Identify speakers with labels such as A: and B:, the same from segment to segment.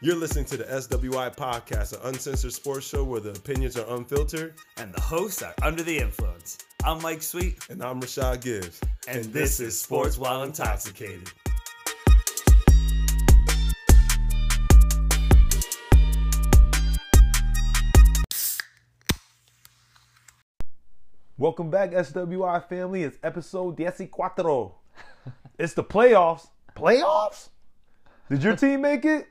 A: You're listening to the SWI podcast, an uncensored sports show where the opinions are unfiltered.
B: and the hosts are under the influence. I'm Mike Sweet,
A: And I'm Rashad Gibbs.
B: and, this, is Sports While Intoxicated.
A: Welcome back, SWI family. It's episode 14. it's the playoffs. Playoffs? Did your team make it?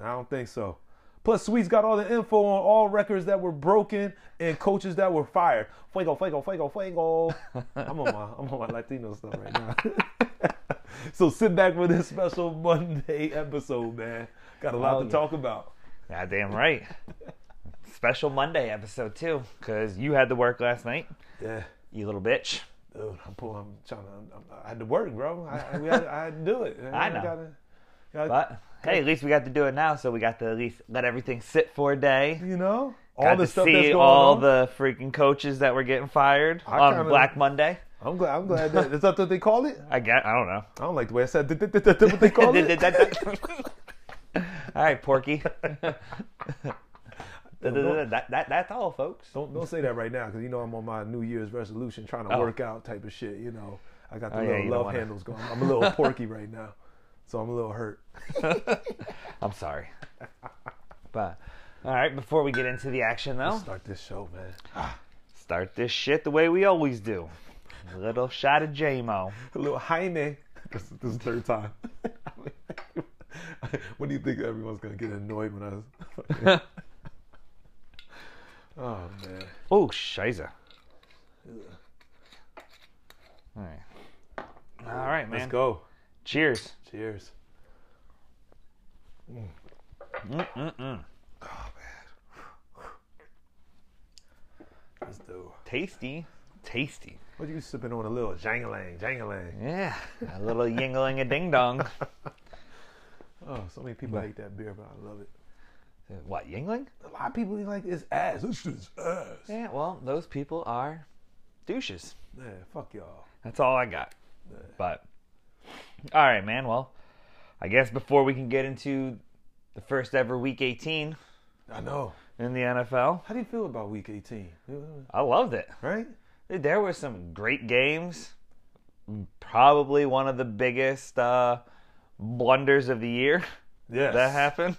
A: I don't think so. Plus, Sweet's got all the info on all records that were broken and coaches that were fired. Fuego, fuego, fuego, fuego. I'm on my I'm on my Latino stuff right now. so sit back for this special Monday episode, man. Got a lot
C: Oh,
A: to
C: yeah.
A: talk about.
C: Yeah, damn right. Special Monday episode too, because you had to work last night,
A: Yeah.
C: you little bitch.
A: Dude, I'm pulling. I'm trying to. I'm, I had to work, bro. I, I, we had, I had to do it.
C: I know.
A: Gotta, gotta-
C: But hey, at least we got to do it now, so we got to at least let everything sit for a day.
A: you know, all
C: Got
A: the
C: to
A: stuff
C: see
A: that's going
C: all
A: on.
C: the freaking coaches that were getting fired
A: I
C: on
A: kinda-
C: Black Monday.
A: I'm glad. I'm glad. That, is that what they call it?
C: I get, I don't know.
A: I don't like the way I said. That, that, that, that, what they call it?
C: all right, Porky. that, that, that's all, folks.
A: Don't don't say that right now, because you know I'm on my New Year's resolution, trying to
C: Oh.
A: work out type of shit. You know, I got the
C: Oh, yeah,
A: little
C: you don't
A: love
C: wanna-
A: handles going. I'm a little porky right now, so I'm a little hurt.
C: I'm sorry. But all right, before we get into the action though,
A: Start this show, man.
C: Start this shit the way we always do. A little shot of JMO.
A: A little Jaime. This, this is the third time. when do you think everyone's gonna get annoyed when I? oh man.
C: Oh, shiza. All right. All right, man.
A: Let's go.
C: Cheers.
A: Cheers. Mm. Let's do.
C: Tasty. Tasty.
A: What you sipping on? A little jangalang, jangalang.
C: Yeah. A little yingling a ding dong.
A: Oh, so many people hate that beer, but I love it.
C: What, yingling?
A: A lot of people they like it's ass. This shit's ass.
C: Yeah, well, those people are douches.
A: Man, fuck y'all.
C: That's all I got. But, all right, man. Well, I guess before we can get into the first ever week 18
A: I know.
C: in the NFL,
A: How do you feel about Week 18?
C: I loved it.
A: Right?
C: Dude, there were some great games. Probably one of the biggest uh, blunders of the year
A: Yes.
C: that happened.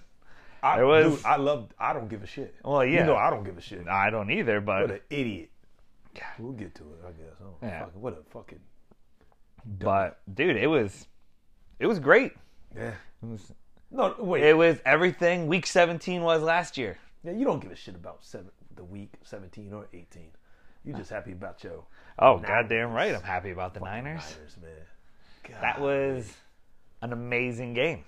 A: I,
C: It was-
A: dude, I love. I don't give a shit.
C: Well,
A: You
C: yeah.
A: know, I don't give a shit.
C: I don't either,
A: What
C: but
A: an idiot. We'll get to it, I guess. Oh,
C: Yeah.
A: fucking, what a fucking.
C: but dude, it was it was great.
A: Yeah.
C: It was,
A: No, wait.
C: it was everything week 17 was last year.
A: yeah, you don't give a shit about seven, the week 17 or 18. you just happy about your
C: Oh, goddamn right. I'm happy about the Niners.
A: Niners, man. God.
C: That was an amazing game.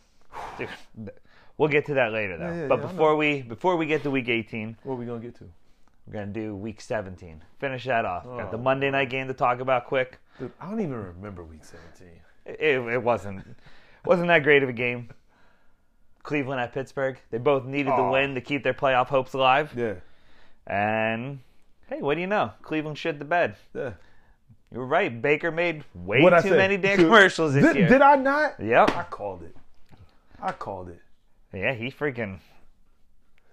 C: Dude, th- we'll get to that later though.
A: Yeah, yeah,
C: but
A: yeah, I know.
C: before we before we get to week 18,
A: What are we going to get to?
C: We're gonna do week 17. Finish that off. Got the
A: Oh.
C: Monday night game to talk about quick.
A: Dude, I don't even remember week 17.
C: It, it wasn't wasn't that great of a game. Cleveland at Pittsburgh. They both needed the
A: Aw.
C: win to keep their playoff hopes alive.
A: Yeah.
C: And hey, what do you know? Cleveland shit the bed.
A: Yeah.
C: You're right. Baker made way
A: What'd I
C: too
A: say?
C: many damn
A: Dude,
C: commercials this
A: did,
C: year.
A: Did I not? I
C: Yep.
A: called it. I called it.
C: Yeah, he freaking.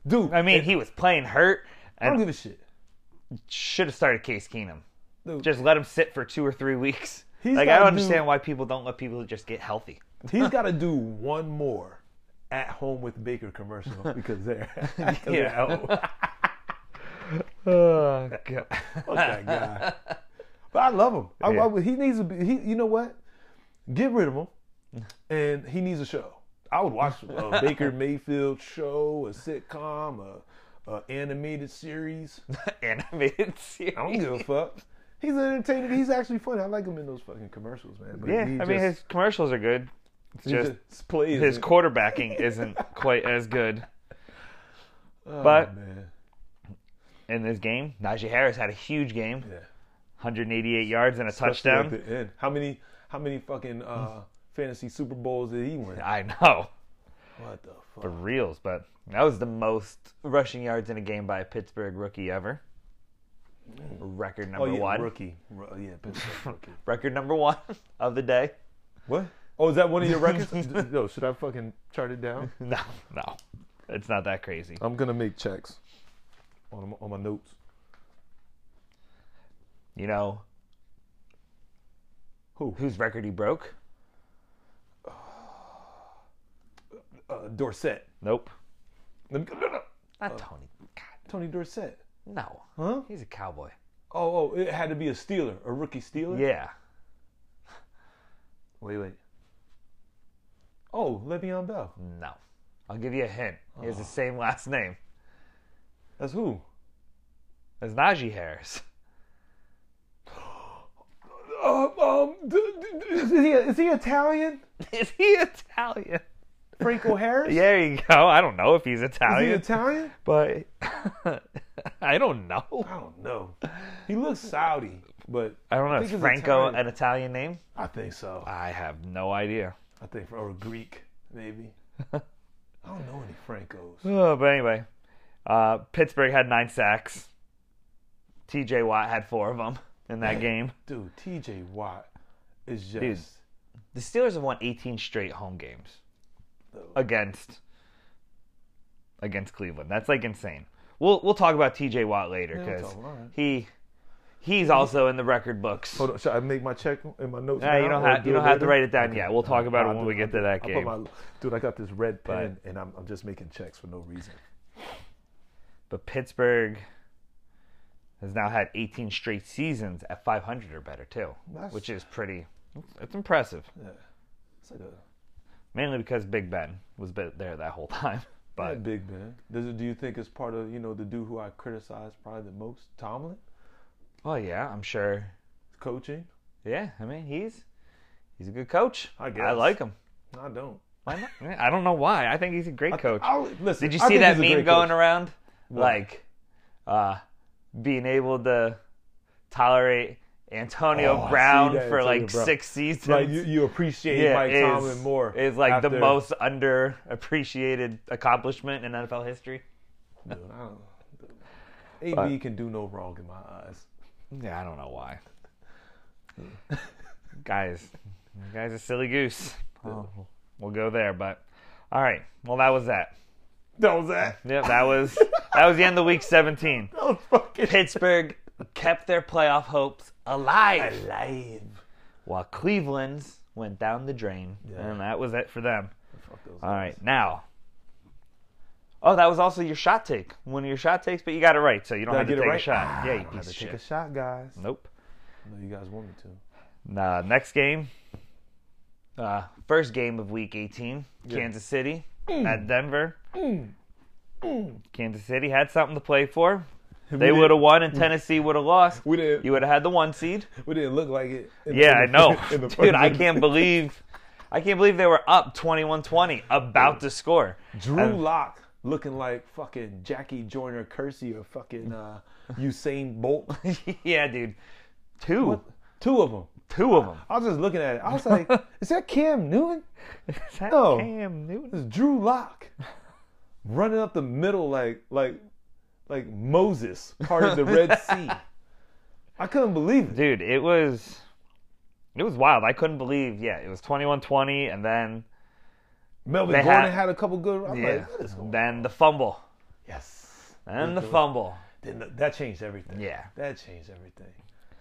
A: Dude,
C: I mean, he was playing hurt
A: I don't
C: and
A: give a shit.
C: should have started Case Keenum.
A: Dude.
C: Just let him sit for two or three weeks.
A: He's
C: like I
A: gotta
C: don't
A: do-
C: understand why people don't let people just get healthy.
A: He's got to do one more at home with Baker commercial because they're, because they're
C: Yeah.
A: out. Fuck
C: Oh, God.
A: that guy. But I love him. I- I- he needs to be. He, you know what? Get rid of him, and he needs a show. I would watch a Baker Mayfield show, a sitcom, a, a animated series.
C: Animated series.
A: I don't give a fuck. He's entertaining. He's actually funny. I like him in those fucking commercials, man. But
C: Yeah, I
A: he
C: mean,
A: just-
C: his commercials are good. It's
A: he
C: just
A: plays
C: his
A: it.
C: quarterbacking isn't quite as good.
A: Oh,
C: but-
A: man.
C: In this game, Najee Harris had a huge game
A: yeah.
C: 188 yards and a
A: Especially
C: touchdown. Mm.
A: At the end. How many how many fucking uh, fantasy Super Bowls did he win?
C: I know,
A: What the
C: for
A: fuck?
C: reals, but that was the most rushing yards in a game by a Pittsburgh rookie ever. Record
A: Oh
C: number
A: yeah,
C: one.
A: rookie. Ru- yeah, Pittsburgh rookie.
C: Record number one of the day.
A: what? Oh, is that one of your records? Yo, should I fucking chart it down?
C: No, no, it's not that crazy.
A: I'm gonna make checks on my, on my notes.
C: You know
A: Who?
C: whose record he broke?
A: Uh, Dorset.
C: Nope,
A: Let me- no, no.
C: not Tony. God,
A: Tony Dorset.
C: no,
A: Huh?
C: he's a cowboy.
A: Oh, oh, it had to be a Steeler, a rookie Steeler.
C: Yeah,
A: Wait, wait. Oh, Le'Veon Bell.
C: no. I'll give you a hint. He
A: Oh.
C: has the same last name
A: That's who.
C: as Najee Harris.
A: Um, um, d- d- d- is he is he Italian?
C: Is he Italian?
A: Franco Harris.
C: There you go. I don't know if he's
A: Is he
C: Italian,
A: Italian?
C: but I don't know.
A: I don't know. He looks Saudi, but
C: I don't know.
A: think
C: Is
A: he's
C: Franco
A: Italian.
C: an Italian name?
A: I think so.
C: I have no idea.
A: I think or Greek maybe. I don't know any Francos.
C: Oh, but anyway, uh, Pittsburgh had nine sacks. T.J. Watt had four of them in that game.
A: Dude, T.J. Watt is just
C: The Steelers have won 18 straight home games against against Cleveland. That's like insane. We'll we'll talk about T.J. Watt later
A: we'll
C: because
A: talk about it.
C: he he's also in the record books.
A: Hold on, should I make my check in my notes?
C: Nah,
A: now
C: you don't
A: or
C: have
A: do
C: you don't
A: it
C: have to
A: later?
C: write it down yet. We'll talk about
A: I'll
C: it when
A: do-
C: we
A: I'll
C: get
A: do-
C: to that
A: I'll put
C: game.
A: my- dude, I got this red pen and I'm, I'm just making checks for no reason.
C: But Pittsburgh has now had 18 straight seasons at 500 or better too,
A: That's-
C: which is pretty. It's impressive,
A: It's like a
C: mainly because Big Ben was be- there that whole time. But
A: big man. Does it, do you think it's part of you know the dude who I criticize probably the most, Tomlin,
C: oh yeah, I'm sure.
A: coaching?
C: Yeah, I mean he's he's a good coach.
A: I
C: I
A: guess.
C: like him.
A: I don't.
C: Why not? Yeah, I don't know why. I think he's a great coach.
A: I'll- listen,
C: Did you
A: I
C: see
A: think
C: that
A: he's a
C: meme
A: great
C: going
A: coach.
C: around? Like, uh, being able to tolerate
A: Oh, I
C: Antonio
A: see
C: Brown
A: that,
C: for
A: Antonio
C: like
A: Brown.
C: six seasons.
A: Like you, you appreciate Mike
C: is-
A: Tomlin more.
C: Is like the
A: after-
C: most underappreciated accomplishment in NFL history.
A: Dude, I don't. AB can do no wrong in my eyes.
C: Yeah, I don't know why. guys, you guys, a silly goose. Oh, we'll go there, but all right. Well, that was that.
A: That was that.
C: Yeah, that was that was the end of week 17.
A: That was fucking
C: Pittsburgh kept their playoff hopes alive
A: alive.
C: while Cleveland's went down the drain. And that was it for them.
A: Fuck those
C: All right, now. Oh, that was also your shot take. One of your shot takes, but you got it right, so you don't
A: Did I
C: have to
A: get it
C: take a
A: right? Ah,
C: shot. yeah, you
A: I
C: piece
A: had
C: of
A: to
C: shit.
A: take a shot, guys.
C: nope.
A: No, you guys want me to.
C: Nah, next game. Uh, first game of week 18, Kansas City
A: Mm.
C: at Denver. Kansas City had something to play for. They
A: didn't-
C: would have won, and Tennessee would have lost.
A: We didn't.
C: You would have had the one seed.
A: We didn't look like it. in the-
C: Yeah, I
A: in the-
C: know.
A: in the
C: Dude, I
A: fucking-
C: can't believe I can't believe they were up 21-20, about to score.
A: Drew Lock looking like fucking Jackie Joyner Kersey or fucking uh, Usain Bolt.
C: yeah, dude. Two.
A: Two of them.
C: Two of them.
A: I was just looking at it. I was like, is that Cam Newton? No.
C: Cam Newton.
A: It's Drew Lock running up the middle like like like Moses parted the Red Sea. I couldn't believe it.
C: Dude, it was it was wild. I couldn't believe. Yeah, it was 21-20 and then
A: Melvin
C: They
A: Gordon
C: had-
A: had, a couple good. I'm
C: yeah,
A: like, what is going
C: then the fumble.
A: Yes.
C: And the fumble.
A: Then th- that changed everything.
C: Yeah.
A: That changed everything.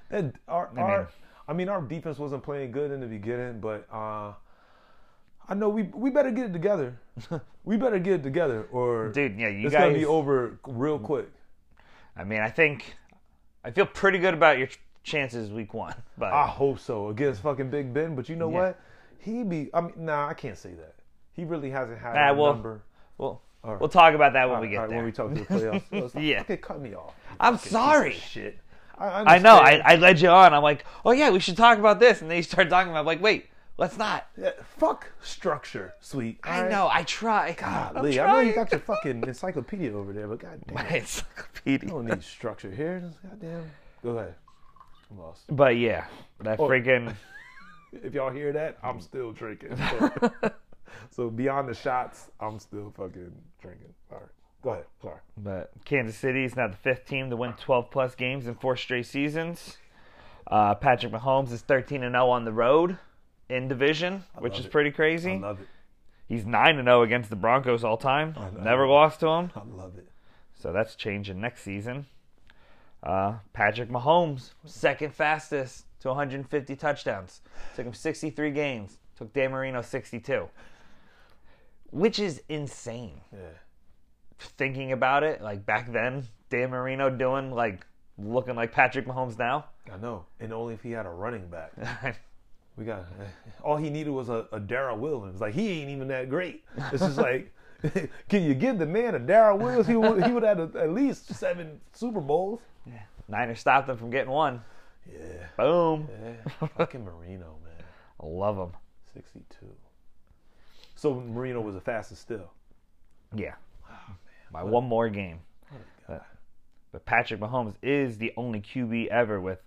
A: That our, our I mean our defense wasn't playing good in the beginning, but uh I know we we better get it together. we better get it together or
C: Dude, yeah, you
A: it's
C: guys
A: gonna be over real quick.
C: I mean, I think I feel pretty good about your ch- chances week 1. But
A: I hope so against fucking Big Ben, but you know
C: Yeah.
A: what? He be I mean nah, I can't say that. He really hasn't had
C: Nah,
A: a
C: well,
A: number.
C: we'll
A: All right.
C: we'll talk about that when we
A: All
C: get
A: right,
C: there.
A: when we talk to the playoffs. So it's like,
C: Yeah.
A: fucking cut me off.
C: I'm
A: Fucking piece of
C: sorry.
A: Shit.
C: I know. I,
A: understand.
C: I led you on. I'm like, oh yeah, we should talk about this, and then you start talking about. I'm like, wait, let's not.
A: Yeah, fuck structure, sweet.
C: I know. I try. God, I'm
A: Golly, I know
C: trying.
A: you got your fucking encyclopedia over there, but goddamn,
C: My
A: I
C: encyclopedia.
A: don't need structure here. Just Goddamn. Go ahead. I'm lost.
C: But yeah, that freaking
A: If y'all hear that, I'm still drinking. So, so beyond the shots, I'm still fucking drinking. All right. Go ahead. Sorry.
C: but Kansas City is now the fifth team to win 12 plus games in four straight seasons. Uh, Patrick Mahomes is 13 and 0 on the oh road in division, which
A: love
C: is
A: it.
C: pretty
A: I
C: crazy.
A: love it.
C: He's 9 to 0 against the Broncos all time.
A: know.
C: Never lost to them.
A: I love it.
C: So that's changing next season. Uh, Patrick Mahomes, second fastest to 150 touchdowns. Took him 63 games. Took Dan Marino 62. Which is insane.
A: Yeah.
C: Thinking about it, like back then, Dan Marino doing like looking like Patrick Mahomes now.
A: I know. And only if he had a running back. We got eh, all he needed was a, a Darrell Williams. Like he ain't even that great. It's just like, can you give the man a Darrell Williams? He would he would have at least seven Super Bowls.
C: Niners stopped him from getting one.
A: Yeah,
C: Boom.
A: yeah. Fucking Marino, man.
C: I love him.
A: Sixty-two. So Marino was the fastest still.
C: Yeah. By one more game. But, but Patrick Mahomes is the only QB ever with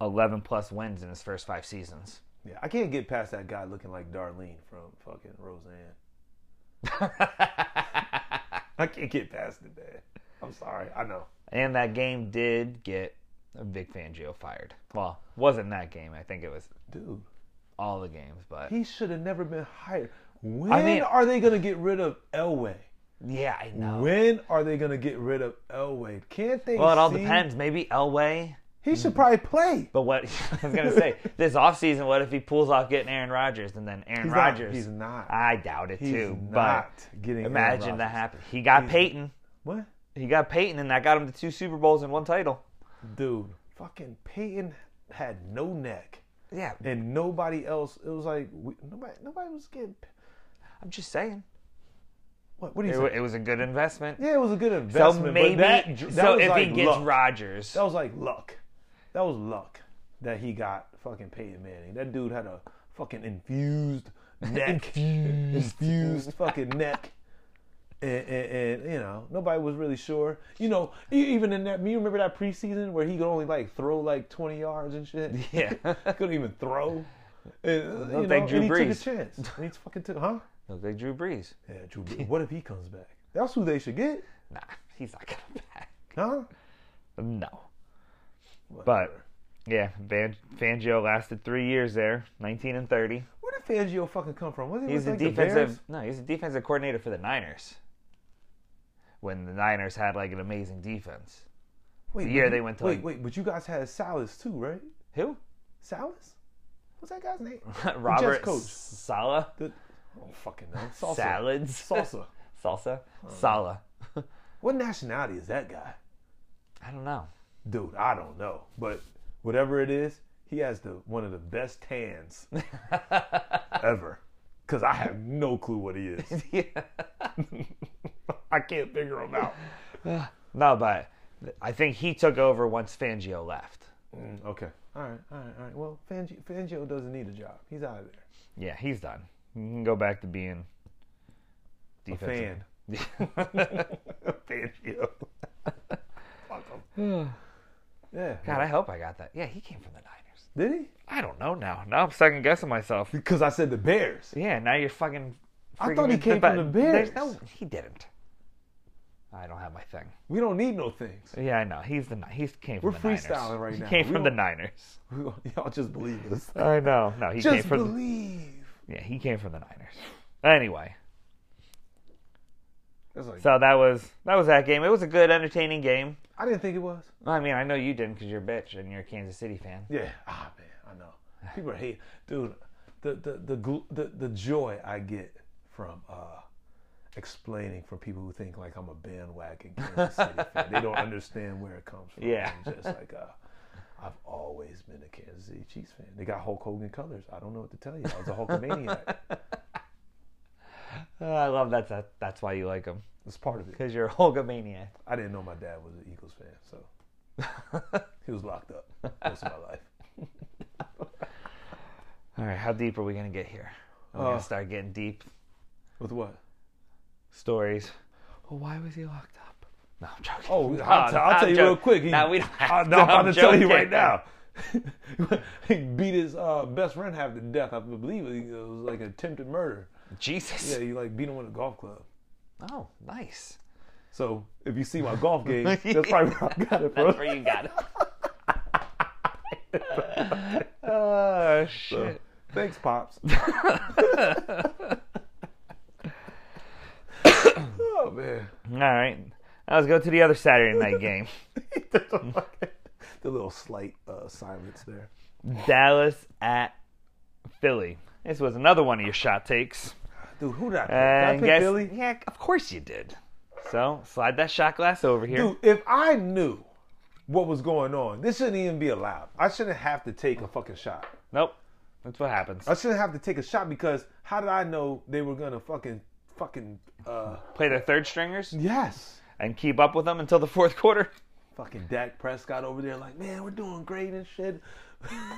C: 11 plus wins in his first five seasons.
A: Yeah, I can't get past that guy looking like Darlene from fucking Roseanne. I can't get past it, man. I'm sorry. I know.
C: And that game did get Vic Fangio fired. Well, wasn't that game. I think it was
A: Dude,
C: all the games, but
A: he should have never been hired. When
C: mean-
A: are they gonna get rid of Elway?
C: yeah, I know.
A: When are they gonna get rid of Elway? Can't they?
C: well, it all
A: see-
C: depends. Maybe Elway.
A: He should probably play.
C: But what I was going to say, this offseason, what if he pulls off getting Aaron Rodgers and then Aaron
A: He's not-
C: Rodgers?
A: he's not.
C: I doubt it
A: He's
C: too.
A: not
C: but
A: getting Aaron
C: imagine that
A: Rodgers.
C: happen. He got Peyton.
A: What,
C: He got Peyton, and that got him to two Super Bowls and one title.
A: dude? Fucking Peyton had no neck,
C: Yeah,
A: and nobody else. It was like we, nobody. Nobody was getting.
C: I'm just saying.
A: What? What do
C: It,
A: you
C: wa-
A: say?
C: it was a good investment.
A: yeah, it was a good
C: so
A: investment.
C: maybe.
A: but that, that
C: so
A: was
C: if
A: like
C: he gets
A: luck.
C: Rodgers,
A: that was like luck. That was luck that he got fucking Peyton Manning. That dude had a fucking infused neck, infused, fucking neck. And, and, and you know nobody was really sure. You know, e- even in that, you remember that preseason where he could only like throw like twenty yards and shit.
C: yeah,
A: he couldn't even throw. And, uh, you know,
C: thank Drew
A: and he
C: Brees.
A: took a chance. And he fucking took, huh?
C: look like Drew Brees.
A: Yeah, Drew. Brees. What if he comes back? That's who they should get,
C: Nah, he's not coming back.
A: huh?
C: No,
A: Whatever.
C: yeah, Van, Fangio lasted three years there, 19 and 30.
A: where did Fangio fucking come from? Was he
C: He was
A: with,
C: the
A: like,
C: defensive.
A: Bears?
C: no, he was the defensive coordinator for the Niners. When the Niners had like an amazing defense.
A: Wait,
C: the year
A: but
C: they
A: you-
C: went to,
A: Wait,
C: like-
A: wait, but you guys had Salas too, right?
C: Who?
A: Salas? What's that guy's name?
C: Robert
A: coach.
C: Sala.
A: The, oh, fucking no. Salsa.
C: Salads.
A: Salsa.
C: Salsa. Sala.
A: What nationality is that guy?
C: I don't know.
A: Dude, I don't know. But whatever it is, he has the one of the best hands ever. Cause I have no clue what he is. I can't figure him out.
C: No, but I think he took over once Fangio left.
A: Mm, okay. All right. All right. All right. Well, Fangio, Fangio doesn't need a job. He's out of there.
C: Yeah, he's done. He can go back to being
A: Fan.
C: defensive.
A: Fangio. Fuck him. Yeah.
C: God, I hope I got that. Yeah, he came from the Niners.
A: Did he?
C: I don't know now. Now I'm second guessing myself.
A: Because I said the Bears.
C: Yeah, now you're fucking.
A: I
C: freaking-
A: thought he came from the
C: there's
A: Bears.
C: no, he didn't. I don't have my thing.
A: We don't need no things.
C: Yeah, I know. He's the Ni- he came from
A: We're
C: the Niners.
A: freestyling right now.
C: He came
A: We
C: from the
A: don't-
C: Niners.
A: We don't- Y'all just believe us.
C: I know. No, he came
A: Just
C: from.
A: believe.
C: Yeah, he came from the Niners. Anyway,
A: That's like,
C: so that was that was that game. It was a good, entertaining game.
A: I didn't think it was.
C: I mean, I know you didn't because you're a bitch and you're a Kansas City fan.
A: Yeah. Ah man, I know. People are hating, dude. The the the gl- the, the joy I get from uh, explaining for people who think like I'm a bandwagon Kansas City fan. They don't understand where it comes from.
C: Yeah.
A: I'm just like uh, I've always been a Kansas City Chiefs fan. They got Hulk Hogan colors. I don't know what to tell you. I was a Hulkamaniac.
C: Uh, I love that, that. That's why you like them
A: It's part of it.
C: because you're a Hulkamaniac.
A: I didn't know my dad was an Eagles fan, so he was locked up most of my life.
C: All right, how deep are we gonna get here? We're gonna
A: Uh,
C: start getting deep
A: With what?
C: stories. Well, why was he locked up? No, I'm joking.
A: Oh, I'll,
C: No,
A: tell- I'll
C: I'm
A: tell you
C: joking.
A: real quick. He-
C: no, we don't. Have
A: I,
C: to.
A: no, I'm about to tell you right
C: joking.
A: now. he beat his uh, best friend half to death. I believe it was like attempted murder.
C: Jesus.
A: Yeah, he like beat him with a golf club.
C: Oh, nice.
A: So if you see my golf game, that's probably where I got it from.
C: That's where you got it. oh shit.
A: Thanks, pops. oh man,
C: All right. Now let's go to the other Saturday night game.
A: the little slight uh, silence there.
C: Dallas at Philly. This was another one of your shot takes.
A: Dude, who did I pick? did I
C: And
A: pick
C: guess,
A: Philly?
C: yeah, of course you did. So slide that shot glass over here.
A: Dude, if I knew what was going on, this shouldn't even be allowed. I shouldn't have to take a fucking shot.
C: Nope, that's what happens.
A: I shouldn't have to take a shot because how did I know they were gonna fucking fucking uh
C: Play their third stringers
A: yes.
C: and keep up with them until the fourth quarter.
A: Fucking Dak Prescott over there like, man, we're doing great and shit.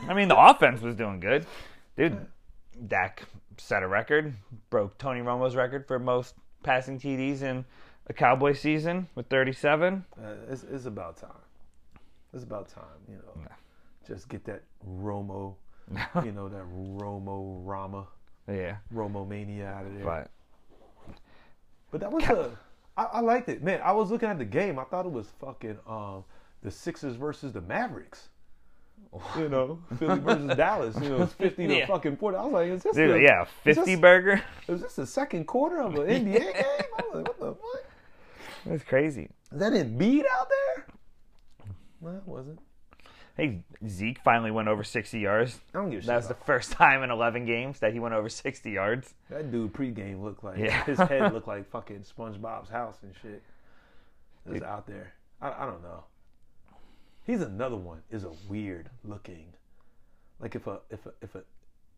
C: I mean, the offense was doing good, dude. Dak set a record, broke Tony Romo's record for most passing TDs in a Cowboy season with 37.
A: Uh, it's, it's about time. It's about time, you know. Just get that Romo, you know, that Romo Rama,
C: Yeah,
A: Romo Mania out of there.
C: but
A: But that was a. I, I liked it, man. I was looking at the game. I thought it was fucking um, the Sixers versus the Mavericks. You know, Philly versus Dallas. You know, it's fifty to
C: Yeah.
A: fucking forty. I was like, is this
C: dude,
A: the,
C: yeah, 50
A: Is this,
C: burger.
A: is this the second quarter of an NBA game? I was like, what the fuck?
C: That's crazy.
A: Is that Embiid out there? No, it wasn't.
C: Hey, Zeke finally went over 60 yards.
A: I don't give a shit.
C: That was the
A: about
C: first time in 11 games that he went over 60 yards.
A: That dude pregame looked like
C: Yeah.
A: his head looked like fucking SpongeBob's house and shit. It was out there. I, I don't know. He's another one. Is a weird looking, like if a if a if a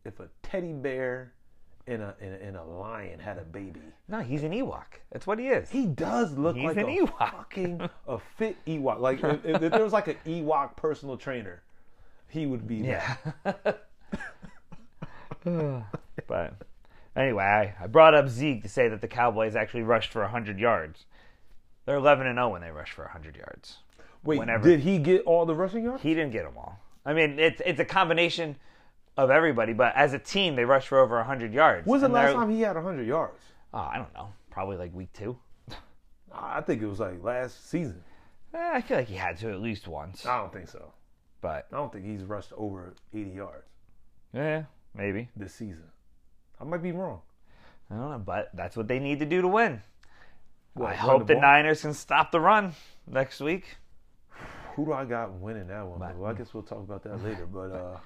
A: if a teddy bear and a and a, and a lion had a baby.
C: No, he's an Ewok. That's what he is.
A: He does look
C: He's
A: like
C: an
A: a
C: Ewok.
A: fucking a fit Ewok. Like if, if there was like an Ewok personal trainer, he would be. that.
C: Yeah. but anyway, I, I brought up Zeke to say that the Cowboys actually rushed for 100 yards. They're 11 and 0 when they rush for 100 yards.
A: Wait,
C: Whenever-
A: did he get all the rushing yards?
C: He didn't get them all. I mean, it's it's a combination of everybody, but as a team, they rushed for over 100 yards.
A: When's the
C: And
A: last
C: they're-
A: time he had hundred yards?
C: Oh, I don't know. Probably like week two.
A: I think it was like last season.
C: Eh, I feel like he had to at least once.
A: I don't think so.
C: But
A: I don't think he's rushed over 80 yards
C: yeah, maybe.
A: this season. I might be wrong.
C: I don't know, but that's what they need to do to win.
A: What,
C: I
A: run
C: hope the
A: ball?
C: Niners can stop the run next week.
A: Who do I got winning that one? Well, I guess we'll talk about that later. But uh,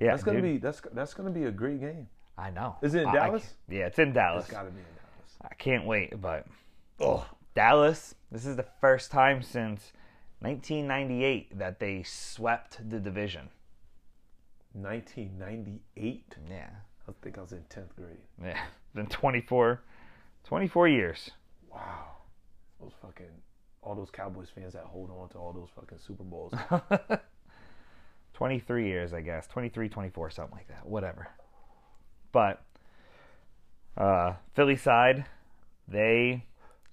C: Yeah,
A: that's gonna
C: dude.
A: be that's that's gonna be a great game.
C: I know.
A: Is it in
C: I- I
A: Dallas?
C: can't- yeah, it's in Dallas.
A: It's gotta be in Dallas.
C: I can't wait, but Dallas. This is the first time since 1998 that they swept the division.
A: 1998.
C: Yeah,
A: I think I was in 10th grade.
C: yeah. Been 24, 24 years.
A: Wow. Those fucking all those Cowboys fans that hold on to all those fucking Super Bowls.
C: 23 years, I guess. 23, 24, something like that. Whatever. But uh, Philly side, they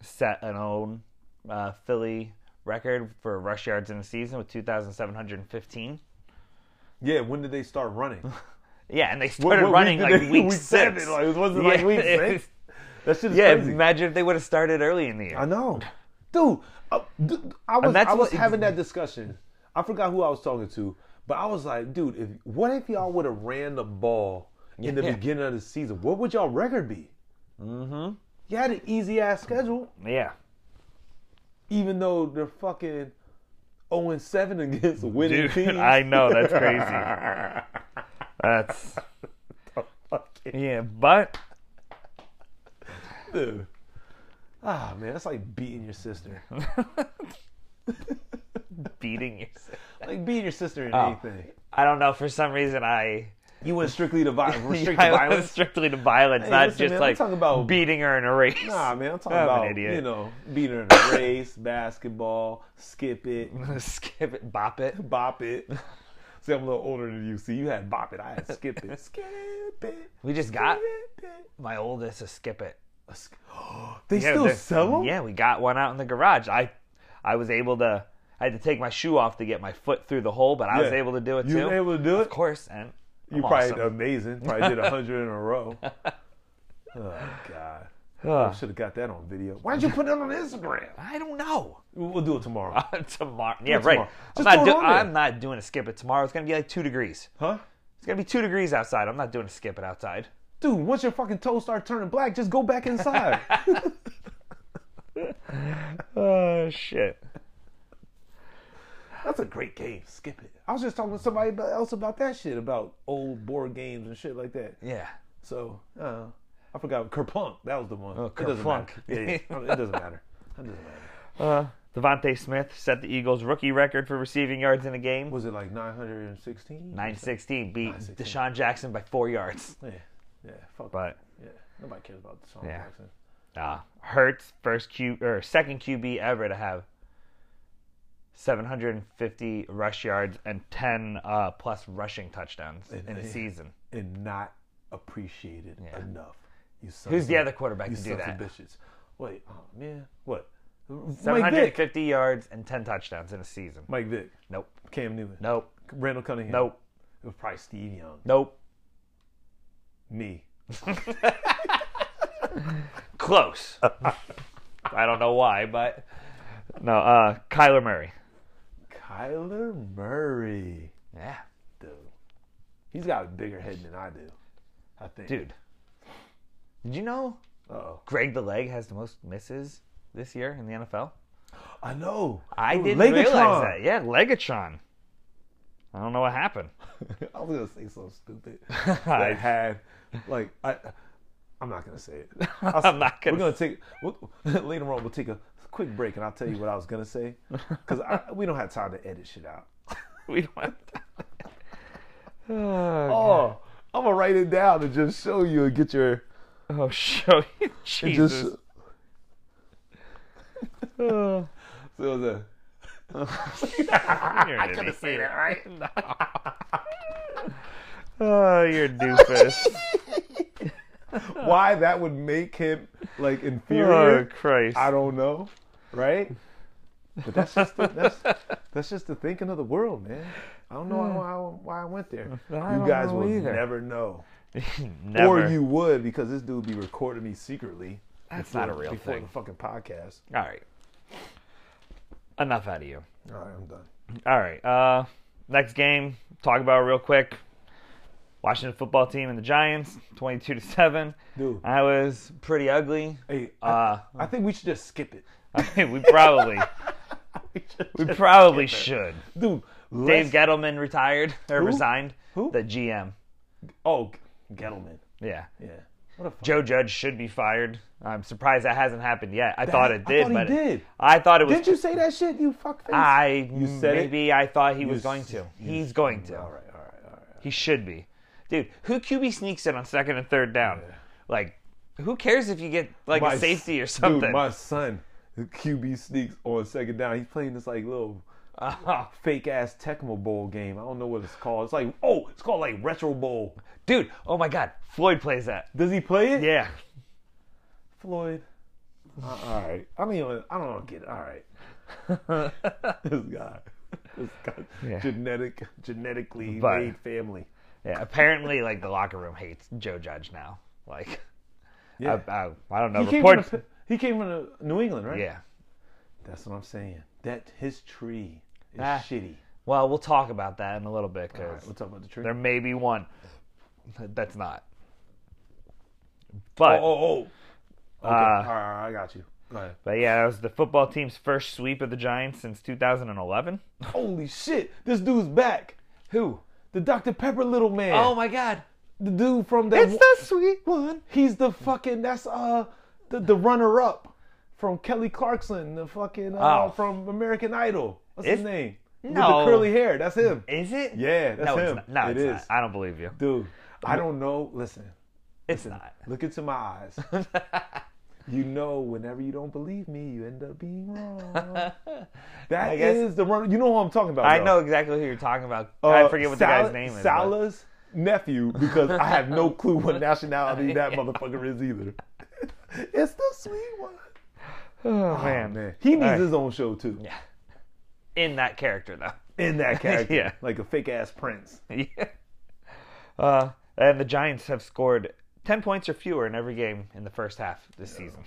C: set an own uh, Philly record for rush yards in a season with 2,715.
A: yeah. When did they start running?
C: Yeah, and they
A: What-
C: started
A: what
C: running
A: did
C: like
A: they-
C: week,
A: seven,
C: six.
A: Like, was it like
C: Yeah,
A: week
C: it
A: six?
C: was-
A: That shit is
C: Yeah,
A: crazy.
C: imagine if they would have started early in the year.
A: I know, dude. uh, d- I was
C: that's
A: I was
C: what-
A: having that discussion. I forgot who I was talking to, but I was like, dude, if what if y'all would have ran the ball in the
C: Yeah.
A: beginning of the season? What would y'all record be? Mm-hmm. You had an easy ass schedule,
C: Yeah,
A: even though they're fucking zero and seven against winning
C: dude,
A: teams.
C: I know that's crazy. That's yeah, but
A: Dude. Ah man, that's like beating your sister.
C: beating yourself.
A: like beating your sister
C: Oh.
A: in anything.
C: I don't know. For some reason, I
A: You went strictly to violence. Restrict
C: I
A: to
C: was
A: violence.
C: strictly to violence,
A: Hey,
C: not
A: listen,
C: just
A: man, I'm
C: like
A: talking about-
C: beating her in a race.
A: Nah, man, I'm talking
C: I'm an
A: about
C: idiot.
A: you know beating her in a race, basketball, skip it,
C: Skip it, bop it.
A: bop it. See, I'm a little older than you. See, you had bop it, I had skip it, skip it.
C: We just got
A: skip it.
C: my oldest a skip it.
A: A sk- they still
C: they're-
A: sell them.
C: Yeah, we got one out in the garage. I, I was able to. I had to take my shoe off to get my foot through the hole, but I was
A: Yeah.
C: able to do it
A: You
C: too.
A: were able to do
C: Of
A: it?
C: course, and
A: you
C: I'm
A: probably
C: awesome.
A: did amazing. Probably did a hundred in a row. Oh God,
C: Ugh.
A: should have got that on video. Why don't you put that on Instagram?
C: I don't know.
A: We'll we'll do it tomorrow,
C: tomorrow, yeah,
A: tomorrow.
C: right.
A: Just
C: I'm, not
A: throw it
C: do-
A: on there.
C: I'm not doing a skip it tomorrow. It's gonna be like two degrees.
A: huh?
C: It's It's gonna be two degrees outside. I'm not doing a skip it outside.
A: Dude, once your fucking toes start turning black, just go back inside.
C: Oh shit.
A: That's a great game. Skip it. I was just talking to somebody about- else about that shit, about old board games and shit like that.
C: Yeah.
A: So, uh, I forgot. Kerplunk. That was the one.
C: Oh,
A: It doesn't matter.
C: Kerplunk.
A: Yeah, yeah. I mean, it doesn't matter. It doesn't
C: Uh,
A: matter.
C: Devonte Smith set the Eagles' rookie record for receiving yards in a game.
A: Was it like 916?
C: 916 beat
A: 916.
C: Deshaun Jackson by four yards.
A: Yeah. Yeah. Fuck.
C: But
A: yeah. Nobody cares about the song.
C: Yeah.
A: Jackson.
C: uh,
A: Ah.
C: Hurts first Q or second QB ever to have 750 rush yards and 10 uh, plus rushing touchdowns in a
A: yeah.
C: season.
A: And not appreciated
C: Yeah.
A: enough. You sons
C: Who's the
A: of-
C: other quarterback
A: You
C: to do
A: sons of
C: that?
A: bitches. Wait. Oh, man. What? Mike Vick.
C: 750 yards and 10 touchdowns in a season.
A: Mike Vick.
C: Nope.
A: Cam Newton.
C: Nope.
A: Randall Cunningham.
C: Nope.
A: It was probably Steve Young.
C: Nope.
A: Me.
C: Close. I don't know why, but no. Uh, Kyler Murray.
A: Kyler Murray.
C: Yeah,
A: Dude. He's got a bigger head than I do. I think.
C: dude. Did you know
A: Uh-oh.
C: Greg the Leg has the most misses this year in the NFL?
A: I know.
C: I
A: Dude,
C: didn't
A: Legatron.
C: realize that. Yeah, Legatron. I don't know what happened.
A: I was gonna say something stupid. I had like I. I'm not gonna say it. I'll-
C: I'm not gonna
A: We're gonna take we'll, later on. We'll take a quick break, and I'll tell you what I was gonna say because we don't have time to edit shit out.
C: We don't have that. oh,
A: Oh, I'm gonna write it down and just show you and get your
C: oh, show you, Jesus.
A: just.
C: Oh.
A: So it was a,
C: I could have seen it, right? oh, you're a doofus.
A: why that would make him like
C: oh,
A: inferior.
C: Christ.
A: I don't know, right? But that's just the, that's that's just the thinking of the world, man. I don't know how- why, why I went there.
C: I
A: you
C: don't
A: guys
C: know
A: will
C: either.
A: never know,
C: Never.
A: or you would because this dude be recording me secretly.
C: That's
A: before-
C: not a real
A: before
C: thing.
A: The fucking podcast.
C: All right. Enough out of you.
A: All right, I'm done.
C: All right. Uh, next game, talk about real quick. Washington football team and the Giants, twenty-two to seven.
A: Dude.
C: I was pretty ugly.
A: Hey, I,
C: Uh,
A: I think we should just skip it.
C: we probably,
A: We should
C: we
A: just-
C: probably should.
A: dude.
C: Dave
A: let's-
C: Gettleman retired or
A: Who?
C: resigned.
A: Who?
C: The GM.
A: oh, Gettleman.
C: Yeah.
A: Yeah. What a fuck.
C: Joe Judge should be fired. I'm surprised that hasn't happened yet. I thought it
A: I
C: did,
A: thought he
C: but
A: did.
C: I thought it was.
A: Didn't you say that shit? You fuckface.
C: I
A: said it.
C: maybe I thought he was
A: s-
C: going to. He's going to.
A: all right, all right, all right.
C: He should be. Dude, who QB sneaks in on second and third down? Like, who cares if you get like
A: My
C: a
A: s-
C: safety or something?
A: Dude, my son, the QB sneaks on second down. He's playing this like little
C: Oh,
A: fake ass Tecmo Bowl game. I don't know what it's called. It's like oh, it's called like Retro Bowl.
C: dude, oh my God, Floyd plays that.
A: Does he play it?
C: Yeah,
A: Floyd. Uh, all right. I don't even. I don't get it. All right. this guy. This guy.
C: Yeah.
A: Genetic, genetically
C: But-
A: made family.
C: yeah. Apparently, like the locker room hates Joe Judge now. Like,
A: Yeah.
C: I, I, I don't know.
A: he, came from
C: Reports.
A: the- he came from the- New England, right?
C: Yeah.
A: That's what I'm saying. That his tree is
C: Ah.
A: shitty.
C: Well, we'll talk about that in a little bit
A: All
C: because
A: right, we'll talk about the tree.
C: there may be one that's not. But
A: oh, oh. Okay.
C: Uh,
A: all right, all right, I got you. Go ahead.
C: but yeah, that was the football team's first sweep of the Giants since 2011.
A: Holy shit! This dude's back. Who? The Dr Pepper little man.
C: Oh my God,
A: the dude from that.
C: it's the sweet one.
A: he's the fucking. That's uh, the, the runner up from Kelly Clarkson. The fucking uh,
C: Oh.
A: from American Idol. What's his
C: It's-
A: name? With the
C: No.
A: curly hair. That's him.
C: Is it?
A: Yeah, that's
C: no,
A: him.
C: It's not. No,
A: It
C: it's
A: is.
C: not. I don't believe you.
A: Dude, I don't know. Listen,
C: It's not.
A: look into my eyes. You know, whenever you don't believe me, you end up being wrong. That is
C: guess-
A: the runner. You know who I'm talking about.
C: I
A: though.
C: know exactly who you're talking about.
A: Uh,
C: I forget what
A: Sal-
C: the guy's name is. but- Oh,
A: Salah's nephew, because I have no clue what nationality that motherfucker is either. it's the sweet one.
C: Oh,
A: Oh,
C: man.
A: man. He needs
C: Alright.
A: his own show too.
C: In that character, though.
A: In that character.
C: Yeah.
A: Like a fake ass prince.
C: yeah. Uh, and the Giants have scored 10 points or fewer in every game in the first half this season.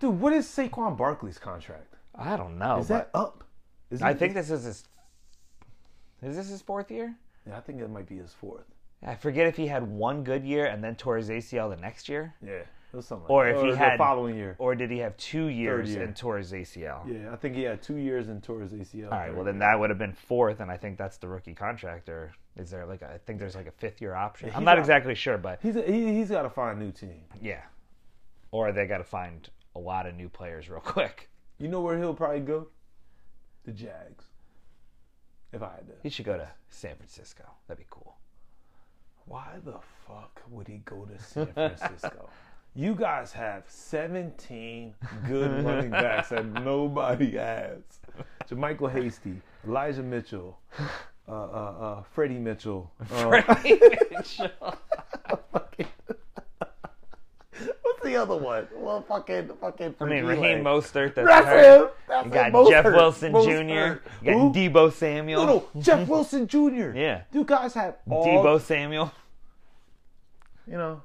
A: Dude, what is Saquon Barkley's contract?
C: I don't know.
A: Is that up? Is
C: but I
A: it-
C: think this is his. Is this his fourth year?
A: Yeah, I think that might be his fourth.
C: I forget if he had one good year and then tore his ACL the next year,
A: Yeah, it was something. like
C: Or
A: that.
C: if he
A: the
C: had-
A: following year.
C: or did he have two years
A: year.
C: and tore his ACL?
A: yeah, I think he had two years in towards ACL.
C: All right, well then that would have been fourth, and I think that's the rookie contract. Or is there like a, I think there's like a fifth year option? I'm
A: he's
C: not
A: out.
C: exactly sure, but
A: he's a, he, he's got to find a new team.
C: yeah. Or they got to find a lot of new players real quick.
A: You know where he'll probably go? The Jags. If I had to.
C: He should go to San Francisco. That'd be cool.
A: Why the fuck would he go to San Francisco? you guys have 17 good running backs that nobody has. Jermichael Hasty, Elijah Mitchell, uh, uh, uh, Freddie Mitchell. uh,
C: Freddie Mitchell.
A: what's the other one? Well, fucking, fucking.
C: I mean, Raheem Mostert. That's,
A: That's
C: hurt.
A: him. That's
C: You
A: him.
C: got
A: Most
C: Jeff
A: hurt.
C: Wilson
A: Most
C: Jr.
A: hurt.
C: You
A: Who?
C: got Debo Samuel.
A: No, no, Jeff Wilson Jr.
C: Yeah.
A: You guys have all
C: Debo Samuel.
A: you know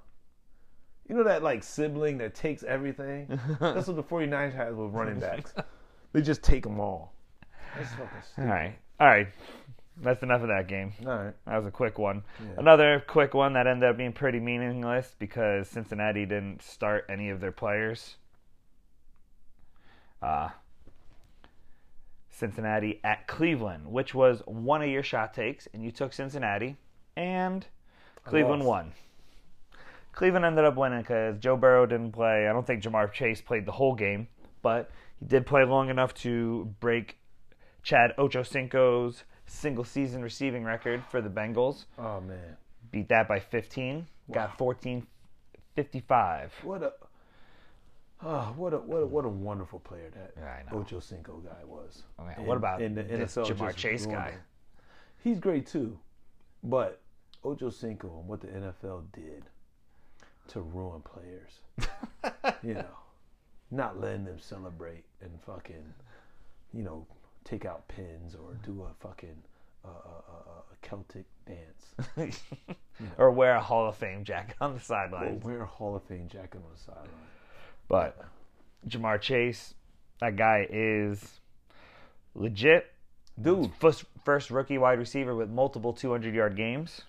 A: you know that like sibling that takes everything that's what the 49ers has with running backs they just take them all that's fucking
C: All
A: stupid.
C: right, all right. That's enough of that game.
A: all right
C: That was a quick one. Another quick one that ended up being pretty meaningless because Cincinnati didn't start any of their players. Uh, Cincinnati at Cleveland, which was one of your shot takes, and you took Cincinnati, and Cleveland
A: lost.
C: won. Cleveland ended up winning because Joe Burrow didn't play. I don't think Jamar Chase played the whole game, but he did play long enough to break Chad Ochocinco's single season receiving record for the Bengals.
A: oh man
C: Beat that by 15. Got 14 55.
A: what a Oh, what a what a what a wonderful player that
C: Yeah, I know.
A: Ocho Cinco guy was.
C: Oh, man, what about this Jamar
A: just
C: Chase
A: ruined
C: guy?
A: him. He's great too, but Ocho Cinco and what the NFL did to ruin players, you know, not letting them celebrate and fucking, you know, take out pins or do a fucking uh, uh, uh, uh, Celtic dance.
C: or wear a Hall of Fame jacket on the
A: Or
C: sideline.
A: wear a Hall of Fame jacket on the sideline.
C: But Jamar Chase, that guy is legit.
A: Dude,
C: First, first rookie wide receiver with multiple 200 yard games.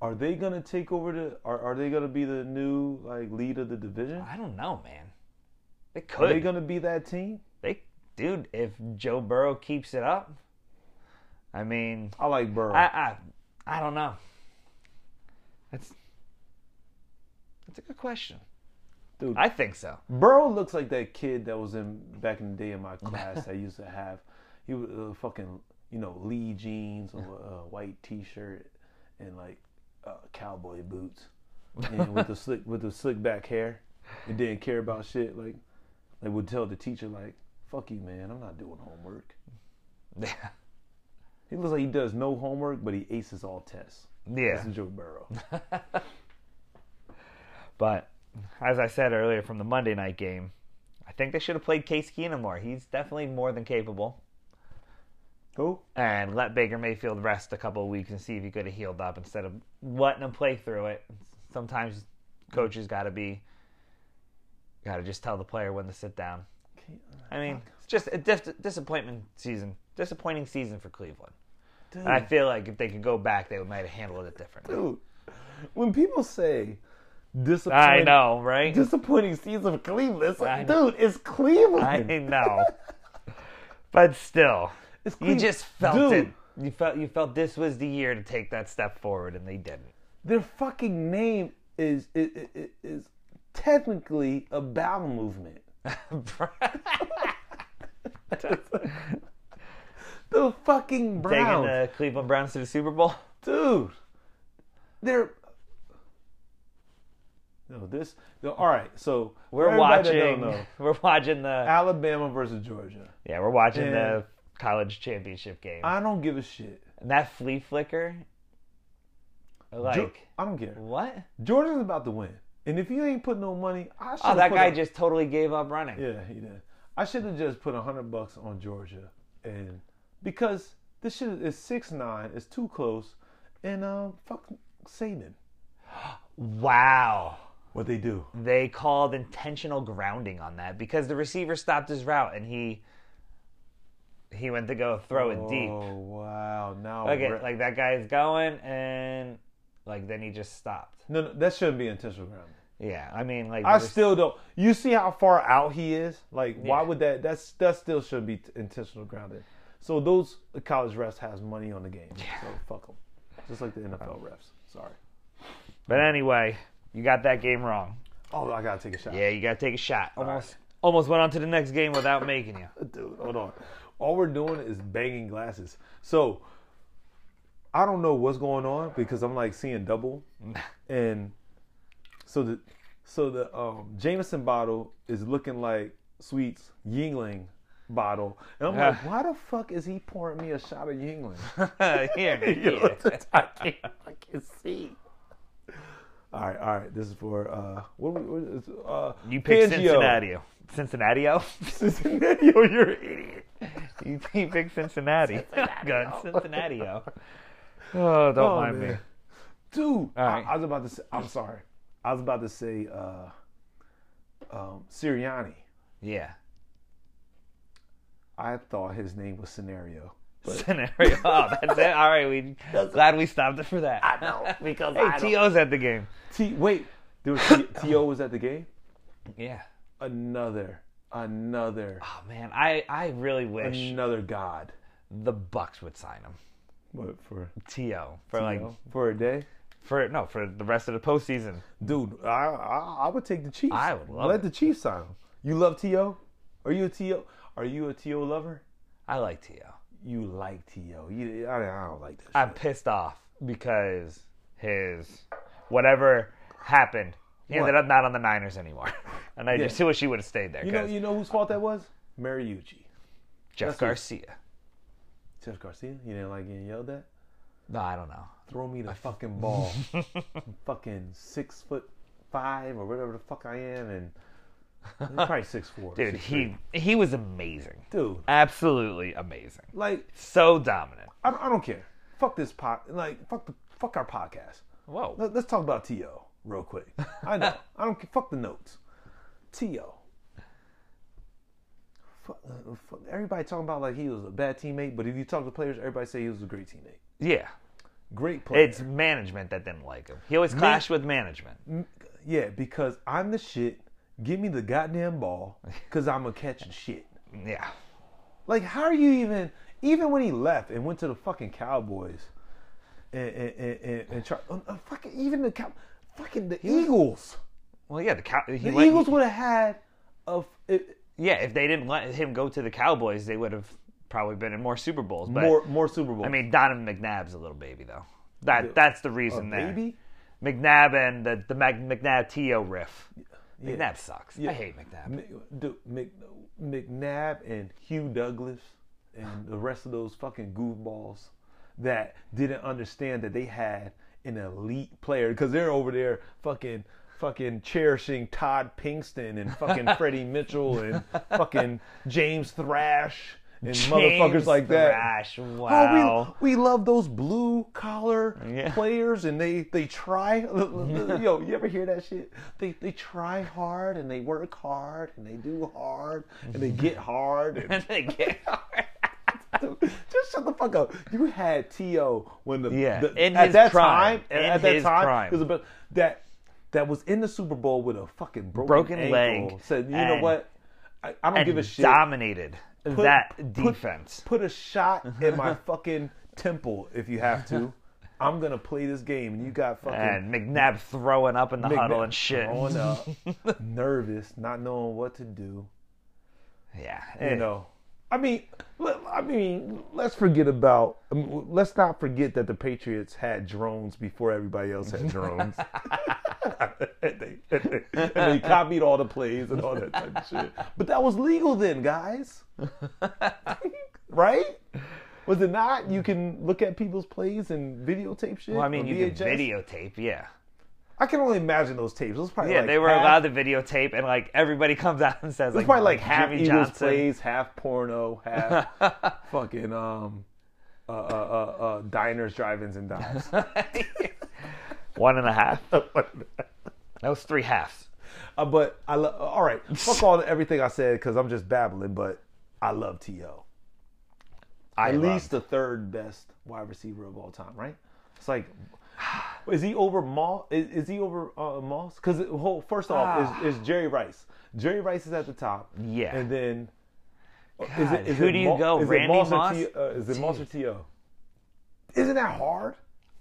A: Are they gonna take over the? Are, are they gonna be the new like lead of the division?
C: I don't know, man. They could.
A: Are they gonna be that team?
C: they dude if joe burrow keeps it up i mean
A: I like Burrow.
C: i i, I don't know that's that's a good question
A: Dude.
C: i think so
A: Burrow looks like that kid that was in back in the day in my class that used to have he was uh, fucking you know Lee jeans or a white T-shirt and like uh, cowboy boots and with the slick with the slick back hair and didn't care about shit like like would tell the teacher like fuck you man I'm not doing homework.
C: yeah
A: He looks like he does no homework but he aces all tests. That's Joe Burrow.
C: but as i said earlier from the monday night game i think they should have played case keenum more he's definitely more than capable
A: Who?
C: and let baker mayfield rest a couple of weeks and see if he could have healed up instead of letting him play through it sometimes coaches gotta be gotta just tell the player when to sit down I mean, it's just a dis- disappointment season, disappointing season for Cleveland.
A: Dude.
C: And I feel like if they could go back, they might have handled it differently.
A: Dude, when people say disappointing,
C: I know, right?
A: disappointing season of Cleveland, it's
C: I
A: like,
C: know.
A: dude, it's
C: I
A: Cleveland.
C: know, but still,
A: It's
C: you
A: Cleveland.
C: just felt
A: dude,
C: it. You felt you felt this was the year to take that step forward, and they didn't.
A: Their fucking name is is, is, is technically a bowel movement. The fucking
C: Taking
A: Browns,
C: the Cleveland Browns to the Super Bowl.
A: dude. They're no this. No, all right, so for
C: We're
A: everybody that
C: watching.
A: don't know,
C: We're watching the.
A: Alabama versus Georgia.
C: Yeah, we're watching
A: Yeah.
C: the college championship game.
A: I don't give a shit.
C: and that flea flicker. Like
A: Ge- I don't care.
C: what?
A: Jordan's about to win. And if you ain't put no money, I should.
C: Oh, that guy just totally gave up running.
A: Yeah, he did. I should have just put a hundred bucks on Georgia, and because this shit is six nine, it's too close, and um, fuck Saban.
C: Wow.
A: What they do?
C: They called intentional grounding on that because the receiver stopped his route and he he went to go throw it deep.
A: Oh wow! Now
C: Like it,
A: we're-
C: like that guy's going, and like then he just stopped.
A: no, no, that shouldn't be intentional grounding.
C: Yeah, I mean, like
A: I
C: there's-
A: still don't. You see how far out he is? Like, why
C: Yeah.
A: would that? That's that still should be t- intentional grounding. So those college refs has money on the game. So fuck them. Just like the
C: Um,
A: NFL refs. Sorry.
C: But anyway, you got that game wrong.
A: Oh, I gotta take a shot.
C: Yeah, you gotta take a shot. Almost, almost went on to the next game without making you.
A: Dude, hold on. All we're doing is banging glasses. So I don't know what's going on because I'm like seeing double, and so the so the um, Jameson bottle is looking like Sweet's Yingling bottle, and I'm like, why the fuck is he pouring me a shot of Yingling?
C: Here,
A: You know,
C: yeah.
A: I can't fucking see. All right, all right. This is for uh, what? do we- what is, uh,
C: you picked
A: Fangio.
C: Cincinnati. Cincinnati?
A: Cincinnati, oh, you're an idiot.
C: you, you picked Cincinnati. Gun Cincinnati. Oh, don't
A: Oh,
C: mind me.
A: man. Dude, I-
C: right.
A: I, was about to say, I'm sorry. I was about to say uh, um, Sirianni.
C: Yeah.
A: I thought his name was Scenario.
C: Scenario. Oh, that's it. All right, we glad we stopped it for that. I know because hey,
A: I don't-
C: To's at the game.
A: T, wait, there was T, T.O. was at the game?
C: Yeah.
A: Another, another,
C: Oh man, I I really wish
A: another god.
C: the Bucks would sign him.
A: What, for,
C: To for like
A: you know, for a day?
C: for no for the rest of the postseason.
A: Dude, I, I, I would take the Chiefs.
C: I would love
A: Let
C: it.
A: the Chiefs sign him. You love T.O.? Are you a T.O.? Are you a T.O. lover?
C: I like To.
A: You like T.O. You, I, I don't like this.
C: I'm pissed off because his whatever happened, he ended
A: What?
C: up not on the Niners anymore. And I just wish he would have stayed there.
A: You know,
C: 'cause
A: you know whose fault that was? Mariucci.
C: Jeff
A: who-
C: Garcia.
A: Jeff Garcia, you didn't like getting yelled at?
C: No, I don't know.
A: Throw me the fucking ball. I'm fucking six foot five or whatever the fuck I am, and I'm probably six four.
C: Dude, he he was amazing.
A: dude,
C: Absolutely amazing.
A: like
C: So dominant.
A: I, I don't care. Fuck this pot. Like fuck the fuck our podcast.
C: Whoa.
A: Let, us talk about To real quick. I know. I don't ca- fuck the notes. To. Fuck, uh, fuck- everybody talking about like he was a bad teammate, but if you talk to players, everybody say he was a great teammate.
C: Yeah.
A: Great player.
C: It's management that didn't like him. He always clashed with management.
A: Yeah, because I'm the shit. Give me the goddamn ball, cause I'm a catching shit.
C: Yeah.
A: Like, how are you even? Even when he left and went to the fucking Cowboys, and and and, and, and try, uh, uh, fucking even the cow, fucking the Eagles.
C: Well, yeah, the, cow- he
A: The
C: went-
A: Eagles would have had a. f- it-
C: Yeah, if they didn't let him go to the Cowboys, they would have probably been in more Super Bowls. But
A: more more Super Bowl.
C: I mean, Donovan McNabb's a little baby though. That that's the reason there.
A: maybe.
C: McNabb and the the Mac, McNabb T.O. riff. McNabb sucks. I hate McNabb.
A: Mc- Dude, Mc, McNabb and Hugh Douglas and the rest of those fucking goofballs that didn't understand that they had an elite player because they're over there fucking fucking cherishing Todd Pinkston and fucking Freddie Mitchell and fucking James Thrash and motherfuckers
C: James
A: like that.
C: Thrash,
A: Oh,
C: wow.
A: we, we love those blue collar
C: Yeah.
A: players, and they they try. Yo, you ever hear that shit? They they try hard and they work hard and they do hard and they get hard. And,
C: They get-
A: just shut the fuck up. You had To when the
C: Yeah,
A: the-
C: in
A: at
C: his
A: that
C: prime.
A: time and
C: In
A: at that
C: his
A: time
C: prime.
A: it was about that that was in the Super Bowl with a fucking broken,
C: Broken
A: ankle,
C: leg
A: Said you know
C: and-
A: what? I, I don't
C: and
A: give a shit.
C: dominated
A: Put-
C: that
A: put-
C: defense.
A: Put a shot in my fucking temple if you have to. I'm gonna play this game, and you got fucking
C: and McNabb throwing up in the
A: Big
C: huddle
A: Mac
C: and shit.
A: throwing up, nervous, not knowing what to do.
C: Yeah, Eh,
A: You know, I mean, le- I mean, let's forget about. I mean, let's not forget that the Patriots had drones before everybody else had drones. and, they, and they- and they copied all the plays and all that type of shit. But that was legal then, guys. right? Was it not? You can look at people's plays and videotape shit.
C: Well, I mean,
A: on
C: you
A: VHS.
C: can videotape. Yeah,
A: I can only imagine those tapes. It was probably
C: yeah,
A: like
C: they were
A: half-
C: allowed to videotape, and like everybody comes out and says
A: It's
C: like,
A: probably like half
C: Jimmy
A: Eagles
C: Johnson.
A: plays, half porno, half fucking um, uh, uh, uh, uh, diners, drive-ins, and dives.
C: One and a half. that was three halves.
A: Uh, but I love. All right, fuck all everything I said because I'm just babbling. But I love To.
C: I
A: at
C: love.
A: least the third best wide receiver of all time, right? It's like, is he over Moss? Is, is he over uh, Moss? Because whole first off is, is Jerry Rice. Jerry Rice is at the top.
C: Ah. Yeah.
A: and then uh, is
C: God,
A: it, is
C: who
A: it
C: do you
A: Mo-
C: go?
A: Is
C: Randy
A: it Moss?
C: Moss?
A: Or T, uh, is it Moss or To? Isn't that hard?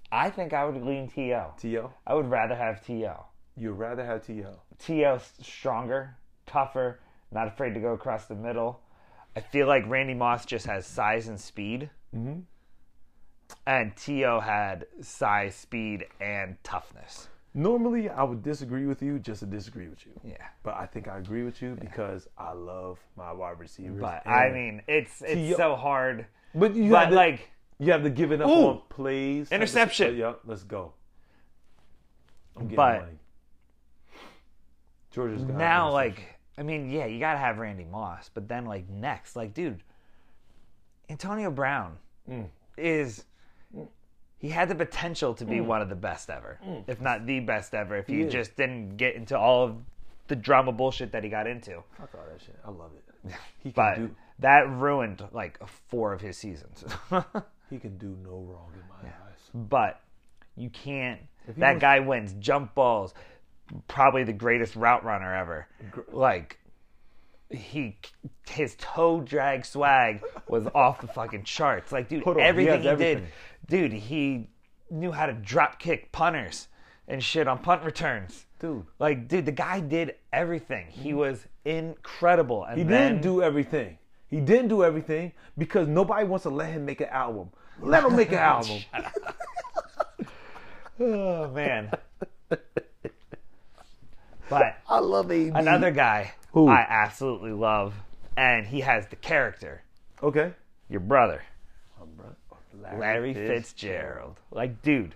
C: I think I would lean To.
A: To
C: I would rather have To.
A: you'd rather have To.
C: To's stronger, tougher, not afraid to go across the middle. I feel like Randy Moss just has size and speed. Mm-hmm. And T.O. had size, speed, and toughness.
A: Normally, I would disagree with you just to disagree with you.
C: Yeah.
A: But I think I agree with you because I love my wide receivers.
C: But
A: And-
C: I mean, it's it's
A: T.O.
C: so hard.
A: but you
C: But
A: have to,
C: like,
A: you have to give it up
C: Ooh.
A: on plays.
C: Interception.
A: Yeah, let's go. I'm getting
C: But-
A: money. Georgia's got
C: now
A: an
C: like I mean, yeah, you gotta have Randy Moss, but then like next, like dude, Antonio Brown is he had the potential to be one of the best ever, if not the best ever, if you
A: is.
C: just didn't get into all of the drama bullshit that he got into.
A: interception. Fuck all that shit. I love it. He can
C: But
A: do.
C: that ruined like four of his seasons.
A: He can do no wrong in my eyes.
C: but you can't.
A: he
C: That
A: was-
C: guy wins jump balls, probably the greatest route runner ever. Like he, his toe drag swag was off the fucking charts. Like dude,
A: Put on, he
C: everything
A: has
C: he,
A: everything.
C: did, dude, he knew how to drop kick punters and shit on punt returns.
A: Dude. Mm-hmm.
C: Like, dude, the guy did everything. He was incredible. And
A: He
C: then,
A: didn't do everything. He didn't do everything because nobody wants to let him make an album. Let him make an album.
C: Oh man. but
A: I love AD.
C: Another guy
A: Who?
C: I absolutely love, and he has the character.
A: Okay.
C: Your brother,
A: Larry,
C: Larry Fitzgerald. Like, dude,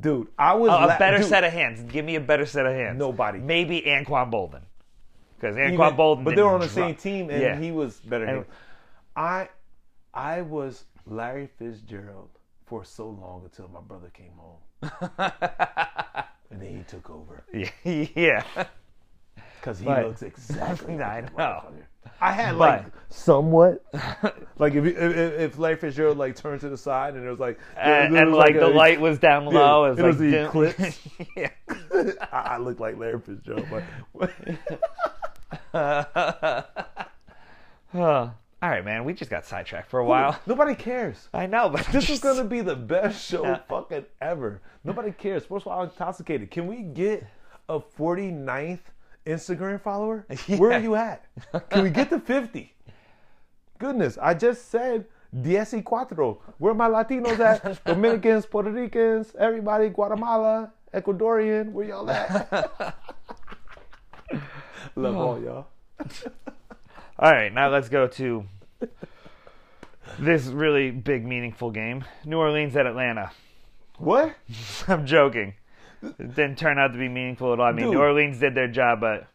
A: Dude, I was
C: a
A: Oh, la-
C: better
A: dude,
C: set of hands. Give me a better set of hands.
A: Nobody.
C: Maybe Anquan Bolden, because Anquan
A: even-
C: Bolden.
A: But they were on the
C: didn't
A: same
C: drop-
A: team, and
C: Yeah.
A: he was better. Than
C: And-
A: him. I, I was Larry Fitzgerald for so long until my brother came home, and then he took over
C: yeah.
A: because he
C: But-
A: looks exactly.
C: I
A: like that
C: know.
A: motherfucker. I had
C: But-
A: like somewhat, like if, you- if if Larry Fitzgerald like turned to the side and it was like
C: And,
A: it was
C: and, like, the
A: a-
C: light was down low.
A: it was
C: like,
A: the
C: dim-
A: eclipse.
C: yeah.
A: I, I look like Larry Fitzgerald, but
C: Huh. All right, man. We just got sidetracked for a while.
A: nobody cares.
C: I know, but
A: This is gonna be the best show fucking ever. Nobody cares. Sports Wild Intoxicated. Can we get a 49th Instagram follower? Where
C: Yeah.
A: are you at? Can we get to 50? Goodness, I just said diez y cuatro. Where are my Latinos at? Dominicans, Puerto Ricans, everybody, Guatemala, Ecuadorian, where y'all at? Love all y'all.
C: All right, now let's go to this really big, meaningful game New Orleans at Atlanta.
A: What?
C: I'm joking. It didn't turn out to be meaningful at all. I mean,
A: Dude.
C: New Orleans did their job, but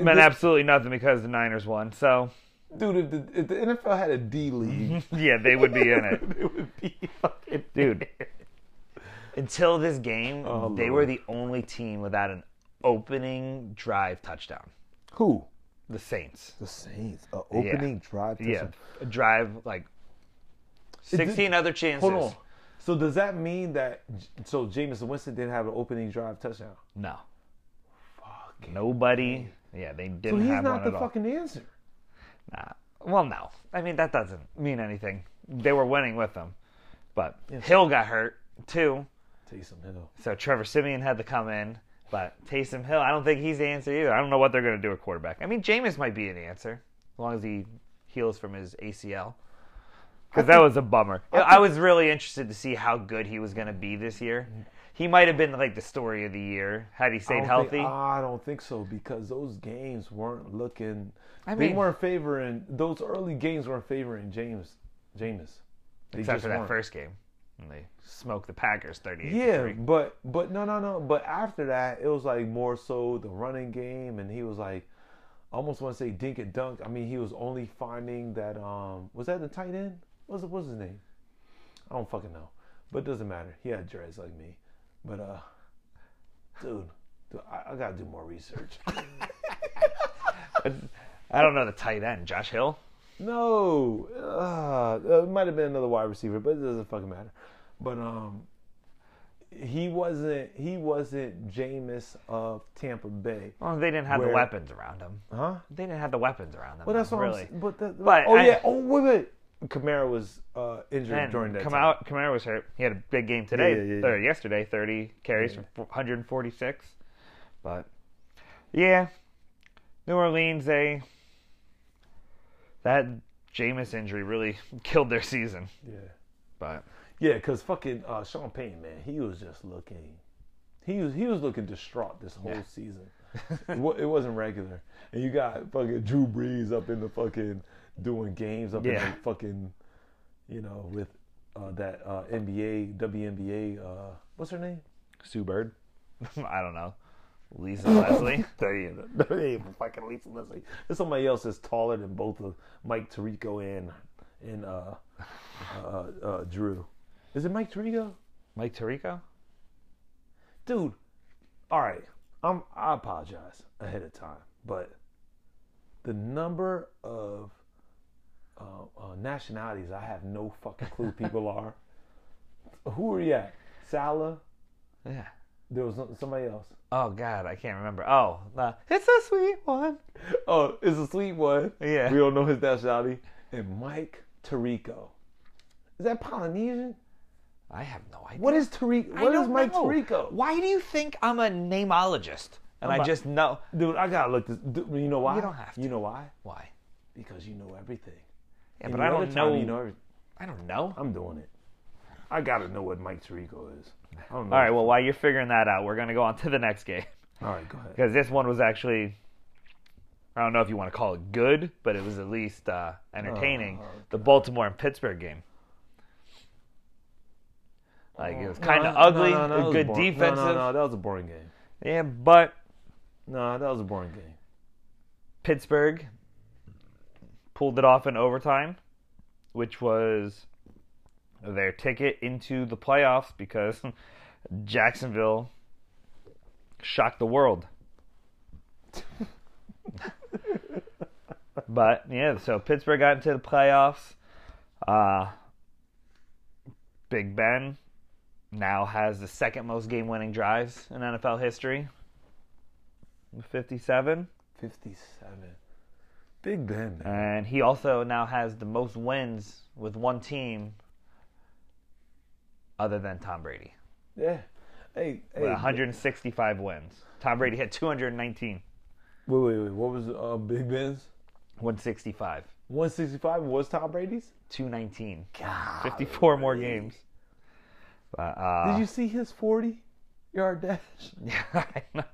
C: meant
A: this-
C: absolutely nothing because the Niners won. So,
A: Dude, if the, if the NFL had a D league,
C: yeah, they would be in it.
A: it would be fucking
C: Dude, until this game,
A: Oh,
C: they were
A: Lord.
C: the only team without an opening drive touchdown.
A: Who?
C: The Saints.
A: The Saints. A opening drive. To
C: Yeah.
A: some-
C: A drive, like 16 other chances.
A: Hold on. So does that mean that so Jameson Winston didn't have an opening drive touchdown?
C: No. Nobody. Yeah, they
A: So
C: didn't
A: he's
C: have one
A: not the
C: at
A: fucking answer.
C: all. Nah. Well, no. I mean, that doesn't mean anything. They were winning with them. But Hill got hurt, too.
A: Taysom Hill.
C: So Trevor Simeon had to come in. But Taysom Hill, I don't think he's the answer either. I don't know what they're going to do at quarterback. I mean, Jameis might be an answer as long as he heals from his ACL. Because that was a bummer. I, was really interested to see how good he was going to be this year. He might have been like the story of the year had he
A: I
C: stayed
A: don't
C: healthy.
A: Think, I don't think so because those games weren't looking.
C: I
A: they
C: mean-
A: weren't favoring. Those early games weren't favoring James. Jameis. They
C: Except
A: just
C: for that
A: weren't.
C: first game. And they smoked the Packers 38
A: Yeah, but but no no no. But after that, it was like more so the running game, and he was like, I almost want to say dink and dunk. I mean, he was only finding that um was that the tight end? What's what's his name? I don't fucking know, but it doesn't matter. He had dreads like me, but uh, dude, dude I, I gotta do more research.
C: I don't know the tight end. Josh Hill?
A: No, uh, it might have been another wide receiver, but it doesn't fucking matter. But um, he wasn't he wasn't Jameis of Tampa Bay,
C: Well, they didn't have the
A: Where-
C: weapons around them.
A: huh?
C: They didn't have the weapons around them.
A: Well, that's what
C: really.
A: I'm. s- But, that,
C: But
A: oh
C: I-
A: yeah. Oh wait, wait. Kamara was uh, injured
C: And
A: during that.
C: come
A: time.
C: out, Kamara was hurt. He had a big game today,
A: Yeah, yeah, yeah,
C: or yesterday, 30 carries for 146. But yeah, New Orleans, they that Jameis injury really killed their season.
A: Yeah.
C: But
A: Yeah, cause fucking uh, Sean Payton, man, he was just looking, he was he was looking distraught this whole season. it, wa- it wasn't regular, and you got fucking Drew Brees up in the fucking doing games up in
C: Yeah.
A: the fucking, you know, with uh, that uh, NBA WNBA, uh, what's her name?
C: Sue Bird, I don't know, Lisa Leslie. There you go.
A: Hey, fucking Lisa Leslie. There's somebody else that's taller than both of Mike Tirico and and uh, uh, uh, Drew. Is it Mike Tirico?
C: Mike Tirico.
A: dude. All right, I'm. I apologize ahead of time, but the number of uh, uh, nationalities I have no fucking clue people are. Who are you at? Salah.
C: Yeah.
A: There was somebody else.
C: Oh God, I can't remember. Oh, the, it's a sweet one.
A: Oh, it's a sweet one.
C: Yeah.
A: We don't know his nationality. And Mike Tirico. Is that Polynesian?
C: I have no idea.
A: What is Tirico? What is Mike Tirico?
C: Why do you think I'm a nameologist? And I
A: about-
C: just know
A: Dude, I gotta look this. Dude, you know why?
C: You don't have to.
A: You know why?
C: why.
A: Because you know everything.
C: Yeah,
A: And
C: but
A: the
C: I
A: other
C: don't
A: time
C: know.
A: You know everything.
C: I don't know.
A: I'm doing it. I gotta know what Mike Tirico is. I don't know.
C: All right. Well, while you're figuring that out, we're gonna go on to the next game
A: All right, go ahead.
C: because this one was actually. I don't know if you want to call it good, but it was at least uh, entertaining. the Baltimore and Pittsburgh game. Like it was kind of ugly,
A: No, no, no, that was
C: good
A: boring.
C: defensive.
A: No, no, no, that was a boring game.
C: Yeah, but
A: No, that was a boring game.
C: Pittsburgh pulled it off in overtime, which was their ticket into the playoffs because Jacksonville shocked the world. but yeah, so Pittsburgh got into the playoffs. Uh, Big Ben now has the second most game-winning drives in NFL history, fifty-seven.
A: Fifty-seven. Big Ben. Man.
C: And he also now has the most wins with one team other than Tom Brady.
A: Yeah. Hey, hey.
C: With 165 wins. Tom Brady had 219,
A: Wait, wait, wait. What was uh, Big Ben's?
C: 165,
A: One sixty-five was Tom Brady's.
C: 219,
A: God.
C: 54 more games. But, uh,
A: Did you see his forty-yard dash?
C: Yeah, I know.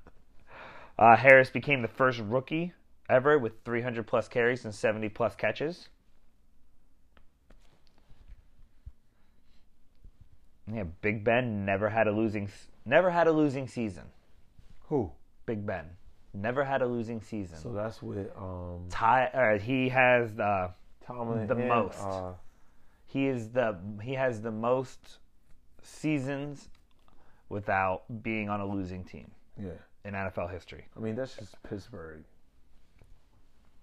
C: Uh, Harris became the first rookie ever with 300 plus carries and 70 plus catches. Yeah, Big Ben never had a losing s- never had a losing season.
A: Who?
C: Big Ben never had a losing season.
A: So that's with um,
C: Ty, uh, he has uh,
A: Tomlin.
C: The
A: and,
C: most.
A: Uh,
C: he is the he has the most seasons without being on a losing team
A: yeah.
C: in NFL history.
A: I mean, that's just Pittsburgh.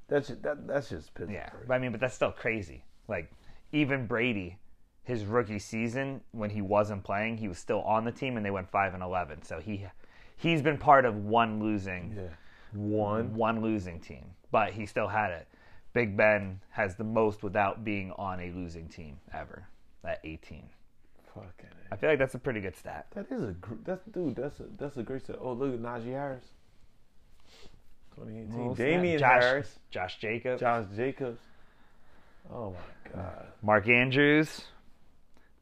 A: That's just, that, that's just Pittsburgh.
C: Yeah, but I mean, but that's still crazy. Like, even Brady, his rookie season when he wasn't playing, he was still on the team, and they went five and eleven. So he, he's been part of one losing,
A: Yeah. One.
C: one losing team, but he still had it. Big Ben has the most without being on a losing team ever at eighteen.
A: Fucking. A.
C: I feel like that's a pretty good stat.
A: That is a gr- that's dude. That's a that's a great set. Oh look at Najee Harris. 2018. Damian
C: Josh,
A: Harris.
C: Josh Jacobs,
A: Josh Jacobs. Oh my God.
C: Mark Andrews.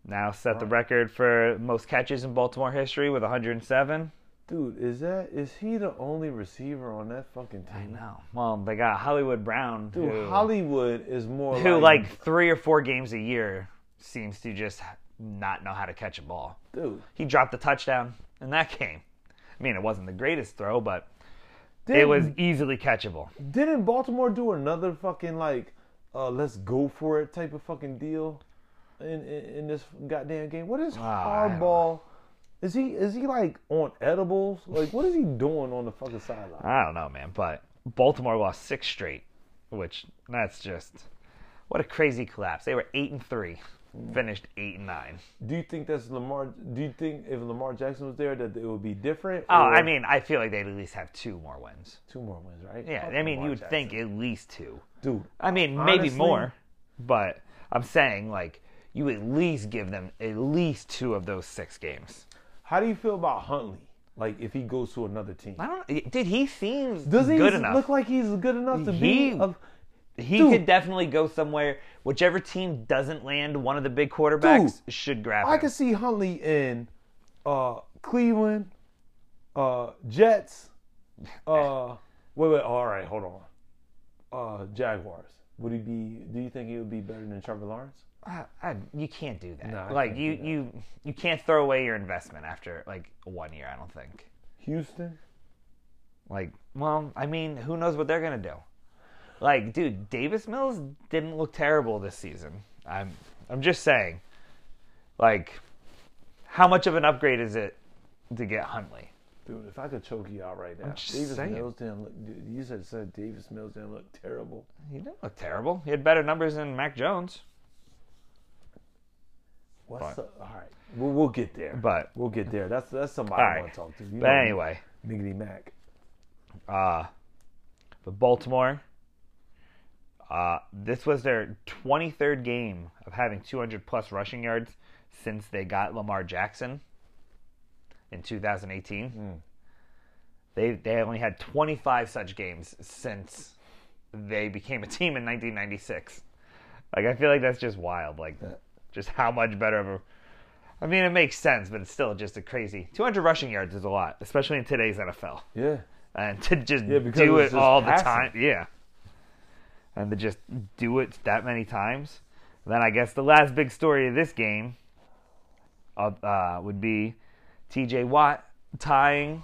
C: Now set the record for most catches in Baltimore history with 107.
A: Dude, is that is he the only receiver on that fucking
C: I
A: team?
C: know. Well, they got Hollywood Brown,
A: Dude,
C: who,
A: Hollywood is more
C: who like three or four games a year seems to just not know how to catch a ball.
A: dude.
C: He dropped a touchdown in that game. I mean, it wasn't the greatest throw, but
A: Didn't,
C: it was easily catchable.
A: Didn't Baltimore do another fucking like, uh, let's go for it type of fucking deal, in in, in this goddamn game? What is
C: I don't
A: hardball? Is he is he like on edibles? Like what is he doing on the fucking sideline?
C: I don't know, man, but Baltimore lost six straight, which that's just What a crazy collapse. They were eight and three, finished eight and nine.
A: Do you think that's Lamar? Do you think if Lamar Jackson was there that it would be different?
C: Oh,
A: or-
C: I mean, I feel like they would at least have two more wins.
A: two more wins, right?
C: Yeah,
A: Fuck
C: I mean,
A: Lamar
C: you would
A: Jackson.
C: think at least two.
A: dude.
C: I mean, maybe
A: Honestly-
C: more, but I'm saying like you at least give them at least two of those six games.
A: How do you feel about Huntley? Like if he goes to another team,
C: I don't. Did he seems
A: does he
C: good enough?
A: look like he's good enough to
C: He-
A: be? A,
C: he
A: Dude.
C: could definitely go somewhere. Whichever team doesn't land one of the big quarterbacks should grab
A: I
C: him.
A: could see Huntley in uh, Cleveland, uh, Jets. Uh, wait, wait. All right, hold on. Uh, Jaguars. Would he be? Do you think he would be better than Trevor Lawrence?
C: I, I, you can't do that.
A: No, I
C: like
A: can't
C: you, you, you can't throw away your investment after like one year. I don't think.
A: Houston.
C: Like, well, I mean, who knows what they're gonna do? Like, dude, Davis Mills didn't look terrible this season. I'm, I'm just saying. Like, how much of an upgrade is it to get Huntley?
A: Dude, if I could choke you out right now,
C: just
A: Davis
C: saying.
A: Mills didn't look. Dude, you said said Davis Mills didn't look terrible.
C: He didn't look terrible. He had better numbers than Mac Jones.
A: What's the, all right? We'll, we'll get there.
C: But-
A: we'll get there. That's that's somebody
C: All
A: I
C: right.
A: want to talk to. You
C: But anyway,
A: Miggity Mac.
C: uh, but Baltimore. Uh, this was their 23rd game of having 200 plus rushing yards since they got Lamar Jackson in 2018. They they only had 25 such games since they became a team in 1996. Like I feel like that's just wild. Like just how much better of a I mean, it makes sense, but it's still just a crazy. 200 rushing yards is a lot, especially in today's NFL
A: Yeah,
C: and to just
A: Yeah, because
C: do
A: it's
C: it
A: just
C: all the
A: passing.
C: time. Yeah, and to just do it that many times. Then I guess the last big story of this game of, uh, would be T.J. Watt tying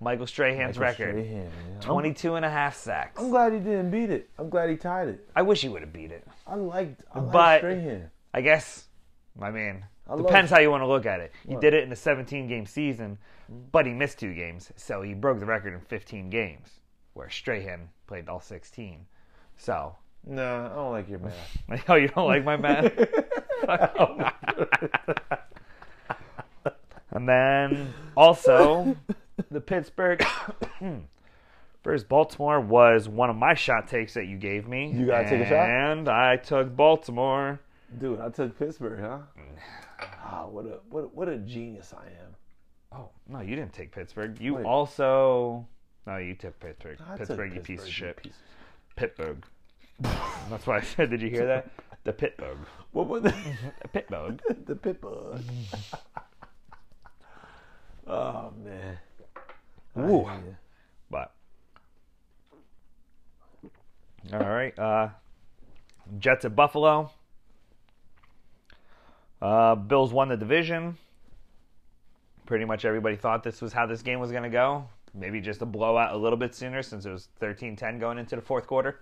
C: Michael Strahan's record,
A: Straight hand, man.
C: 22 and a half sacks.
A: I'm glad he didn't beat it. I'm glad he tied it.
C: I wish he would have beat it.
A: I liked. I liked
C: But-
A: Strahan.
C: I guess. I mean,
A: love-
C: depends how you want to look at it. He did it in a 17 game season,
A: Mm-hmm.
C: but he missed two games, so he broke the record in 15 games, where Strahan played all 16. So,
A: Nah, I don't like your math.
C: like, oh, you don't like my math? Fuck you. and then also, the Pittsburgh versus Baltimore was one of my shot takes that you gave me.
A: You gotta take a shot?
C: And I took Baltimore.
A: Dude, I took Pittsburgh, huh? Ah, what a what a, what a genius I am.
C: Oh no, you didn't take Pittsburgh. You
A: Wait.
C: also no, you took Pittsburgh.
A: I took
C: Pittsburgh, you piece of
A: you
C: shit.
A: piece
C: Pittsburgh. That's why I said. Did you hear that? The Pittsburgh.
A: What was the,
C: The Pittsburgh.
A: the Pittsburgh? oh man.
C: Ooh.
A: I-
C: But all right, uh, Jets at Buffalo. Uh, Bills won the division. Pretty much everybody thought this was how this game was going to go. Maybe just a blowout a little bit sooner since it was 13-10 going into the fourth quarter.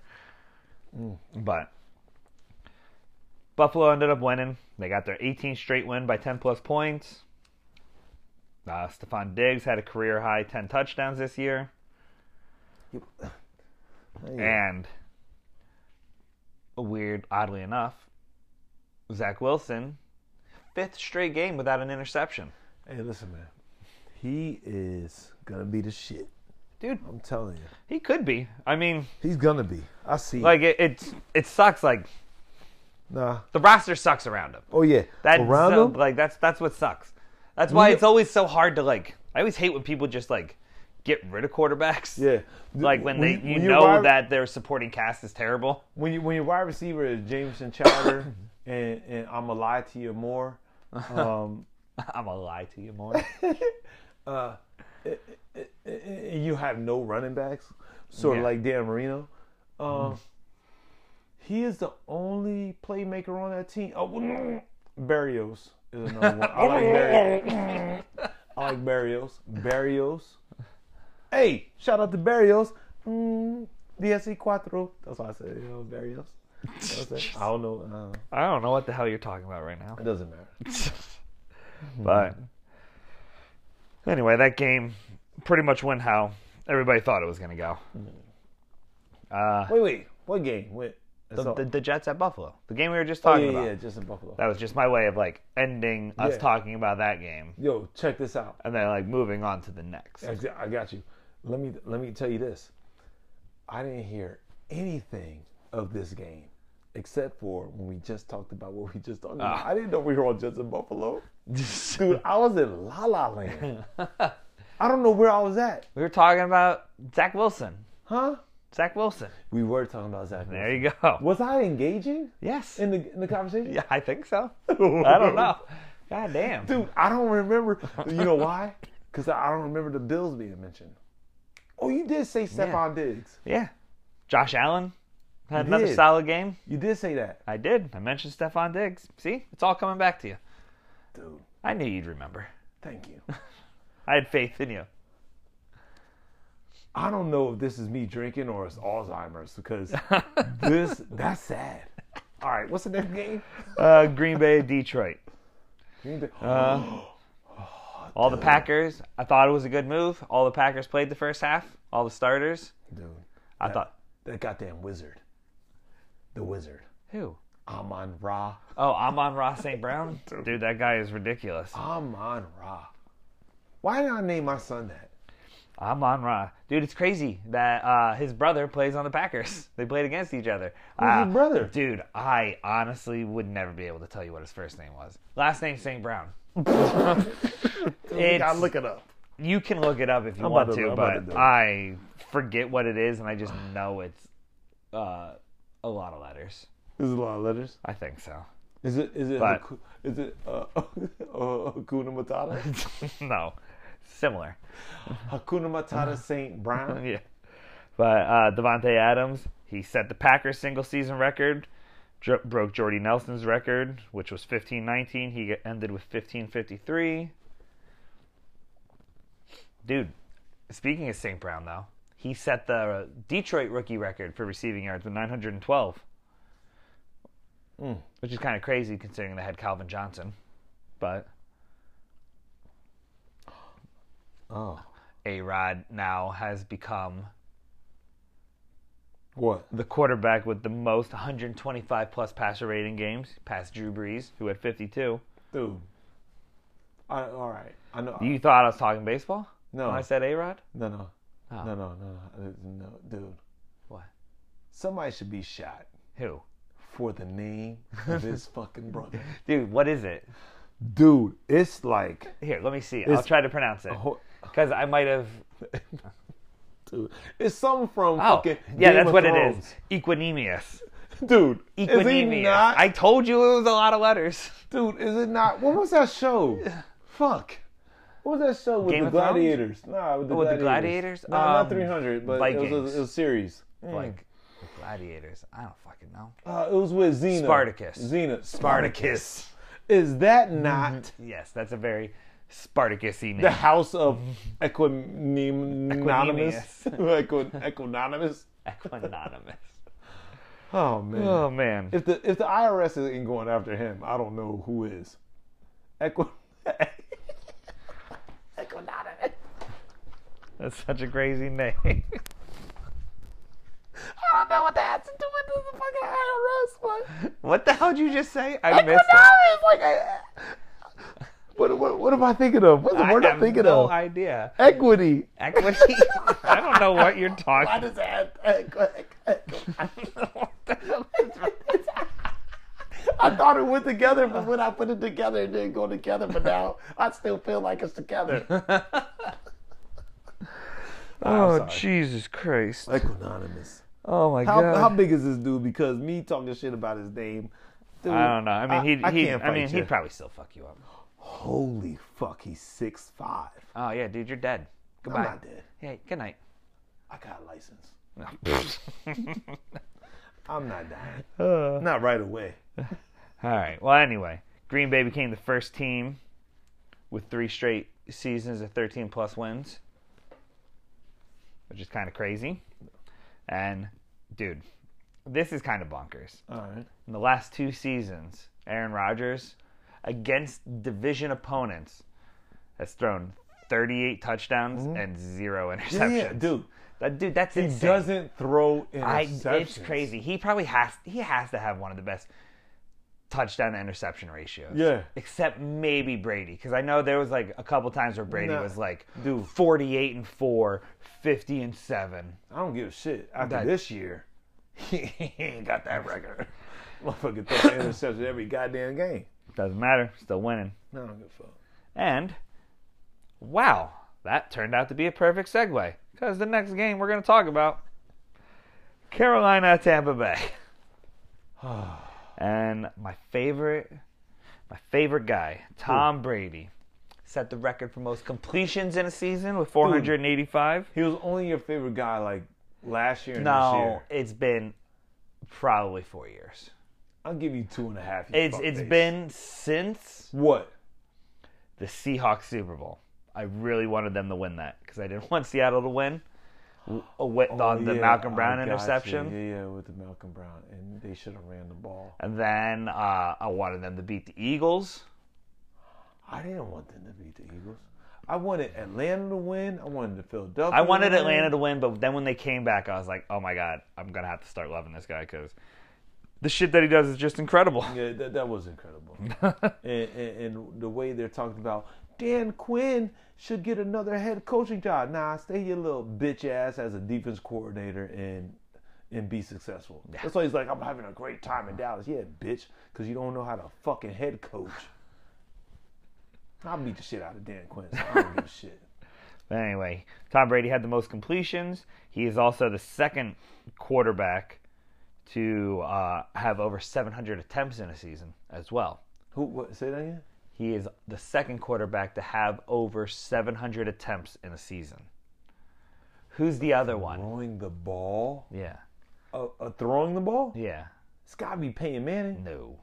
C: But Buffalo ended up winning. They got their 18th straight win by 10 plus points. Uh, Stephon Diggs had a career high 10 touchdowns this year. And weird, oddly enough, Zach Wilson, fifth straight game without an interception.
A: Hey, listen, man. He is gonna be the shit.
C: Dude,
A: I'm telling you,
C: he could be. I mean,
A: he's gonna be. I see.
C: like it, it's it sucks. Like
A: nah.
C: the roster sucks around him.
A: Oh yeah.
C: That
A: Around
C: so-
A: him.
C: like that's that's what sucks. That's why
A: Yeah.
C: it's always so hard to like. I always hate when people just like get rid of quarterbacks.
A: yeah.
C: Like when they you,
A: your
C: know
A: wide-
C: that their supporting cast is terrible.
A: when you when your wide receiver is Jameson Chowder and and I'm a lie to you more. Um,
C: I'm gonna lie to you more.
A: and you have no running backs, sort
C: Yeah.
A: of like Dan Marino. Um, He is the only playmaker on that team. Oh, Barrios is another one. I like Barrios. I like Barrios. Barrios. Hey, shout out to Barrios. Mm, DSC Cuatro. That's why I said, you know, Barrios. That's what I said. I don't know. Uh,
C: I don't know what the hell you're talking about right now.
A: it doesn't matter.
C: But anyway, that game pretty much went how everybody thought it was going to go. Uh,
A: Wait, wait. What game? Wait. It's
C: The,
A: all-
C: the, the Jets at Buffalo. The game we were just
A: Oh,
C: talking
A: yeah,
C: about.
A: yeah, just in Buffalo.
C: That was just my way of like ending us
A: Yeah.
C: talking about that game
A: Yo, check this out.
C: and then like moving on to the next.
A: Exa- I got you. Let me let me tell you this. I didn't hear anything of this game except for when we just talked about what we just talked about. I didn't know we were on Jets in Buffalo. Dude, I was in La La Land. I don't know where I was at,
C: We were talking about Zach Wilson.
A: huh?
C: Zach Wilson.
A: We were talking about Zach.
C: There
A: Wilson.
C: you go.
A: Was I engaging
C: Yes.
A: in the in the conversation?
C: yeah, I think so. I don't know. God damn.
A: Dude, I don't remember. You know why? Because I don't remember the Bills being mentioned. Oh, you did say Stephon Diggs.
C: Yeah. Josh Allen had
A: You
C: another
A: did.
C: solid game.
A: You did say that,
C: I did. I mentioned Stefan Diggs. See? It's all coming back to you.
A: dude.
C: I knew you'd remember.
A: Thank you.
C: I had faith in you.
A: I don't know if this is me drinking or it's Alzheimer's because this that's sad. All right, what's the next game?
C: Uh, Green Bay, Detroit.
A: Green Bay-
C: All the Packers. I thought it was a good move. All the Packers played the first half. All the starters.
A: dude,
C: I thought,
A: that goddamn wizard, the wizard,
C: who?
A: Amon Ra,
C: Oh, Amon Ross St. Brown? Dude, that guy is ridiculous.
A: Amon Ra. Why did I name my son that?
C: Amon Ra. Dude, it's crazy that uh, his brother plays on the Packers. They played against each other.
A: Who's
C: Uh,
A: his brother?
C: Dude, I honestly would never be able to tell you what his first name was. Last name St. Brown.
A: I
C: It's-
A: look it up.
C: you can look it up if you
A: I'm
C: want
A: about to-
C: to,
A: I'm about to do
C: but
A: it.
C: I forget what it is, and I just know it's uh, a lot of letters.
A: There's a lot of letters.
C: I think so.
A: Is it is it
C: But-
A: Haku- is it uh, uh, Hakuna Matata?
C: no, similar.
A: Hakuna Matata Saint Brown.
C: Yeah, but uh, Devonte Adams he set the Packers single season record, dro- broke Jordy Nelson's record, which was fifteen nineteen. He ended with fifteen fifty three. Dude, speaking of St. Brown though, he set the Detroit rookie record for receiving yards with nine hundred and twelve. Which is kind of crazy considering they had Calvin Johnson, but
A: Oh,
C: A Rod now has become
A: what?
C: the quarterback with the most 125 plus passer rating games, past Drew Brees, who had 52.
A: Dude. I, all right. I know.
C: You thought I was talking baseball?
A: no.
C: When I said A Rod?
A: no, no.
C: Oh.
A: No, no, no, no. No, dude.
C: What?
A: Somebody should be shot
C: Who?
A: for the name of his fucking brother.
C: Dude, what is it?
A: Dude, it's like.
C: Here, let me see. I'll
A: It's-
C: try to pronounce it.
A: ho-
C: Because I might have.
A: Dude, it's something from
C: Oh,
A: fucking.
C: yeah,
A: Game
C: that's
A: of
C: what it
A: Thrones.
C: is. Equinemius.
A: Dude, is he
C: Equinemius.
A: not?
C: I told you it was a lot of letters.
A: Dude, is it not? What was that show? Fuck. What was that show with
C: Game
A: the
C: of Thrones? Oh,
A: gladiators? Nah, with the
C: With the
A: gladiators.
C: gladiators?
A: Nah, not
C: Um,
A: 300, but it was, a, it
C: Vikings.
A: was a series.
C: Like, the gladiators. I don't fucking know.
A: Uh, it was with Xena.
C: Spartacus. Mm-hmm.
A: Xena.
C: Spartacus.
A: Is that not
C: Yes, that's a very Spartacus y name.
A: the house of Equanimous? Equin- Equanimous?
C: Equinonimus.
A: Oh, man.
C: Oh, man.
A: If the if the IRS isn't going after him, I don't know who is. Equi- Equanimous.
C: That's such a crazy name.
A: I don't know what that has to do with the fucking IRS, but.
C: What the hell did you just say? I missed it.
A: Equanimous, like, I- what, what, what am I thinking of? What's the word
C: I
A: I'm
C: have
A: thinking
C: no
A: of?
C: idea.
A: Equity.
C: Equity. I don't know what you're
A: Why
C: talking.
A: does that? I thought it went together, but when I put it together, it didn't go together. But now I still feel like it's together.
C: Oh
A: sorry.
C: Jesus Christ!
A: Equanimous.
C: Oh my
A: How,
C: God!
A: how big is this dude? Because me talking shit about his name. Dude,
C: I don't know. I mean,
A: I
C: he he.
A: can't
C: I,
A: fight
C: mean,
A: you.
C: he'd probably still fuck you up.
A: Holy fuck, he's six five.
C: Oh yeah, dude, you're dead. Goodbye.
A: I'm not dead.
C: Yeah. Good night.
A: I got a license. I'm not dying.
C: Uh.
A: Not right away.
C: All right. Well, anyway, Green Bay became the first team with three straight seasons of 13 plus wins, which is kind of crazy. And dude, this is kind of bonkers.
A: All right.
C: in the last two seasons, Aaron Rodgers against division opponents has thrown 38 touchdowns and zero interceptions.
A: Yeah, Mm-hmm. dude.
C: That dude, that's
A: He
C: insane.
A: doesn't throw
C: I,
A: interceptions.
C: it's crazy. He probably has he has to have one of the best touchdown to interception ratios.
A: Yeah.
C: Except maybe Brady because I know there was like a couple times where Brady
A: Nah,
C: was like
A: dude.
C: 48 and 4, 50 and 7.
A: I don't give a shit. After
C: That-
A: this year,
C: he ain't got that record.
A: motherfucker throw an interception every goddamn game.
C: Doesn't matter, still winning.
A: No, I don't give a fuck.
C: And wow, that turned out to be a perfect segue because the next game we're going to talk about Carolina at Tampa Bay. and my favorite my favorite guy, Tom Brady, set the record for most completions in a season with 485.
A: He was only your favorite guy like last year and this
C: No,
A: year.
C: it's been probably 4 years.
A: I'll give you two and a half. you
C: It's
A: fuckface.
C: it's been since
A: what?
C: the Seahawks Super Bowl. I really wanted them to win that because I didn't want Seattle to win uh, with, on the
A: Oh, Yeah,
C: Malcolm Brown
A: I got you.
C: interception.
A: Yeah, yeah, with the Malcolm Brown, and they should have ran the ball.
C: And then uh, I wanted them to beat the Eagles.
A: I didn't want them to beat the Eagles. I wanted Atlanta to win. I wanted Philadelphia.
C: I wanted
A: to win.
C: Atlanta to win, but then when they came back, I was like, oh my God, I'm going to have to start loving this guy because the shit that he does is just incredible.
A: Yeah, that, that was incredible. and, and, and the way they're talking about Dan Quinn should get another head coaching job. Nah, stay your little bitch ass as a defense coordinator and and be successful. That's why he's like, I'm having a great time in Dallas. Yeah, bitch, because you don't know how to fucking head coach. I'll beat the shit out of Dan Quinn. So I don't give a shit.
C: But anyway, Tom Brady had the most completions. He is also the second quarterback to uh, have over 700 attempts in a season as well.
A: Who? What, say that again.
C: He is the second quarterback to have over 700 attempts in a season. Who's the other one?
A: Throwing the ball.
C: Yeah.
A: Uh, uh, throwing the ball.
C: Yeah.
A: It's gotta be Peyton Manning.
C: No.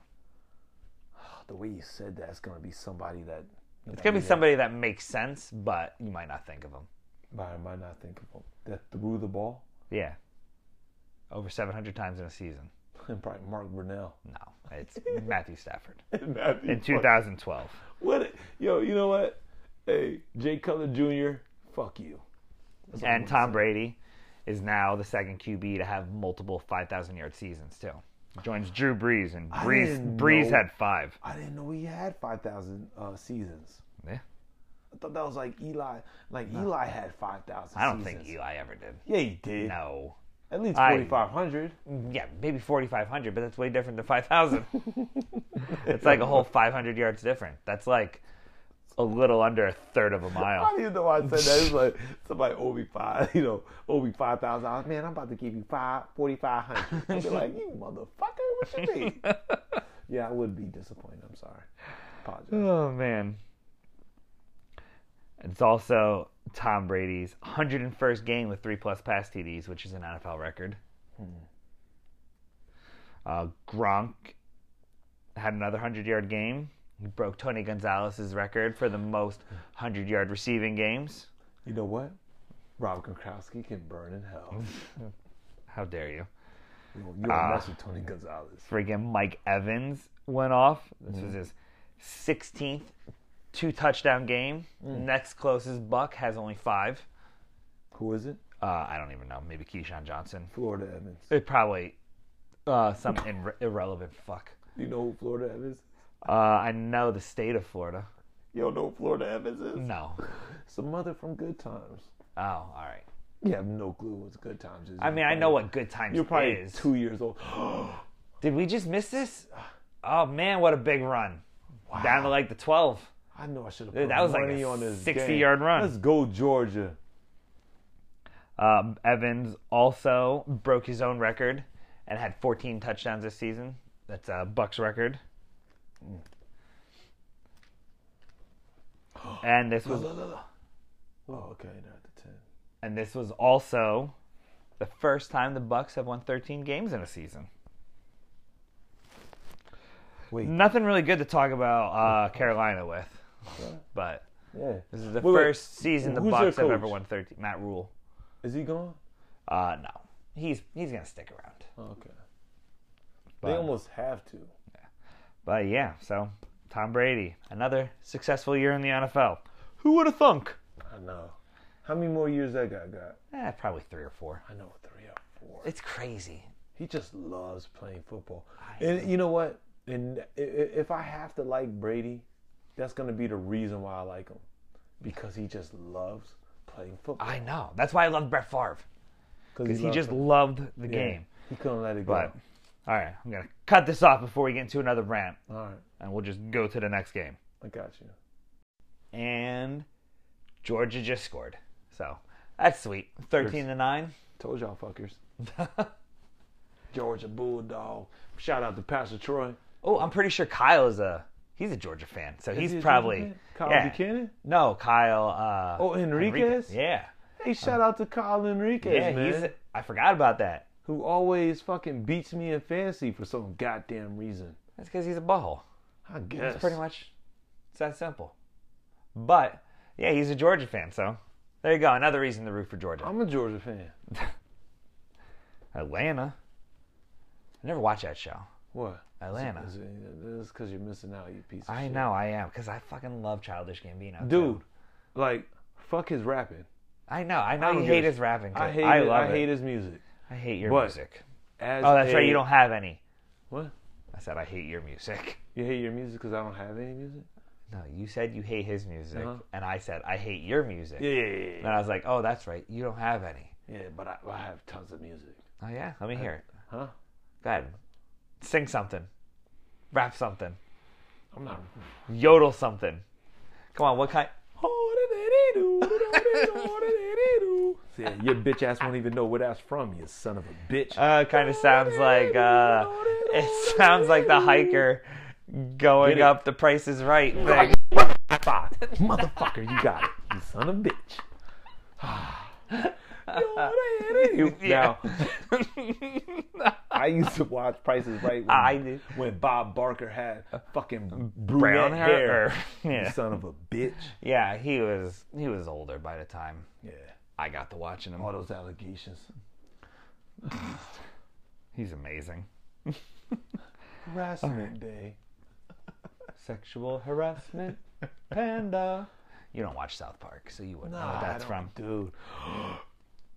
A: The way you said that's gonna be somebody that.
C: It's going to be somebody that makes sense, but you might not think of him.
A: But I might not think of him. That threw the ball.
C: Yeah. Over 700 times in a season.
A: And probably Mark Brunell.
C: No. It's Matthew Stafford
A: Matthew
C: in
A: Stafford.
C: 2012.
A: What? Yo, you know what? Hey, Jay Cutler Jr. Fuck you.
C: And Tom Brady is now the second QB to have multiple 5,000 yard seasons, too. Joins Drew Brees, and Brees,
A: didn't
C: Brees
A: know-
C: had five.
A: I didn't know he had five thousand uh, seasons.
C: Yeah.
A: I thought that was like Eli. Like Eli had five thousand.
C: I don't think Eli ever did.
A: Yeah, he did.
C: No.
A: At least
C: I-
A: forty five hundred.
C: Yeah, maybe 4,500, but that's way different than 5,000. it's like a whole 500 yards different. That's like a little under a third of a
A: I
C: mile.
A: don't even know why I said that. It's like somebody owe me five, you know, owe me five thousand dollars. Man, I'm about to give you five forty five hundred. I'd be like, you motherfucker, what you mean? yeah, I would be disappointed. I'm sorry. Apologize.
C: Oh, man. It's also Tom Brady's 101st game with three plus pass TDs, which is an NFL record. Uh, Gronk had another 100 yard game. He broke Tony Gonzalez's record for the most 100 yard receiving games.
A: You know what? Rob Gronkowski can burn in hell.
C: How dare you?
A: You know, you don't mess with Tony Gonzalez.
C: friggin' Mike Evans went off. This
A: Mm.
C: was his 16th two touchdown game.
A: Mm.
C: Next closest Buck has only five.
A: Who is it?
C: Uh, I don't even know. Maybe Keyshawn Johnson.
A: Florida Evans.
C: It probably uh, some in- irrelevant fuck.
A: You know who Florida Evans? is?
C: Uh, I know the state of Florida.
A: You don't know who Florida Evans is?
C: No.
A: It's a mother from Good Times.
C: Oh, all right.
A: You have no clue what's Good Times is.
C: I mean, I know what good times
A: You're probably
C: is.
A: two years old.
C: Did we just miss this? Oh man, what a big run! Down to like the 12.
A: I know I should have
C: Dude,
A: put
C: that was like
A: money
C: a
A: on this
C: 60
A: game.
C: yard run.
A: Let's go Georgia.
C: Um, Evans also broke his own record and had 14 touchdowns this season. That's uh, Buck's record. And this was
A: Oh, okay, they're at the ten.
C: and this was also the first time the Bucks have won 13 games in a season.
A: Wait.
C: Nothing really good to talk about uh, Carolina with, but
A: Yeah,
C: this is the
A: Wait, wait.
C: first season the
A: Who's their
C: Bucks have ever
A: coach?
C: won 13. Matt Rule.
A: is he gone? Oh,
C: Uh, no, he's he's gonna stick around.
A: Okay, they
C: But-
A: almost have to.
C: But yeah, so Tom Brady, another successful year in the NFL. Who would have thunk?
A: I know. How many more years that guy got?
C: Eh, probably three or four.
A: I know three or four.
C: It's crazy.
A: He just loves playing football. And you know what? And i- i- if I have to like Brady, that's going to be the reason why I like him because he just loves playing football.
C: I know. That's why I love Brett Favre because he
A: loves
C: just
A: it.
C: loved the
A: Yeah.
C: game.
A: He couldn't let it
C: But
A: go.
C: all right, I'm gonna cut this off before we get into another rant,
A: All right,
C: and we'll just go to the next game.
A: I got you.
C: And Georgia just scored, so that's sweet. Thirteen to nine.
A: Told y'all fuckers. Georgia Bulldog. Shout out to Pastor Troy.
C: Oh, I'm pretty sure Kyle is a he's a Georgia fan, so he's
A: he a Georgia
C: probably
A: fan? Kyle
C: yeah.
A: Buchanan?
C: No, Kyle. Uh,
A: Oh, Enriquez?
C: Yeah,
A: Hey, shout out to Kyle Enriquez,
C: yeah.
A: man.
C: He's. I forgot about that.
A: who always fucking beats me in fantasy for some goddamn reason.
C: That's because he's a butthole.
A: I guess.
C: It's pretty much it's that simple. But yeah, he's a Georgia fan, so there you go. Another reason to root for Georgia.
A: I'm a Georgia fan.
C: Atlanta. I never watched that show.
A: What?
C: Atlanta.
A: Is it- This is because you're missing out, you piece of
C: I
A: shit.
C: know I am because I fucking love Childish Gambino.
A: Dude,
C: too.
A: like, fuck his rapping.
C: I know. I know
A: I
C: you
A: don't give a
C: hate
A: shit.
C: his rapping. 'cause
A: I hate,
C: I
A: it.
C: love
A: I
C: it.
A: hate his music.
C: I hate your
A: But-
C: music.
A: As
C: Oh, that's
A: a-
C: right. You don't have any.
A: What?
C: I said I hate your music.
A: You hate your music because I don't have any music?
C: No, you said you hate his music,
A: Uh-huh.
C: and I said I hate your music.
A: Yeah, yeah, yeah,
C: And I was like, oh, that's right. You don't have any.
A: yeah. Yeah, but I, I have tons of music.
C: Oh yeah, let me hear it.
A: Huh?
C: Go ahead, sing something, rap something.
A: I'm not.
C: yodel something. Come on, what kind?
A: Yeah, your bitch ass won't even know where that's from, you son of a bitch.
C: Uh, kind of sounds like uh, it sounds like the hiker
A: Get
C: going
A: it.
C: up the Price is Right thing.
A: High five. Motherfucker, you got it. You son of a bitch.
C: Yeah.
A: Now, I used to watch Prices Right when,
C: I did. Uh,
A: when Bob Barker had fucking brunette
C: Brown hair.
A: hair.
C: or- yeah,
A: You son of a bitch.
C: yeah. He was he was older by the time
A: Yeah.
C: I got to watching him.
A: All those allegations.
C: He's amazing.
A: Harassment day.
C: Sexual harassment, panda. You don't watch South Park, so you wouldn't know
A: Nah,
C: what
A: I
C: that's from.
A: don't- Dude.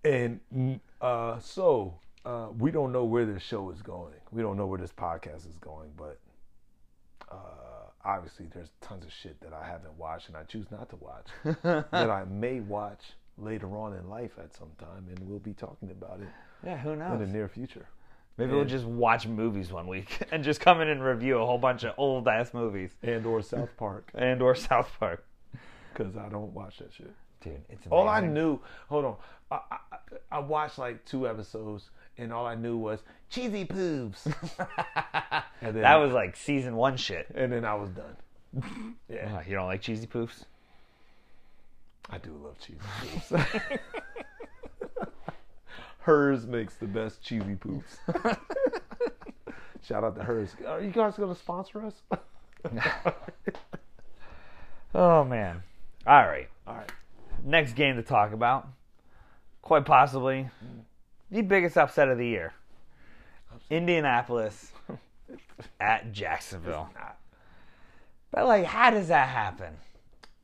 A: And mm, uh, so uh, we don't know where this show is going. We don't know where this podcast is going, but uh, obviously there's tons of shit that I haven't watched and I choose not to watch that I may watch later on in life at some time, and we'll be talking about it
C: Yeah, who
A: in
C: knows?
A: the near future.
C: Maybe we'll just watch movies one week and just come in and review a whole bunch of old ass movies
A: And or South Park,
C: and or South Park.
A: because I don't watch that shit.
C: Dude, it's amazing.
A: All I knew, hold on, I, I, I- I watched like two episodes, and all I knew was cheesy poops. and then,
C: that was like season one shit.
A: and then I was done.
C: Uh, you don't like cheesy poofs?
A: I do love cheesy poops. hers makes the best cheesy poops. Shout out to hers. Are you guys gonna sponsor us?
C: Oh man. All right.
A: All right.
C: Next game to talk about. Quite possibly the biggest upset of the year. Indianapolis at Jacksonville. But like how does that happen?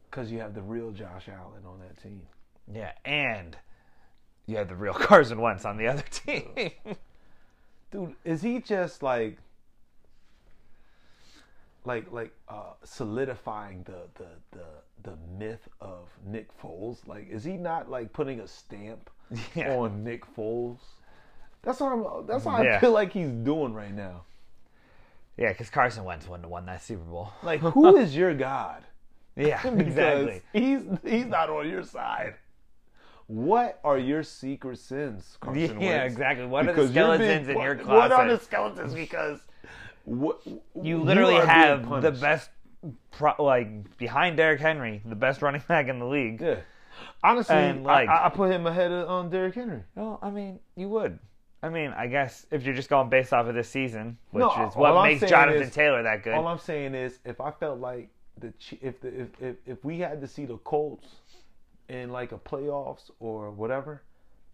A: Because you have the real Josh Allen on that team.
C: Yeah, and you have the real Carson Wentz on the other team.
A: Dude, is he just like like like uh solidifying the the the the myth of Nick Foles? Like is he not like putting a stamp
C: Yeah.
A: on Nick Foles? That's what I'm that's what
C: Yeah.
A: I feel like he's doing right now.
C: Yeah, because Carson Wentz won, won that Super Bowl.
A: Like who is your god?
C: Yeah,
A: Because
C: exactly.
A: He's he's not on your side. What are your secret sins, Carson
C: Yeah,
A: Wentz?
C: exactly. What are the
A: you're
C: skeletons in your
A: what- What are
C: closet?
A: the skeletons? Because what,
C: You literally
A: are being
C: have the
A: punished.
C: best, pro, like behind Derrick Henry, the best running back in the league.
A: Yeah. Honestly,
C: And,
A: I-
C: like-
A: I, I put him ahead of um, Derrick Henry.
C: Well, I mean, you would. I mean, I guess if you're just going based off of this season, which
A: No,
C: is
A: all
C: what
A: I'm
C: makes
A: saying
C: Jonathan
A: is-
C: Taylor that good.
A: All I'm saying is, if I felt like the Chi- if the if if, if we had to see the Colts in like a playoffs or whatever,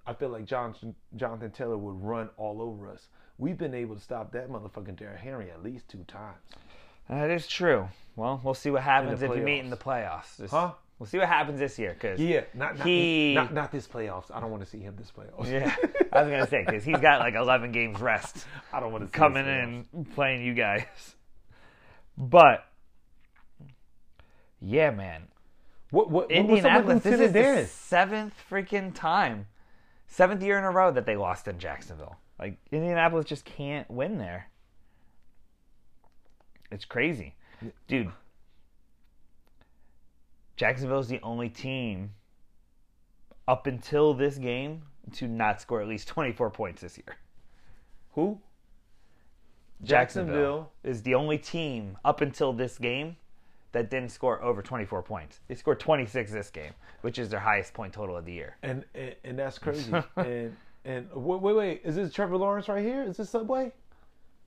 A: I feel like Jonathan Jonathan Taylor would run all over us. We've been able to stop that motherfucking Derrick Henry at least two times.
C: that is true. Well, we'll see what happens
A: the
C: if you meet in
A: playoffs.
C: the playoffs. Just-
A: Huh?
C: We'll see what happens this year. Cause
A: Yeah, not not,
C: He-
A: not not this playoffs. I don't want to see him this playoffs.
C: Yeah, I was gonna say because he's got like 11 games rest
A: I don't want to see
C: coming in playing you guys. But yeah, man,
A: What what, what was up
C: Indianapolis.
A: with
C: This
A: Lieutenant
C: is the
A: Dan?
C: seventh freaking time, seventh year in a row that they lost in Jacksonville. Like Indianapolis just can't win there. It's crazy, dude. Jacksonville is the only team up until this game to not score at least 24 points this year.
A: Who?
C: Jacksonville,
A: Jacksonville.
C: is the only team up until this game that didn't score over 24 points. They scored 26 this game, which is their highest point total of the year.
A: And and, and that's crazy. and and wait wait wait, is this Trevor Lawrence right here? Is this Subway?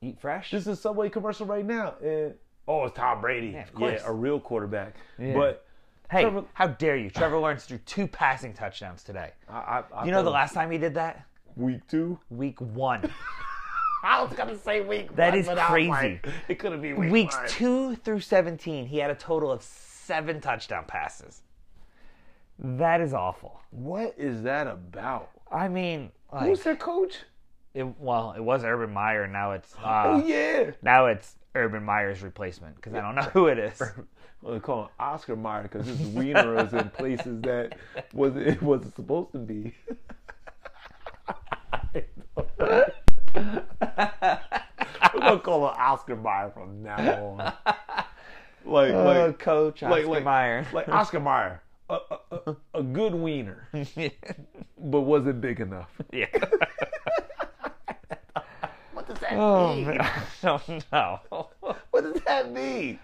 C: Eat fresh.
A: This is a Subway commercial right now. And oh, it's Tom Brady. Yeah,
C: of course.
A: a real quarterback. But
C: hey,
A: Trevor-
C: how dare you? Trevor Lawrence threw two passing touchdowns today.
A: I, I, I
C: You know
A: feel
C: the last time he did that?
A: week two.
C: Week one.
A: I was gonna say week.
C: That
A: one,
C: is
A: but I'm
C: crazy.
A: like, it could have been week
C: Weeks
A: one.
C: two through 17, he had a total of seven touchdown passes. That is awful.
A: What is that about?
C: I mean, like,
A: Who's their coach?
C: it, well, it was Urban Meyer. Now it's uh,
A: oh yeah.
C: Now it's Urban Meyer's replacement because I don't know who it is.
A: Well, they call him Oscar Mayer because his wiener is in places that was it wasn't supposed to be. We're gonna call him Oscar Mayer from now on. Like,
C: Uh,
A: like,
C: Coach Oscar
A: like, like,
C: Meyer.
A: like Oscar Mayer, a, a, a, a good wiener, but wasn't big enough.
C: yeah.
A: What does that
C: Oh
A: mean?
C: man, Oh, I don't know.
A: What does that mean?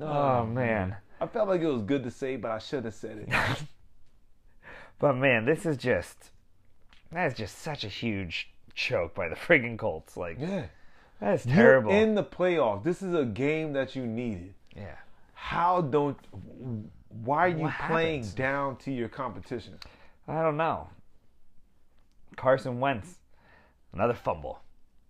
C: Oh man,
A: I felt like it was good to say, but I shouldn't have said it.
C: but man, this is just that is just such a huge choke by the friggin' Colts. Like
A: Yeah.
C: that is
A: You're
C: terrible.
A: in the playoffs. This is a game that you needed.
C: yeah.
A: How don't? Why are you
C: What
A: playing
C: happens?
A: down to your competition?
C: I don't know. Carson Wentz, another fumble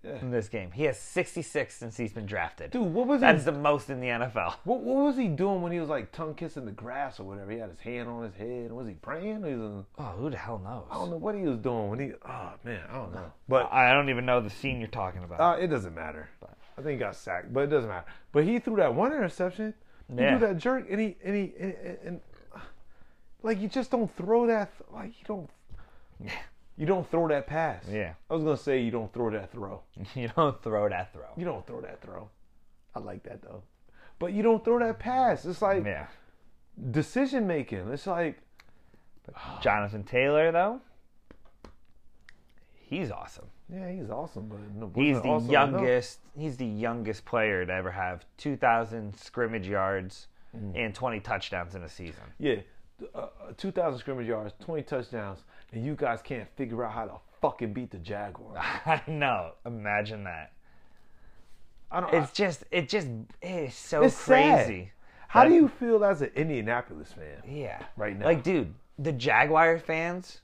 A: Yeah.
C: in this game. He has 66 since he's been drafted.
A: Dude, what was
C: That's
A: he?
C: the most in the NFL.
A: What, what was he doing when he was like tongue kissing the grass or whatever? He had his hand on his head. Was he praying? He was in-
C: Oh, who the hell knows?
A: I don't know what he was doing when he. Oh man, I don't know. But
C: I don't even know the scene you're talking about.
A: uh, it doesn't matter. I think he got sacked, but it doesn't matter. But he threw that one interception. He
C: Yeah.
A: threw that jerk, and he and he and, and, and like you just don't throw that. Like you don't. You don't throw that pass.
C: yeah.
A: I was gonna say you don't throw that throw.
C: You don't throw that throw.
A: You don't throw that throw. I like that though. But you don't throw that pass. It's like
C: Yeah.
A: decision making. It's like
C: Jonathan Taylor, though, he's awesome.
A: yeah, he's awesome, but no,
C: He's
A: wasn't
C: the
A: awesome enough.
C: youngest. He's the youngest player to ever have 2,000 scrimmage yards
A: Mm.
C: and 20 touchdowns in a season.
A: Yeah, uh, uh, two thousand scrimmage yards, twenty touchdowns, and you guys can't figure out how to fucking beat the Jaguars.
C: I know. Imagine that.
A: I don't.
C: It's just. It just. It's so
A: It's sad.
C: crazy.
A: how do you feel as an Indianapolis fan?
C: Yeah.
A: Right now.
C: Like, dude, the Jaguar fans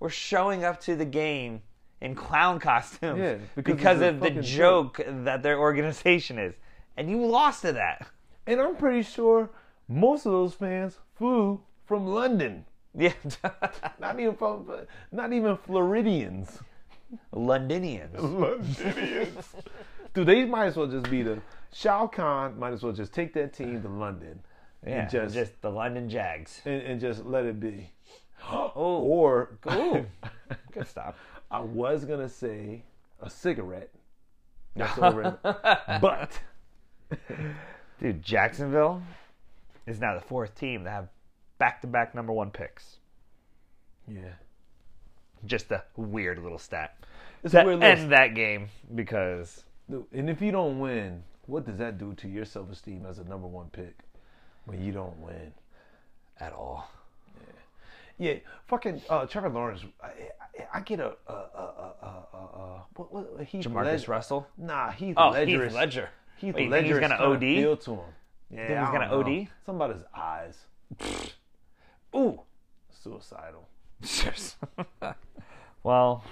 C: were showing up to the game in clown costumes
A: Yeah,
C: because,
A: because it's a
C: of the
A: fucking
C: joke that their organization is. And you lost to that.
A: And I'm pretty sure most of those fans flew from London.
C: Yeah.
A: Not even from, not even Floridians.
C: Londinians.
A: Londonians. Dude, they might as well just be the Shao Kahn. Might as well just take that team to London
C: Yeah.
A: and just,
C: just the London Jags.
A: and, and just let it be.
C: Oh.
A: Or
C: Ooh. Good stop.
A: I was gonna say a cigarette. That's over. but
C: Dude, Jacksonville is now the fourth team to have back to back number one picks.
A: yeah,
C: Just a weird little stat.
A: it's
C: To
A: a weird
C: end
A: list.
C: that game because
A: Dude, And if you don't win, what does that do to your self esteem as a number one pick when you don't win?
C: at all.
A: Yeah, fucking uh, Trevor Lawrence. I, I, I get a, a, a, a, a, a what, what he
C: Marcus Russell.
A: Nah, Heath
C: Oh,
A: Ledger.
C: Heath
A: is-
C: Ledger.
A: Heath
C: Wait, you think
A: Ledger
C: he's
A: is
C: gonna
A: trying
C: OD?
A: To appeal to him. Yeah,
C: he's
A: I
C: gonna
A: don't know.
C: OD?
A: Something about his eyes.
C: Ooh.
A: Suicidal.
C: well,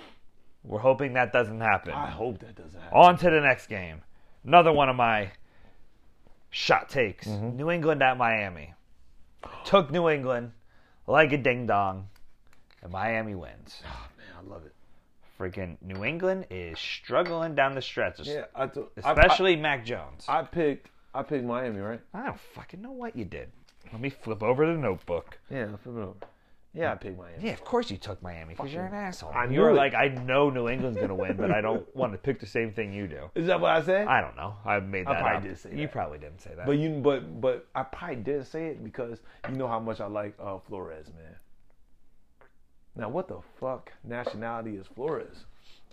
C: we're hoping that doesn't happen.
A: I hope that doesn't happen.
C: On to the next game.
A: Mm-hmm.
C: Another one of my shot takes. New England at Miami. took New England like a ding dong, and Miami wins.
A: Man, I love it.
C: Freaking New England is struggling down the stretch,
A: Yeah, I do.
C: especially Mac Jones.
A: I, I, I picked. I picked Miami, right?
C: I don't fucking know what you did. Let me flip over the notebook.
A: Yeah, I flipped it over. Yeah, I picked Miami.
C: Yeah, of course you took Miami because you're an asshole.
A: I
C: you were
A: knew it.
C: like, I know New England's gonna win, but I don't want to pick the same thing you do.
A: Is that what I said?
C: I don't know. I made that
A: probably
C: up.
A: did say
C: You
A: that.
C: probably didn't say that.
A: But you, but but I probably didn't say it because you know how much I like uh, Flores, man. Now what the fuck nationality is Flores?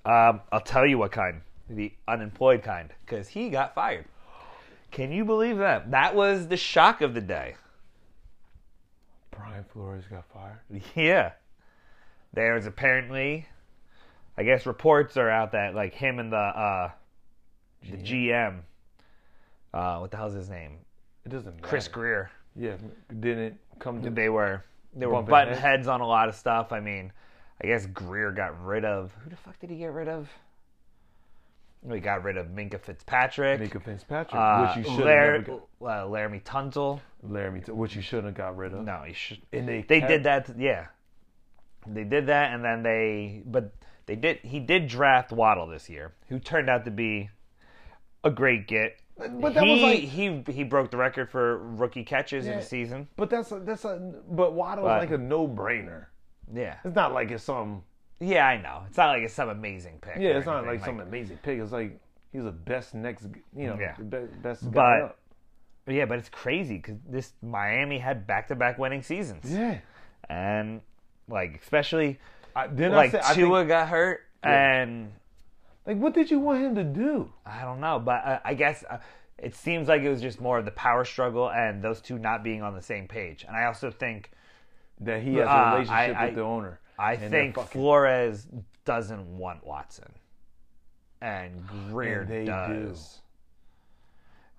C: um, I'll tell you what kind. The unemployed kind, because he got fired. Can you believe that? That was the shock of the day.
A: Brian Flores got fired.
C: Yeah. There's apparently, I guess reports are out that like him and the uh, the GM, uh, what the hell's his name,
A: It doesn't matter.
C: Chris Greer.
A: yeah, didn't come to.
C: They were they were
A: Bumping
C: butting
A: heads.
C: heads on a lot of stuff. I mean, I guess Greer got rid of who the fuck did he get rid of? We got rid of Minka Fitzpatrick,
A: Mika Fitzpatrick,
C: uh,
A: which you should
C: Lar-
A: have got,
C: uh, Laramie Tunzel.
A: Laramie, which you shouldn't have got rid of.
C: No, you should.
A: And they
C: they
A: kept-
C: did that yeah they did that and then they but they did he did draft waddle this year who turned out to be a great get
A: But that
C: he,
A: was like-
C: he he broke the record for rookie catches in
A: Yeah.
C: a season
A: But that's a, that's a but Waddle's
C: But-
A: like a no brainer.
C: yeah
A: It's not like it's some
C: yeah i know it's not like it's some amazing pick
A: yeah.
C: or
A: It's not
C: anything
A: like some amazing pick. It's like he's the best next you know
C: Yeah.
A: the be- best guy
C: But-
A: up.
C: yeah but it's crazy because this miami had back-to-back winning seasons
A: Yeah.
C: and like especially
A: I, then
C: like
A: I said,
C: Tua
A: I think,
C: got hurt and
A: like what did you want him to do?
C: I don't know, but I, I guess uh, it seems like it was just more of the power struggle and those two not being on the same page. And I also think
A: That he has
C: Uh, I-
A: a relationship
C: I-
A: with the owner.
C: I
A: And they're
C: think
A: fucking-
C: Flores doesn't want Watson, and Greer
A: And they
C: does.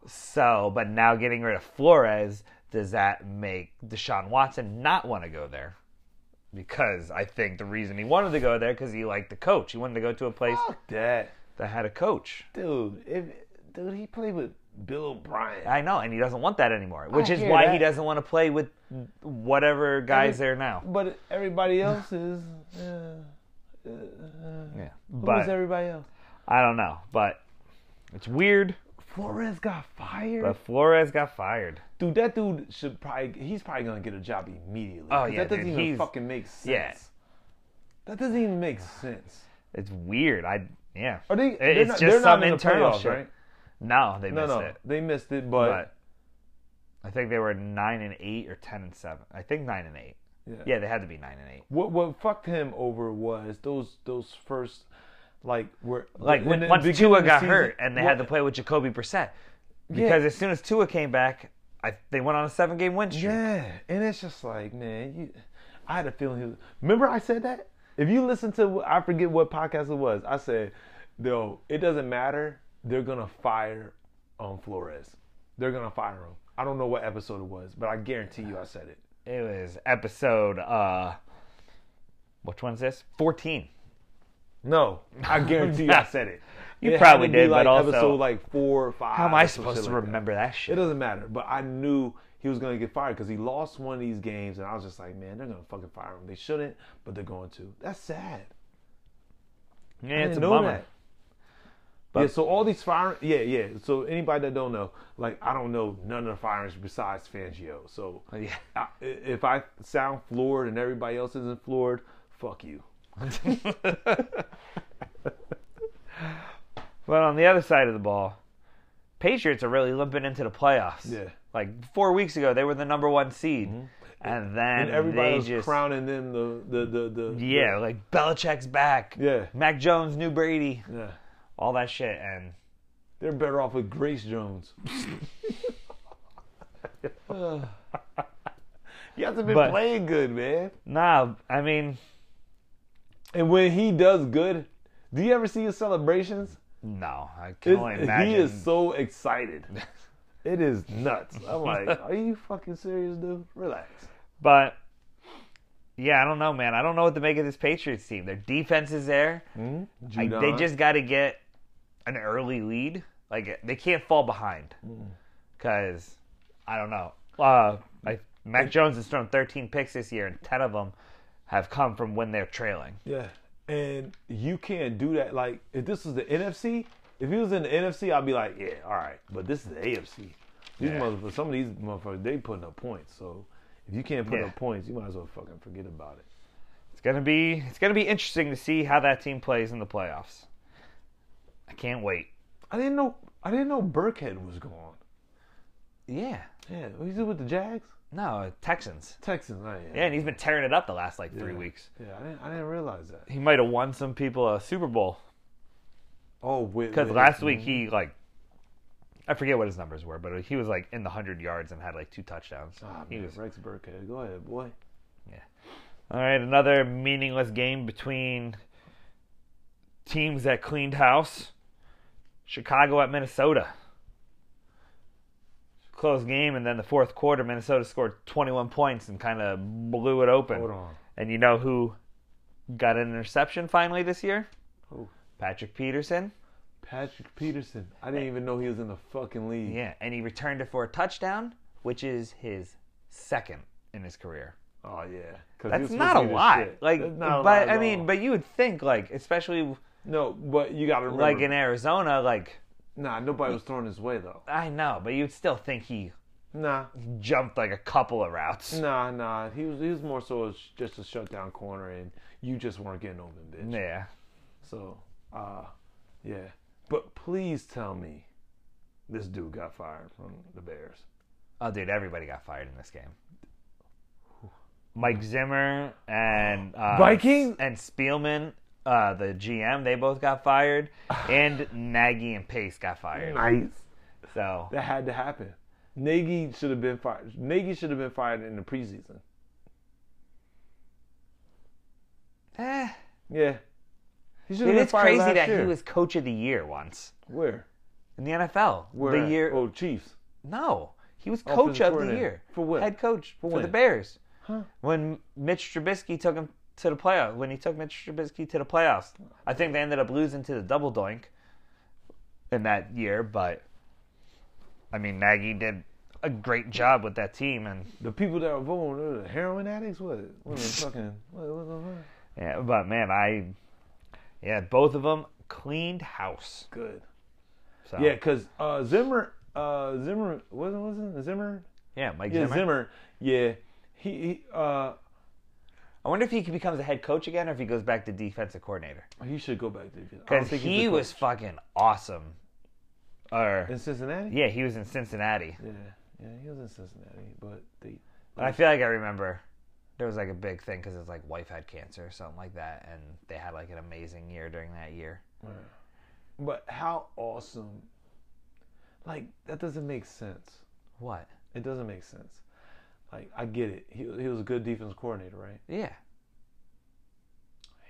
C: So, but now getting rid of Flores, does that make Deshaun Watson not want to go there? Because I think the reason he wanted to go there because he liked the coach. He wanted to go to a place
A: Fuck that,
C: that had a coach.
A: dude. If dude, he played with Bill O'Brien.
C: I know, and he doesn't want that anymore, which is
A: hear
C: why
A: that.
C: he doesn't want to play with whatever guys there now.
A: but everybody else is. Uh,
C: Yeah,
A: who's
C: but
A: everybody else?
C: I don't know. But it's weird.
A: Flores got fired.
C: But Flores got fired.
A: Dude, that dude should probably he's probably gonna get a job immediately.
C: Oh,
A: 'Cause
C: yeah,
A: that doesn't
C: dude,
A: even
C: he's-
A: fucking make sense.
C: yeah.
A: That doesn't even make sense.
C: It's weird. I yeah.
A: Are they?
C: It-
A: they're
C: it's
A: not,
C: just
A: they're
C: some
A: not in the
C: internal
A: playoffs,
C: shit.
A: right?
C: No, they
A: No,
C: missed
A: no,
C: it.
A: they missed it, but,
C: But I think they were nine and eight or ten and seven. I think nine and eight.
A: Yeah.
C: yeah they had to be nine and eight.
A: what what fucked him over was those those first like were
C: Like
A: in
C: when
A: the
C: once
A: beginning
C: Tua
A: of the
C: got
A: season-
C: hurt and they had to
A: what-
C: play with Jacoby Brissett, because as soon as Tua came back, I, they went on a seven-game win streak.
A: Yeah, and it's just like man, you, I had a feeling. He was, remember I said that? If you listen to I forget what podcast it was, I said, "No, it doesn't matter. They're gonna fire on Flores. They're gonna fire him." I don't know what episode it was, but I guarantee you I said it.
C: It was episode uh which one's this? Fourteen.
A: No, I guarantee you I said it.
C: You
A: It had
C: probably
A: to be,
C: did, but
A: like
C: also-
A: episode like four or five.
C: How am I
A: or some
C: supposed
A: shit
C: to
A: Ah, like that.
C: remember that,
A: It
C: shit?
A: doesn't matter, but I knew he was gonna get fired because he lost one of these games, and I was just like, man, they're gonna fucking fire him. They shouldn't, but they're going to. That's sad.
C: yeah,
A: I
C: it's a
A: didn't know
C: bummer.
A: that. yeah, so all these firing, yeah, yeah. So anybody that don't know, like I don't know none of the firings besides Fangio. So
C: Oh, Yeah.
A: I, i- if I sound floored and everybody else isn't floored, fuck you.
C: But on the other side of the ball, Patriots are really limping into the playoffs.
A: Yeah. Mm-hmm.
C: Like four weeks ago, they were the number one seed, and then
A: And, everybody
C: they
A: was
C: just
A: crowning them the the the, the
C: yeah, like Belichick's back.
A: Yeah.
C: Mac Jones, new Brady,
A: the- yeah.
C: all that shit, and
A: They're better off with Grace Jones. you have to be
C: But-
A: playing good, man.
C: nah, I mean,
A: And when he does good, do you ever see his celebrations?
C: no, I can
A: It's-
C: only imagine.
A: he is so excited. It is nuts. I'm like, are you fucking serious, dude? Relax.
C: But yeah, I don't know, man. I don't know what to make of this Patriots team. Their defense is there. I- they
A: Judon.
C: just got to get an early lead. Like they can't fall behind because I don't know. Uh, I Mac Jones has thrown 13 picks this year, and 10 of them have come from when they're trailing.
A: Yeah. And you can't do that. Like, if this was the NFC, if he was in the NFC, I'd be like, yeah, all right. But this is the AFC. These
C: Yeah.
A: motherfuckers, some of these motherfuckers, they putting up points. So if you can't put
C: Yeah.
A: up points, you might as well fucking forget about it.
C: It's gonna be it's gonna be interesting to see how that team plays in the playoffs. I can't wait.
A: I didn't know. I didn't know Burkhead was gone.
C: Yeah.
A: Yeah, he's with the Jags,
C: No, Texans.
A: Texans. I
C: Yeah, and he's been tearing it up the last like three
A: Yeah.
C: weeks.
A: Yeah, I didn't. I didn't realize that.
C: He might have won some people a Super Bowl
A: Oh, with
C: because
A: with-
C: last week he like I forget what his numbers were, but he was like in the hundred yards and had like two touchdowns.
A: Ah,
C: he
A: man,
C: was
A: Rex Burkhead. Go ahead, boy.
C: all right. Another meaningless game between teams that cleaned house. Chicago at Minnesota. Close game, and then the fourth quarter, Minnesota scored 21 points and kind of blew it open.
A: Hold on.
C: And you know who got an interception finally this year?
A: Who?
C: Patrick Peterson.
A: Patrick Peterson. I didn't even know he was in the fucking league.
C: Yeah, and he returned it for a touchdown, which is his second in his career.
A: Oh yeah. 'Cause he was
C: That's
A: supposed
C: not
A: to
C: a
A: be the
C: lot.
A: shit.
C: Like,
A: That's not a lot
C: but
A: at
C: I mean,
A: all.
C: but you would think, like, especially
A: no. But you got to remember.
C: like in Arizona, like
A: nah, nobody was throwing his way though.
C: I know, but you'd still think he
A: Nah,
C: jumped like a couple of routes.
A: nah, nah. He was. He was more so as just a shutdown corner, and you just weren't getting open, bitch.
C: Yeah,
A: So, uh, yeah. But please tell me, this dude got fired from the Bears.
C: oh dude, everybody got fired in this game. Mike Zimmer and uh,
A: Vikings?
C: and Spielman, uh, the GM, they both got fired, and Nagy and Pace got fired.
A: Nice.
C: So
A: That had to happen. Nagy should have been fired. Nagy should have been fired in the preseason.
C: eh,
A: Yeah. He should
C: dude,
A: have been
C: it's
A: fired
C: crazy
A: last
C: that
A: year.
C: he was coach of the year once
A: where
C: in the NFL.
A: where
C: the
A: at?
C: year
A: oh Chiefs.
C: No, he was
A: Oh, for
C: coach
A: the
C: of the
A: coordinator.
C: year
A: For what?
C: Head coach for, the
A: when?
C: Bears.
A: Huh.
C: When Mitch Trubisky took him to the playoffs, when he took Mitch Trubisky to the playoffs, I think they ended up losing to the double doink in that year. But I mean, Nagy did a great job with that team, and
A: The people that were voting were the heroin addicts. What? What the fucking? What, what, what, what?
C: yeah, but man, I yeah, both of them cleaned house.
A: Good.
C: So,
A: Yeah, because uh, Zimmer, uh, Zimmer wasn't wasn't it Zimmer?
C: yeah, Mike
A: Yeah,
C: Zimmer.
A: Zimmer. Yeah, he. he uh,
C: I wonder if he becomes a head coach again, or if he goes back to defensive coordinator
A: He should go back there. I don't
C: because
A: think he's
C: he
A: the
C: was
A: coach.
C: fucking awesome. Or
A: in Cincinnati.
C: Yeah, he was in Cincinnati.
A: yeah, yeah, he was in Cincinnati, but they.
C: And I feel like I remember there was like a big thing because his like wife had cancer or something like that, and they had like an amazing year during that year.
A: But how awesome! Like that doesn't make sense.
C: What?
A: It doesn't make sense. Like I get it. He he was a good defense coordinator, right?
C: Yeah,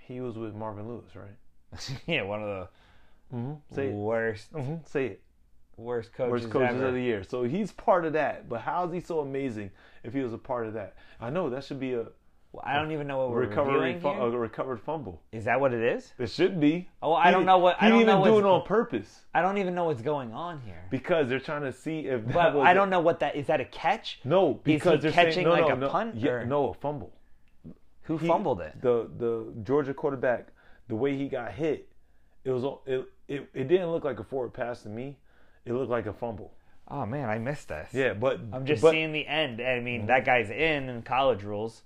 A: He was with Marvin Lewis, right?
C: yeah, one of
A: Mm-hmm.
C: the
A: Say it.
C: worst,
A: hmm Say it.
C: worst coaches,
A: Worst coaches
C: ever.
A: of the year. So he's part of that. But how is he so amazing if he was a part of that? I know that should be a
C: Well, I don't even know what we're
A: recovery
C: reviewing
A: fu-
C: here.
A: a recovered fumble.
C: Is that what it is?
A: It should be.
C: Oh, I
A: He-
C: don't know what-
A: He
C: I don't
A: didn't
C: know
A: even do
C: what's
A: it on purpose
C: I don't even know what's going on here.
A: because they're trying to see if. That
C: But
A: was
C: I don't know what that is. That a catch?
A: No, because
C: he
A: they're
C: catching
A: saying, no,
C: like
A: no,
C: a
A: no,
C: punt,
A: yeah,
C: or-
A: no, a fumble.
C: Who
A: He-
C: fumbled it?
A: The the Georgia quarterback, the way he got hit, it was it it, it didn't look like a forward pass to me. It looked like a fumble.
C: Oh man, I missed this.
A: Yeah, but
C: I'm just
A: but,
C: seeing the end. I mean, that guy's in in college rules.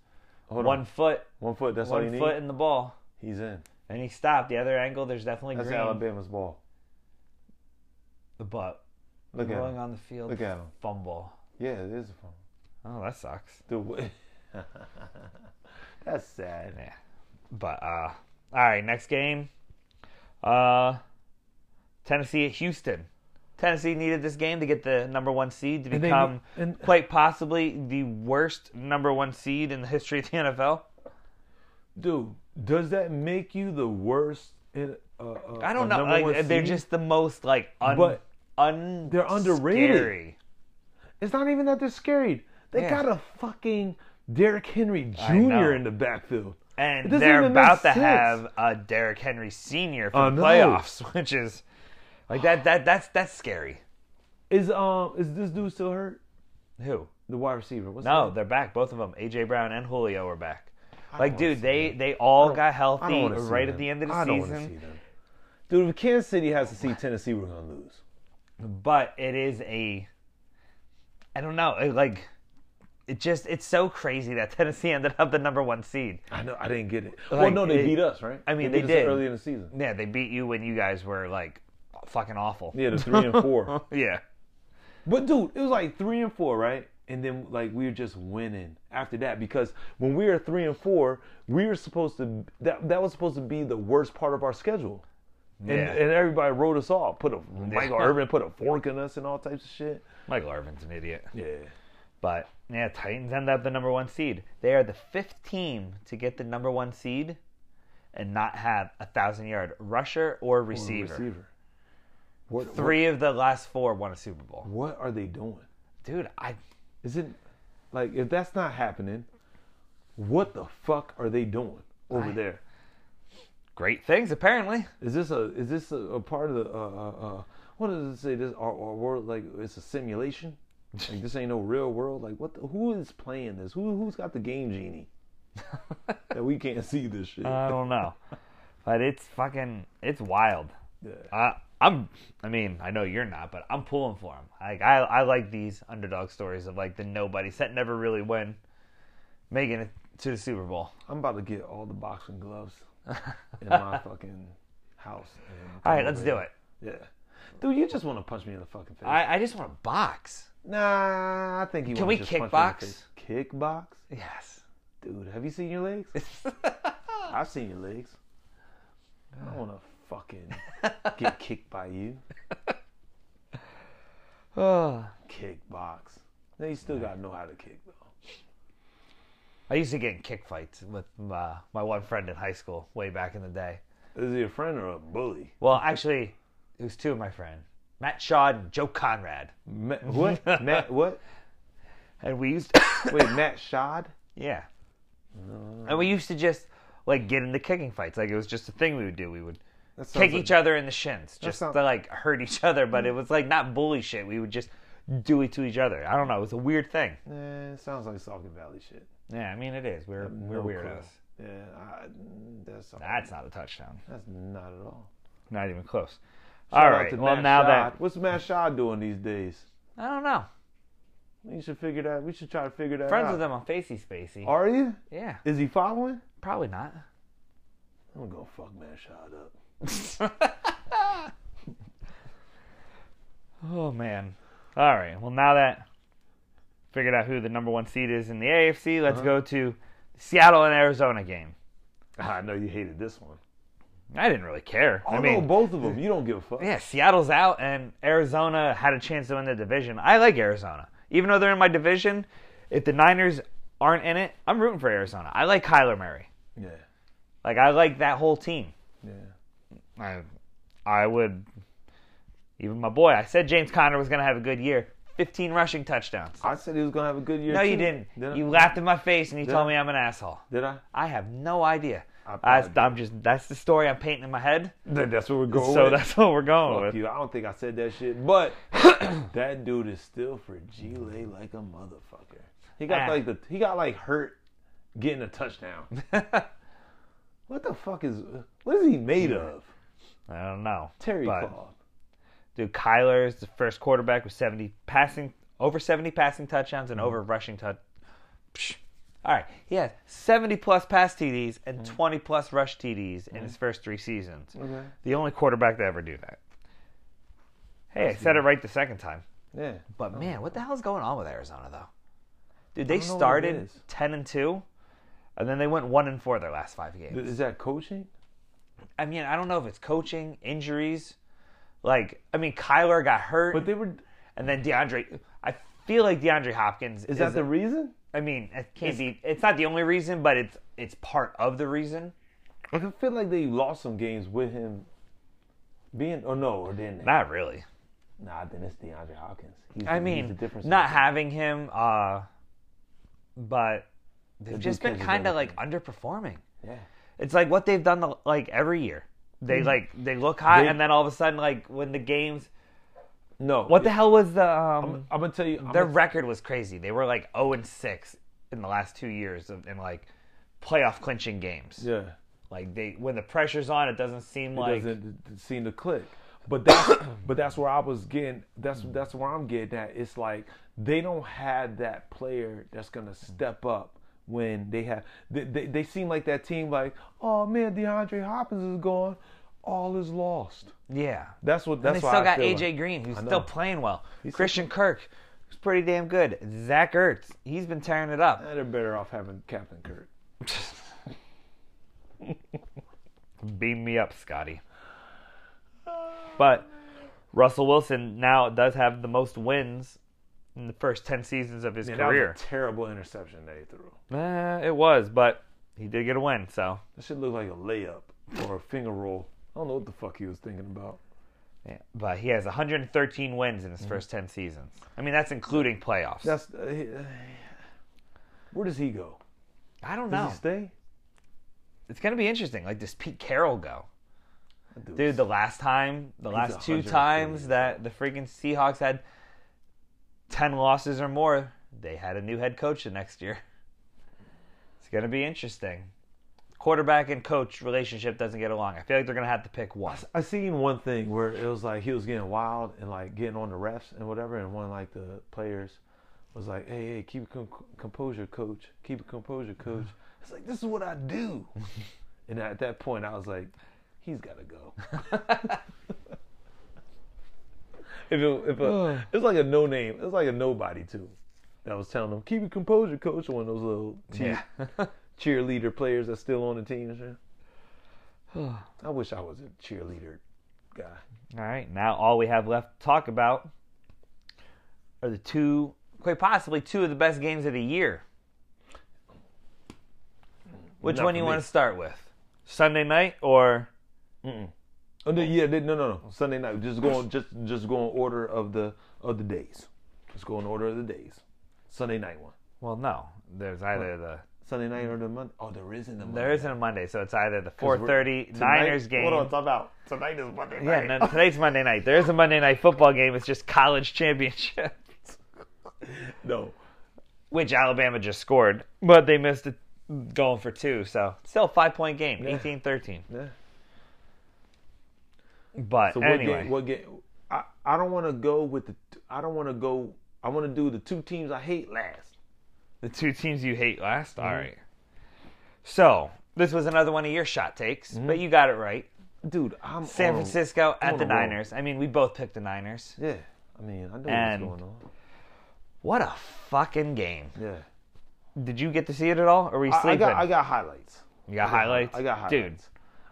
A: Hold
C: one
A: on.
C: foot,
A: one foot. That's all you
C: one
A: need.
C: foot in the ball,
A: He's in.
C: and he stopped. The other angle, there's definitely
A: That's
C: green.
A: Alabama's ball.
C: But
A: Look at
C: rolling
A: him.
C: on the field.
A: Look at him.
C: Fumble.
A: Yeah, it is a
C: Oh, that sucks.
A: fumble. Dude, what- that's sad.
C: Yeah. But uh all right, next game. Uh Tennessee at Houston. Tennessee needed this game to get the number one seed to
A: And they-
C: become
A: and-
C: quite possibly the worst number one seed in the history of the NFL.
A: Dude, does that make you the worst? In, uh, uh,
C: I
A: a
C: don't know.
A: number one
C: Like, they're
A: seed?
C: just the most like un,
A: But
C: un
A: they're underrated.
C: scary.
A: It's not even that they're scared. They
C: Yeah.
A: got a fucking Derrick Henry
C: know.
A: Jr. in the backfield. It
C: And
A: doesn't
C: they're
A: even make
C: about to
A: sense.
C: have a Derrick Henry senior for
A: I
C: the
A: know.
C: playoffs, which is like that that that's that's scary.
A: Is um is this dude still hurt?
C: Who?
A: The wide receiver. What's
C: No,
A: that?
C: they're back. Both of them, AJ Brown and Julio, are back. Like,
A: wanna
C: dude,
A: see
C: they they all
A: don't-
C: got
A: I
C: healthy
A: don't want to
C: right at the end of the
A: I don't wanna see
C: season.
A: them. Dude, if Kansas City has to see Tennessee, we're gonna lose.
C: But it is a, I don't know, it, like, it just it's so crazy that Tennessee ended up the number one seed.
A: I know. I didn't get it. well,
C: Like,
A: no, they
C: it-
A: beat us, right?
C: I mean,
A: beat
C: they
A: us
C: did.
A: early in the season.
C: Yeah, they beat you when you guys were like fucking awful.
A: Yeah, the three and four.
C: yeah.
A: But dude, it was like three and four, right? And then like we were just winning after that because when we were three and four, we were supposed to that that was supposed to be the worst part of our schedule. And,
C: Yeah.
A: and everybody wrote us off. Put a Michael Irvin put a fork in us and all types of shit.
C: Michael Irvin's an idiot.
A: Yeah.
C: But yeah, Titans end up the number one seed. They are the fifth team to get the number one seed and not have a thousand yard rusher or receiver.
A: receiver. What,
C: Three of the last four won a Super Bowl.
A: What, what are they doing?
C: Dude, I
A: Is it like if that's not happening, what the fuck are they doing over there?
C: great things apparently.
A: Is this a is this a, a part of the uh, uh, uh, what does it say? This our, our world like it's a simulation. Like this ain't no real world. Like what? The, who is playing this? Who who's got the game genie that we can't see this shit?
C: I don't know. but it's fucking it's wild.
A: Yeah.
C: I I'm I mean, I know you're not, but I'm pulling for them. Like I I like these underdog stories of like the nobodies that never really win making it to the Super Bowl.
A: I'm about to get all the boxing gloves in my fucking house. and
C: All
A: come
C: right, let's
A: over
C: do
A: here.
C: it.
A: Yeah, dude, you just want to punch me in the fucking face.
C: I, I just want to box.
A: Nah, I think you.
C: Can we
A: wanna just punch me in
C: kickbox?
A: the face. Kickbox,
C: Yes.
A: dude. Have you seen your legs? I've seen your legs. I don't want to fucking get kicked by you.
C: Ugh.
A: Kickbox. Now you still gotta know how to kick though.
C: I used to get in kick fights with uh, my one friend in high school way back in the day.
A: Is he a friend or a bully?
C: Well, actually, it was two of my friends, Matt Shaw and Joe Conrad.
A: Ma- what? Matt? What?
C: And we used
A: Wait, Matt Shod?
C: yeah. And we used to just, like, get into kicking fights. Like, it was just a thing we would do. We would
A: That sounds
C: kick
A: like-
C: each other in the shins just
A: sounds-
C: to, like, hurt each other. But it was, like, not bully shit. We would just do it to each other. I don't know. It was a weird thing.
A: Eh, it sounds like Saucon Valley shit.
C: Yeah, I mean, it is. We're, we're
A: No clue.
C: weirdos.
A: Yeah, I, that's
C: That's not a touchdown.
A: that's not at all.
C: Not even close.
A: Shout
C: All
A: out
C: right.
A: to
C: Well,
A: Matt
C: now
A: Shod.
C: that
A: what's Matt Shod doing these days?
C: I don't know.
A: We should figure that. We should try to figure that
C: Friends
A: out.
C: with him on Facey Spacey.
A: Are you?
C: yeah,
A: Is he following?
C: probably not.
A: I'm gonna fuck Matt Shod up.
C: Oh man. All right. Well, now that figured out who the number one seed is in the AFC,
A: Uh-huh.
C: let's go to Seattle and Arizona game.
A: I know you hated this one.
C: I didn't really care.
A: I
C: I
A: know
C: mean,
A: both of them. You don't give a fuck.
C: yeah, Seattle's out, and Arizona had a chance to win the division. I like Arizona, even though they're in my division. If the Niners aren't in it, I'm rooting for Arizona. I like Kyler Murray.
A: Yeah.
C: Like I like that whole team.
A: Yeah.
C: I, I would. Even my boy, I said James Conner was going to have a good year. 15 rushing touchdowns.
A: I said he was gonna have a good year.
C: No,
A: too.
C: you didn't.
A: Did I?
C: You laughed in my face and you told
A: I?
C: me I'm an asshole.
A: Did I?
C: I have no idea.
A: I
C: That's,
A: probably
C: I'm just. That's the story I'm painting in my head.
A: Then that's where we're going.
C: So
A: with.
C: that's what we're going
A: fuck
C: with.
A: you. I don't think I said that shit, but that dude is still for Gile like a motherfucker. He got
C: Ah.
A: like the he got like hurt getting a touchdown. what the fuck is what is he made of?
C: I don't know.
A: Terry
C: but,
A: Claw.
C: Dude, Kyler is the first quarterback with 70 passing, over 70 passing touchdowns and over rushing touch. Mm-hmm. Psh. All right, he has 70 plus pass TDs and 20 plus rush TDs in his first three seasons.
A: Okay.
C: The only quarterback to ever do that. Hey, I said it right the second time. Oh.
A: Yeah.
C: But man, what the hell is going on with Arizona though? Dude, they
A: don't know what it
C: started
A: is.
C: 10 and 2 and then they went 1 and 4 their last 5 games.
A: Is that coaching?
C: I mean, I don't know if it's coaching, injuries, like I mean, Kyler got hurt
A: But they were
C: and then DeAndre I feel like DeAndre Hopkins
A: is that the reason?
C: I mean, it can't be it's not the only reason, but it's it's part of the reason.
A: Like I feel like they lost some games with him being or no, or didn't they?
C: Not really.
A: Nah, then it's DeAndre Hopkins. He's,
C: I
A: he's
C: mean,
A: the difference
C: not having him uh but they've
A: dude
C: just been
A: catches
C: kind of like underperforming.
A: yeah.
C: It's like what they've done the, like every year. Mm-hmm. They like they look hot,
A: They-
C: and then all of a sudden, like when the games
A: No.
C: What the hell was the um?
A: I'm gonna tell you. I'm
C: their
A: gonna-
C: record was crazy. They were like zero and six in the last two years of, in like playoff clinching games.
A: yeah.
C: Like they when the pressure's on, it doesn't seem like
A: doesn't seem to click. But that's but that's where I was getting. That's
C: Mm.
A: that's where I'm getting at. It's like they don't have that player that's gonna step up when they have. They, they, they seem like that team. Like oh man, DeAndre Hopkins is gone. All is lost.
C: yeah.
A: That's what.
C: And
A: That's
C: they
A: why
C: still
A: I
C: got
A: feel
C: AJ
A: like.
C: Green, who's
A: I know.
C: still playing well. Christian Kirk, who's pretty damn good. Zach Ertz, he's been tearing it up.
A: They're better off having Captain Kirk.
C: Beam me up, Scotty. But Russell Wilson now does have the most wins in the first ten seasons of his
A: And that was
C: career.
A: a terrible interception that he threw.
C: Eh, it was, but he did get a win. So
A: That should look like a layup or a finger roll. I don't know what the fuck he was thinking about.
C: Yeah, but he has 113 wins in his first 10 seasons. I mean, that's including playoffs.
A: That's uh, he- uh, where does he go?
C: I don't
A: Does
C: know.
A: he stay?
C: It's going to be interesting. Like, does Pete Carroll go?
A: That dude's-
C: Dude, the last time, the last two
A: 103
C: times
A: years
C: that the freaking Seahawks had 10 losses or more, they had a new head coach the next year. It's going to be interesting. Quarterback and coach relationship doesn't get along. I feel like they're going to have to pick one.
A: I seen one thing where it was like he was getting wild and like getting on the refs and whatever, and one of like the players was like, "Hey, hey, keep com- composure, coach. Keep it composure, coach." It's like this is what I do. and at that point, I was like, "He's got to go." if it, if a, it's like a no name, it's like a nobody too. That was telling him, "Keep it composure, coach." One of those little cheer, cheerleader players that's still on the team. and shit. I wish I was a cheerleader guy.
C: All right, now all we have left to talk about are the two, quite possibly two of the best games of the year. Which
A: Not
C: one
A: for
C: do you
A: me.
C: want to start with? Sunday night or
A: Oh, no, yeah, they, no, no, no. Sunday night. Just go on, just just go in order of the of the days. Just go in order of the days. Sunday night one.
C: well, no, there's either the
A: Sunday night or the Monday. Oh, there isn't a Monday.
C: there isn't a Monday, so it's either the
A: We're-
C: 4:30
A: tonight-
C: Niners game.
A: Hold on, time out. Tonight is Monday
C: yeah,
A: night.
C: no, today's Monday night. There is a Monday night football game. It's just college championship,
A: No.
C: which Alabama just scored, but they missed it going for two. So still a five point game, 18-13.
A: Yeah.
C: But
A: So what
C: anyway,
A: game? What game? I, I don't want to go with the. I don't want to go. I want to do the two teams I hate last.
C: The two teams you hate last?
A: Mm-hmm.
C: All right. So, this was another one of your shot takes, but you got it right.
A: Dude,
C: San
A: I'm on Mm-hmm. a-
C: Francisco
A: I'm
C: at
A: on
C: the
A: a roll.
C: Niners. I mean, we both picked the Niners.
A: Yeah. I mean, I know
C: And-
A: what's going on.
C: What a fucking game.
A: Yeah.
C: Did you get to see it at all? Or were you
A: I-
C: sleeping?
A: I got I got highlights.
C: you got highlights?
A: I got highlights.
C: Dude,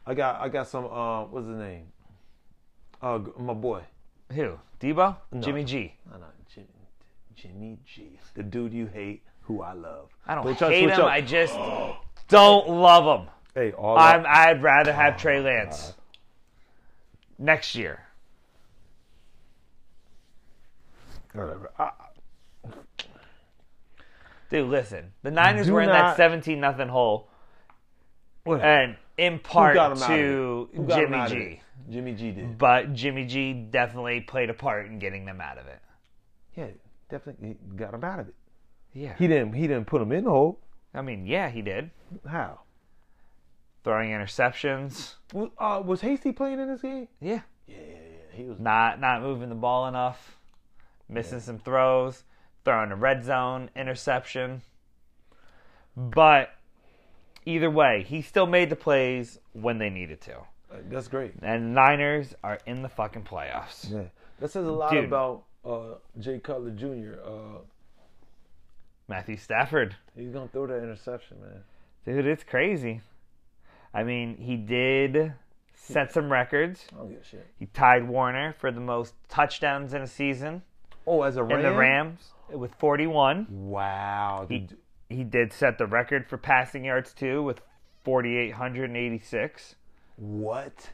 A: I got I got some. Uh, what's his name? Uh, g- my boy.
C: who? Debo? Jimmy G.
A: No, no, Jimmy, Jimmy G. The dude you hate, who I love.
C: I don't
A: Switch up,
C: hate
A: switch
C: him.
A: up.
C: I just don't love him.
A: hey, all
C: I'm,
A: I,
C: I'd rather
A: Ah,
C: have Trey Lance next year.
A: whatever. I,
C: Dude, listen. The Niners
A: Do
C: were in that
A: not-
C: 17 nothing hole. And in part
A: got him out of
C: to
A: who got him
C: Jimmy
A: out of
C: G.
A: it? Jimmy G did.
C: But Jimmy G definitely played a part in getting them out of it.
A: Yeah, definitely he got him out of it.
C: Yeah.
A: He didn't. He didn't put him in the hole.
C: I mean, yeah, he did.
A: How?
C: Throwing interceptions.
A: W- Uh, was Hasty playing in this game?
C: Yeah.
A: Yeah, yeah, yeah. He was.
C: Not not moving the ball enough. Missing some throws. Throwing a red zone interception. But either way, he still made the plays when they needed to.
A: uh, That's great.
C: And Niners are in the fucking playoffs.
A: Yeah, that says a lot
C: Dude.
A: about uh, Jay Cutler Jr. Uh,
C: Matthew Stafford.
A: he's gonna throw that interception, man.
C: Dude, it's crazy. I mean, he did set some records.
A: I don't give a Oh, shit.
C: He tied Warner for the most touchdowns in a season
A: Oh, as a
C: in the Rams with 41.
A: Wow. the
C: He,
A: d-
C: he did set the record for passing yards too with 4,886.
A: What?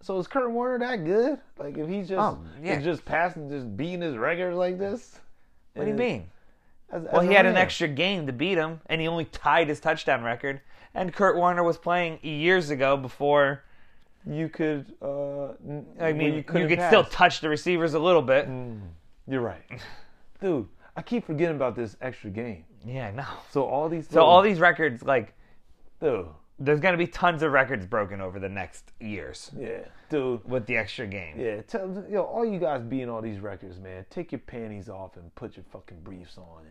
A: So is Kurt Warner that good? Like if he's just
C: Oh, yeah.
A: is just passing, just beating his records like this?
C: What do you
A: Is-
C: mean?
A: as-
C: Well,
A: as
C: he
A: a
C: had an
A: man.
C: extra game to beat him, and he only tied his touchdown record. And Kurt Warner was playing years ago before
A: you could. Uh, n-
C: I
A: where
C: mean, you,
A: couldn't
C: could
A: pass. Mm.
C: still touch the receivers a little bit.
A: You're right, dude. I keep forgetting about this extra game.
C: Yeah, no.
A: So all these.
C: So all these records, like,
A: Dude,
C: there's gonna be tons of records broken over the next years
A: yeah, dude.
C: with the extra game.
A: Yeah, tell you know, all you guys beating all these records, man. Take your panties off and put your fucking briefs on,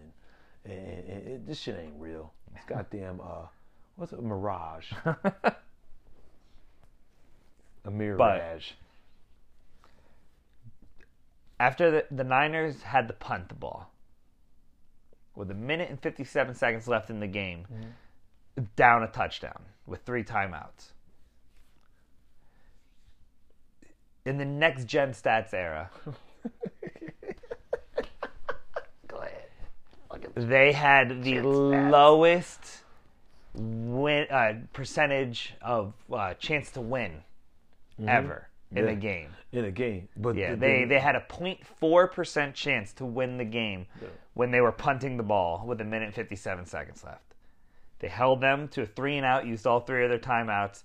A: and, and, and, and this shit ain't real. It's goddamn uh, what's it, mirage? a mirage.
C: After the, the Niners had to punt the ball with a minute and 57 seconds left in the game, down a touchdown with three timeouts. In the next gen stats era, they had the lowest win uh, percentage of uh, chance to win ever in
A: Yeah.
C: a game.
A: in a game, but
C: Yeah,
A: the-
C: they,
A: the-
C: they had a 0.4% chance to win the game when they were punting the ball with a minute and 57 seconds left. They held them to a three and out, used all three of their timeouts,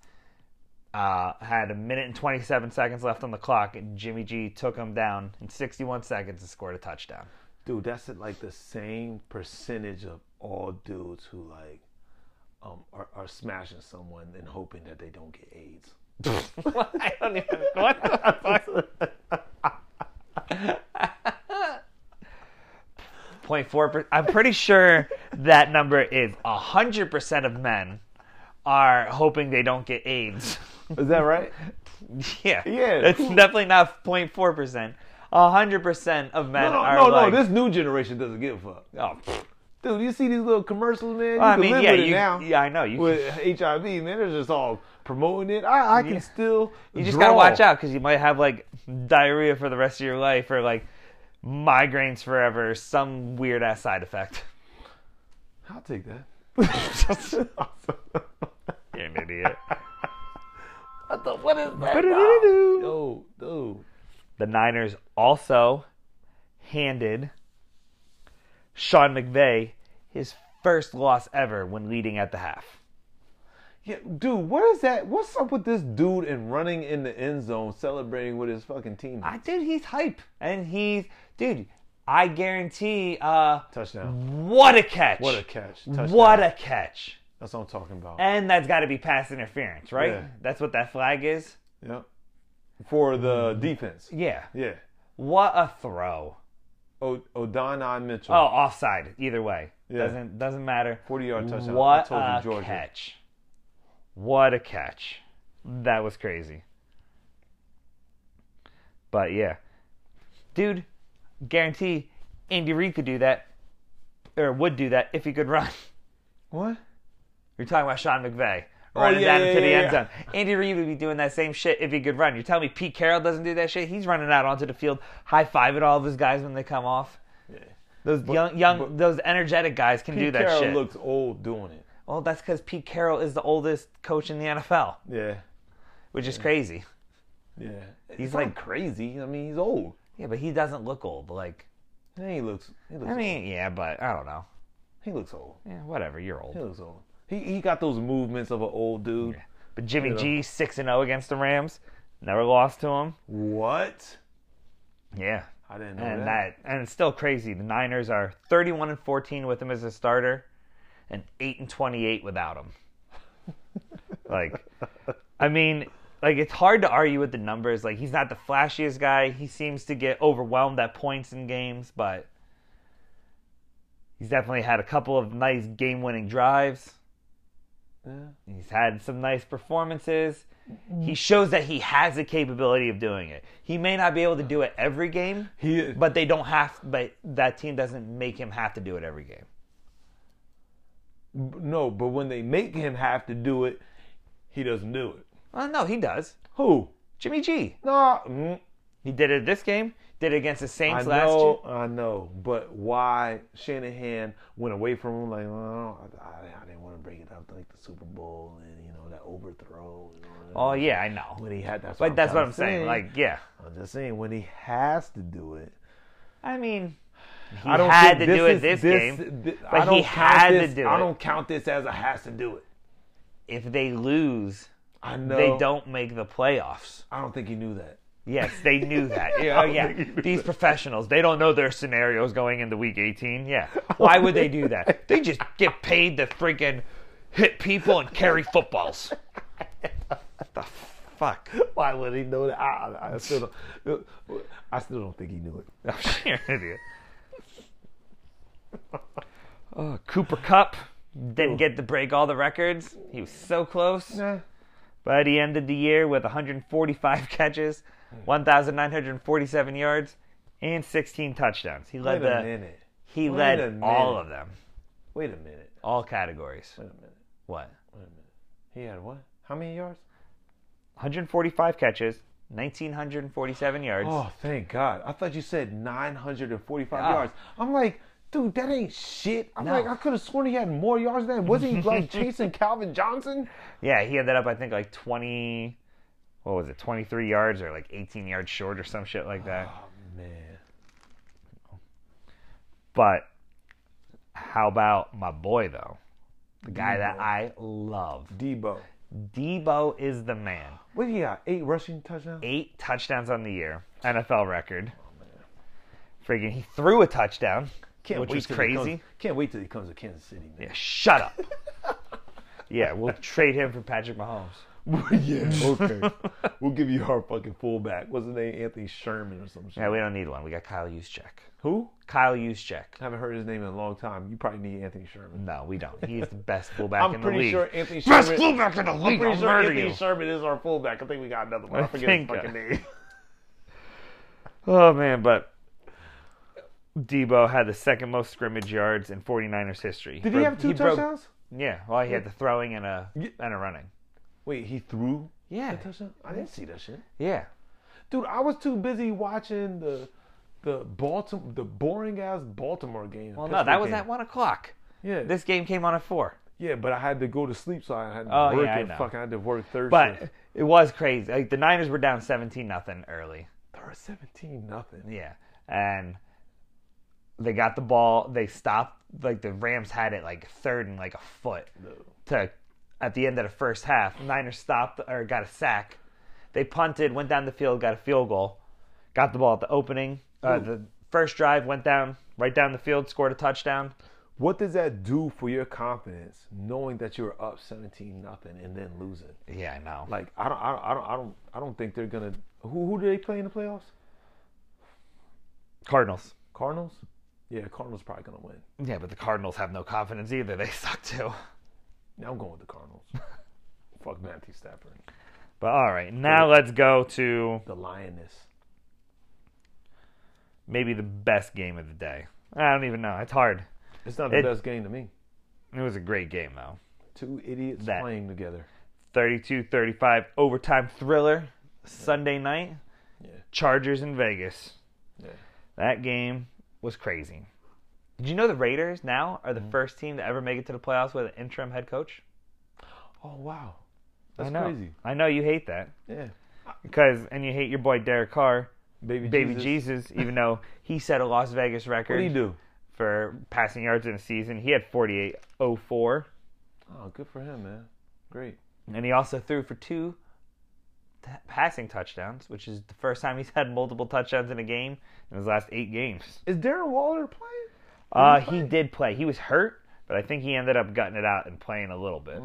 C: uh, had a minute and 27 seconds left on the clock, and Jimmy G took them down in 61 seconds and scored a touchdown.
A: dude, that's at like the same percentage of all dudes who like um are, are smashing someone and hoping that they don't get AIDS.
C: I don't even. What the fuck? Point four percent. I'm pretty sure that number is hundred percent of men are hoping they don't get AIDS.
A: Is that right?
C: yeah,
A: Yeah.
C: It's definitely not 04 percent. hundred percent of men
A: no, no,
C: are
A: Oh, no,
C: like.
A: no. This new generation doesn't give a fuck.
C: Oh, pfft.
A: Dude, you see these little commercials, man. You
C: I
A: can
C: mean,
A: live
C: yeah,
A: with it
C: you,
A: now.
C: yeah, I know. You,
A: With HIV, man, they're just all promoting it. I, I can still.
C: you just
A: draw.
C: gotta watch out because you might have like diarrhea for the rest of your life, or like migraines forever, some weird ass side effect.
A: I'll take that.
C: You're an idiot.
A: what the? What is that?
C: The
A: Yo, dude.
C: Niners also handed Sean McVay his first loss ever when leading at the half.
A: Yeah, dude, what is that? What's up with this dude and running in the end zone celebrating with his fucking team?
C: I dude, he's hype. And he's dude, I guarantee uh
A: Touchdown.
C: what a catch.
A: What a catch. Touchdown.
C: What a catch.
A: That's what I'm talking about.
C: And that's gotta be pass interference, right?
A: Yeah.
C: That's what that flag is.
A: Yep. For the defense.
C: Yeah.
A: Yeah.
C: What a throw.
A: O- O'Donnell Mitchell.
C: Oh, offside. Either way,
A: Yeah.
C: doesn't doesn't matter.
A: 40-yard touchdown. I
C: What
A: told you,
C: a
A: Georgia.
C: catch! What a catch! That was crazy. But yeah, dude, guarantee Andy Reid could do that, or would do that if he could run.
A: What?
C: You're talking about Sean McVay running
A: Oh, yeah,
C: down
A: yeah,
C: into the
A: yeah,
C: end
A: yeah.
C: zone. Andy Reid would be doing that same shit if he could run. You're telling me Pete Carroll doesn't do that shit? He's running out onto the field, high fiving all of his guys when they come off.
A: Yeah.
C: Those young, young,
A: but-
C: those energetic guys can do
A: Pete
C: that
A: Carroll
C: shit.
A: looks old doing it.
C: well, that's because Pete Carroll is the oldest coach in the NFL,
A: Yeah.
C: which is crazy.
A: Yeah.
C: He's
A: It's not
C: like-
A: crazy. I mean, he's old.
C: Yeah, but he doesn't look old. Like,
A: Yeah, he looks. He looks
C: I mean, yeah, but I don't know.
A: old. he looks old.
C: Yeah, whatever. You're old.
A: He looks old. He he got those movements of an old dude.
C: But Jimmy G six and zero against the Rams, never lost to him.
A: What?
C: Yeah,
A: I didn't know
C: and that
A: that.
C: and it's still crazy. The Niners are 31 and 14 with him as a starter, and 8 and 28 without him. like, I mean, like it's hard to argue with the numbers. Like he's not the flashiest guy. He seems to get overwhelmed at points in games, but he's definitely had a couple of nice game-winning drives.
A: Yeah.
C: He's had some nice performances. He shows that he has the capability of doing it. He may not be able to do it every game,
A: He
C: but they don't have. But that team doesn't make him have to do it every game.
A: no, but when they make him have to do it, he doesn't do it.
C: Well, no, he does.
A: Who?
C: Jimmy G.
A: Nah. mm,
C: He did it this game. Did it against the Saints
A: I
C: last year.
A: know. I know. But why Shanahan went away from him? Like, oh, I, I didn't want to bring it up like the Super Bowl and you know that overthrow. And all
C: Oh
A: that.
C: yeah, I know.
A: When he had that's
C: But that's what
A: trying
C: I'm
A: to
C: saying.
A: say.
C: Like, yeah.
A: I'm just saying when he has to do it.
C: I mean, he
A: I don't
C: had to
A: think
C: do it
A: this
C: this,
A: is-
C: game.
A: thi-
C: but
A: I don't
C: he
A: count
C: had to
A: this-
C: do
A: I
C: it.
A: don't count this as a has to do it.
C: If they lose,
A: I know.
C: they don't make the playoffs.
A: I don't think he knew that.
C: Yes, they knew that. Yeah, oh,
A: don't
C: yeah.
A: think he knew
C: These professionals, they don't know their scenarios going into week 18. Yeah. Why would they do that? They just get paid to freaking hit people and carry footballs. What the fuck?
A: Why would he know that? I, I still don't. I still don't think he knew it.
C: You're an idiot. Oh, Cooper Cup didn't get to break all the records. He was so close.
A: Nah.
C: But he ended the year with 145 catches,
A: Hmm.
C: 1,947 yards, and 16 touchdowns. He led
A: Wait a
C: the
A: minute.
C: he
A: Wait a
C: led
A: minute.
C: all of them,
A: Wait a minute.
C: all categories.
A: Wait a minute.
C: What?
A: He had what? How many yards?
C: 145 catches, 1,947 yards.
A: Oh, thank God. I thought you said 945
C: Yeah.
A: yards. I'm like, dude, that ain't shit. I'm
C: No.
A: like, I could have sworn he had more yards than that. Wasn't he like chasing Calvin Johnson?
C: Yeah, he ended up I think like 20. What was it? 23 yards or like 18 yards short or some shit like that.
A: Man.
C: But how about my boy though? The guy that I love.
A: Debo.
C: Debo is the man.
A: What he got? Eight rushing touchdowns?
C: Eight touchdowns on the year. NFL record. Freaking he threw a touchdown. which was
A: till he
C: crazy.
A: comes- can't wait till he comes to Kansas City, man.
C: Yeah, shut up. yeah, we'll trade him for Patrick Mahomes.
A: yeah, okay. we'll give you our fucking fullback. What's his name? Anthony Sherman or some shit.
C: Yeah, we don't need one. We got Kyle Juszczyk.
A: Who?
C: Kyle Juszczyk.
A: I haven't heard his name in a long time. You probably need Anthony Sherman.
C: No, we don't. He's the best fullback
A: I'm
C: in the
A: pretty
C: league.
A: sure Anthony
C: best
A: Sherman.
C: fullback in the league.
A: pretty
C: I'll
A: sure
C: murder
A: Anthony
C: you.
A: Sherman is our fullback. I think we got another one. I,
C: I
A: forget his
C: think, uh,
A: fucking name.
C: Oh man, but Debo had the second most scrimmage yards in 49ers history.
A: Did he have two
C: broke-
A: touchdowns?
C: yeah, well, he had the throwing and a
A: Yeah.
C: and a running.
A: Wait, he threw
C: Yeah,
A: a touchdown? I didn't see that shit.
C: yeah.
A: Dude, I was too busy watching the the Baltimore, the boring ass Baltimore game.
C: Well, no, that was at one o'clock.
A: Yeah,
C: This game came on at four.
A: yeah, but I had to go to sleep, so I had to
C: Oh,
A: work.
C: yeah, I
A: and
C: know.
A: fucking I had to work Thursday.
C: But it was crazy. Like the Niners were down 17 nothing early.
A: they're seventeen nothing.
C: Yeah. And they got the ball. They stopped like the Rams had it like third and like a foot to at the end of the first half. Niners stopped or got a sack. They punted, went down the field, got a field goal, got the ball at the opening. Uh, the first drive went down right down the field, scored a touchdown.
A: What does that do for your confidence, knowing that you're up seventeen nothing and then losing?
C: Yeah, I know.
A: Like I don't, I don't, I don't, I don't, I don't think they're gonna. Who who do they play in the playoffs?
C: Cardinals.
A: Cardinals. Yeah, Cardinals probably gonna win.
C: Yeah, but the Cardinals have no confidence either. They suck too.
A: Yeah, I'm going with the Cardinals. Fuck Matthew Stafford,
C: But all right, now let's go to
A: the lioness.
C: maybe the best game of the day. I don't even know. It's hard.
A: It's not the
C: It-
A: best game to me.
C: It was a great game though.
A: Two idiots
C: That-
A: playing together.
C: 32-35 overtime thriller Sunday night.
A: Yeah.
C: Chargers in Vegas.
A: Yeah.
C: That game was crazy. Did you know the Raiders now are the
A: Mm-hmm.
C: first team to ever make it to the playoffs with an interim head coach?
A: Oh wow, that's
C: I know.
A: crazy.
C: I know you hate that
A: Yeah,
C: because and you hate your boy Derek Carr,
A: baby,
C: baby
A: Jesus.
C: Jesus, even though he set a Las Vegas
A: What
C: record
A: do you do?
C: for passing yards in a season. He had 48.04
A: Oh, good for him, man. Great.
C: and he also threw for two t- passing touchdowns, which is the first time he's had multiple touchdowns in a game in his last 8 games.
A: Is Darren Waller playing?
C: Uh, he did play. He was hurt, but I think he ended up gutting it out and playing a little bit.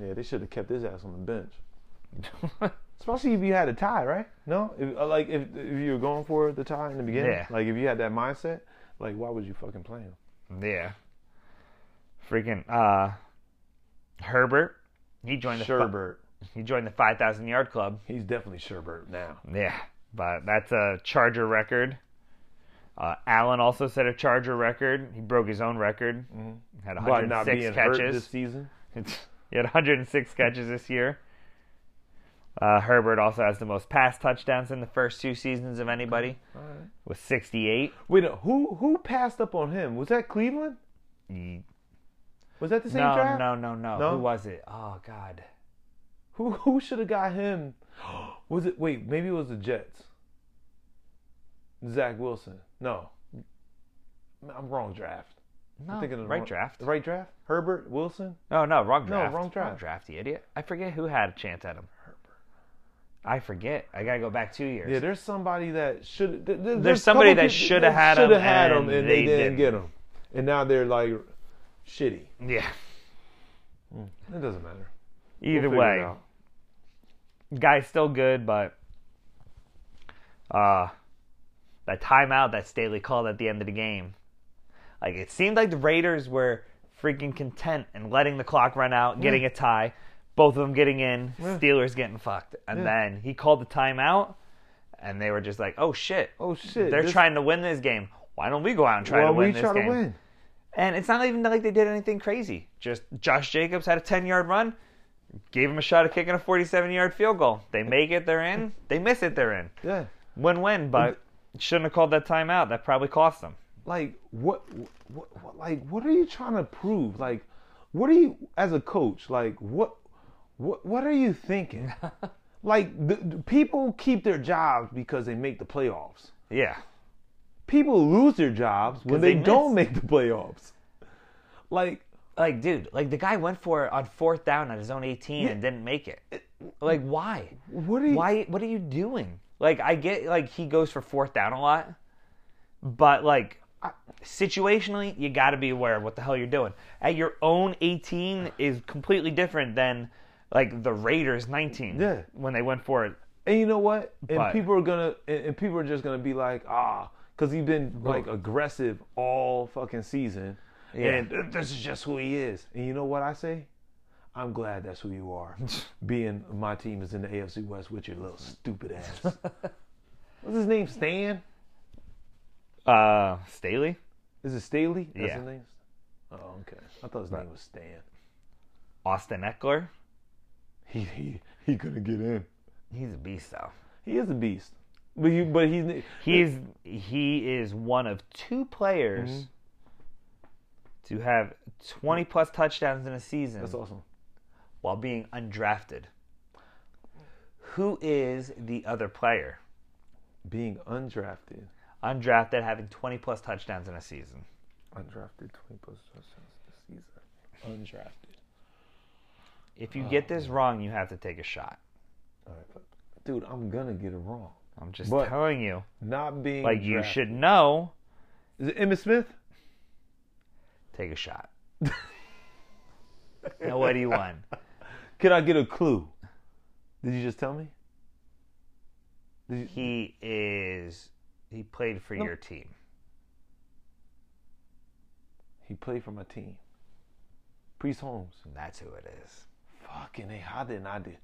A: Yeah, they should have kept his ass on the bench. Mm. Especially if you had a tie, right? No, if, uh, like if if you were going for the tie in the beginning,
C: Yeah.
A: like if you had that mindset, like why would you fucking play him?
C: yeah. Freaking uh, Herbert. He joined the fi-
A: Sherbert,
C: he joined the 5,000 yard club.
A: he's definitely Sherbert now.
C: Yeah, but that's a Charger record. Uh, Allen also set a Charger record. He broke his own record. Had
A: Mm-hmm. By not
C: 106
A: being hurt this
C: catches.
A: season.
C: he had 106 catches this year. Uh, Herbert also has the most pass touchdowns in the first two seasons of anybody, with 68.
A: Wait, uh, who who passed up on him? Was that Cleveland?
C: Ye-
A: Was that the same
C: No,
A: draft?
C: no, no, no,
A: No?
C: Who was it? Oh God.
A: Who who should have got him? Was it wait? Maybe it was the Jets. Zach Wilson. No, I'm wrong draft.
C: No,
A: thinking of the
C: right
A: wrong-
C: draft.
A: the Right draft. Herbert Wilson.
C: No, no, wrong
A: No,
C: draft.
A: wrong draft.
C: Wrong draft, you idiot. I forget who had a chance at him. I forget. I gotta go back two years.
A: Yeah, there's somebody that should. th- th- There's,
C: somebody
A: couple
C: that
A: people
C: shoulda
A: that
C: had
A: shoulda
C: him
A: had
C: and
A: him and they,
C: they
A: didn't
C: didn't.
A: get him, and now they're like shitty.
C: Yeah.
A: It doesn't matter.
C: Either
A: We'll figure it
C: way,
A: out.
C: guy's still good, but uh that timeout that Staley called at the end of the game, like it seemed like the Raiders were freaking content and letting the clock run out, getting a tie, both of them getting in, Steelers getting fucked, and
A: Yeah.
C: then he called the timeout, and they were just like, "Oh shit,
A: Oh shit!
C: they're
A: this-
C: trying to win this game. Why don't we go out and try
A: why
C: to
A: we
C: win this
A: try
C: game?"
A: to win.
C: And it's not even like they did anything crazy. Just Josh Jacobs had a 10 yard run, gave him a shot at kicking a 47 yard field goal. They make it, they're in. They miss it, they're in.
A: Yeah.
C: Win win, but shouldn't have called that timeout. That probably cost them.
A: Like what, what? What? Like what are you trying to prove? Like what are you as a coach? Like what? What? What are you thinking? like the, the people keep their jobs because they make the playoffs.
C: Yeah.
A: People lose their jobs when they,
C: they
A: don't
C: miss.
A: make the playoffs. Like
C: Like, dude, like the guy went for it on fourth down at his own 18 and didn't make it. Like, why?
A: what are you?
C: Why? What are you doing? Like, I get, like, he goes for fourth down a lot, but, like, situationally, you got to be aware of what the hell you're doing. At your own 18 is completely different than, like, the Raiders 19
A: Yeah.
C: when they went for it.
A: And you know what? And
C: But-
A: people are gonna and, and people are just gonna be like, ah, because he's been like aggressive all fucking season,
C: Yeah.
A: and th- this is just who he is. And you know what I say? I'm glad that's who you are. Being my team is in the AFC West with your little stupid ass. What's his name? Stan?
C: Uh, Staley?
A: Is it Staley? That's
C: Yeah.
A: his name. Oh, okay. I thought his name was Stan.
C: Austin Eckler?
A: He he he couldn't get in.
C: He's a beast, though.
A: He is a beast, but he but he's
C: He's he is one of two players to have 20 plus touchdowns in a season.
A: that's awesome.
C: while being undrafted. Who is the other player?
A: Being undrafted.
C: Undrafted having 20 plus touchdowns in a season.
A: Undrafted, 20 plus touchdowns this season. Undrafted.
C: If you get this wrong, you have to take a shot.
A: All right, but dude, I'm gonna get it wrong.
C: I'm just
A: But-
C: telling you.
A: Not being
C: Like you
A: drafted.
C: should know,
A: Is it Emmitt Smith?
C: take a shot. now what do you want?
A: Can I get a clue? Did you just tell me? Did you,
C: He is he played for your team.
A: he played for my team. Priest Holmes.
C: And that's who it is.
A: Fucking hey, how did I did?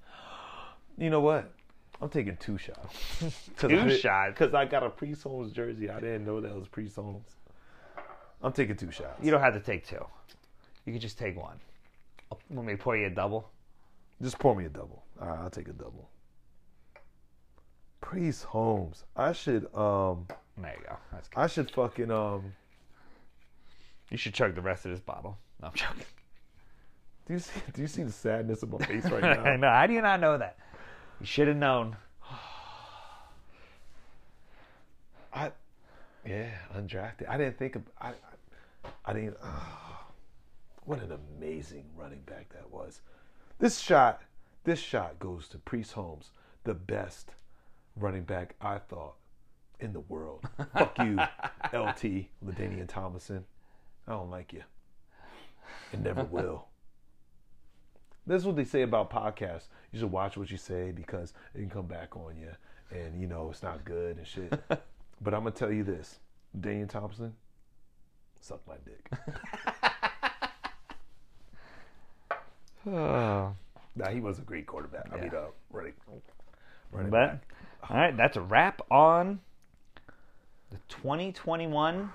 A: You know what? I'm taking two shots.
C: Two shots?
A: Because I got a Priest Holmes jersey. I didn't know that was Priest Holmes. I'm taking two shots.
C: You don't have to take two. You can just take one. Oh, Let me pour you a double.
A: Just pour me a double. All right, I'll take a double. Priest Holmes. I should um
C: There you go. That's good.
A: I should fucking um
C: You should chug the rest of this bottle. No, I'm joking.
A: do you see do you see the sadness of my face right
C: I
A: now?
C: know. How do you not know that? You should have known.
A: I yeah, undrafted. I didn't think of I I, I didn't ah. what an amazing running back that was. This shot this shot goes to Priest Holmes, the best running back I thought in the world. Fuck you, LT, Ladanian Thomason. I don't like you. And never will. That's what they say about podcasts. You should watch what you say because it can come back on you and you know it's not good and shit. but I'm gonna tell you this. Daniel Thompson, suck my dick. nah, he was a great quarterback. I mean uh running running back.
C: But all right, that's a wrap on the 2021-2022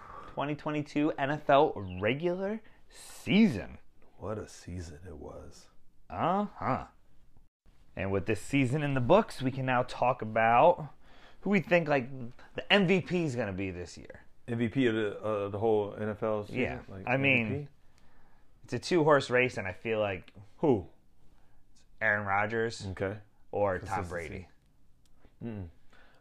C: NFL regular season.
A: What a season it was.
C: Uh-huh. And with this season in the books, we can now talk about who we think like the MVP is going to be this year.
A: MVP of the uh, the whole NFL season.
C: Yeah. I mean- It's a two-horse race and I feel like
A: who?
C: Aaron Rodgers
A: Okay.
C: or Tom
A: Consistency.
C: Brady.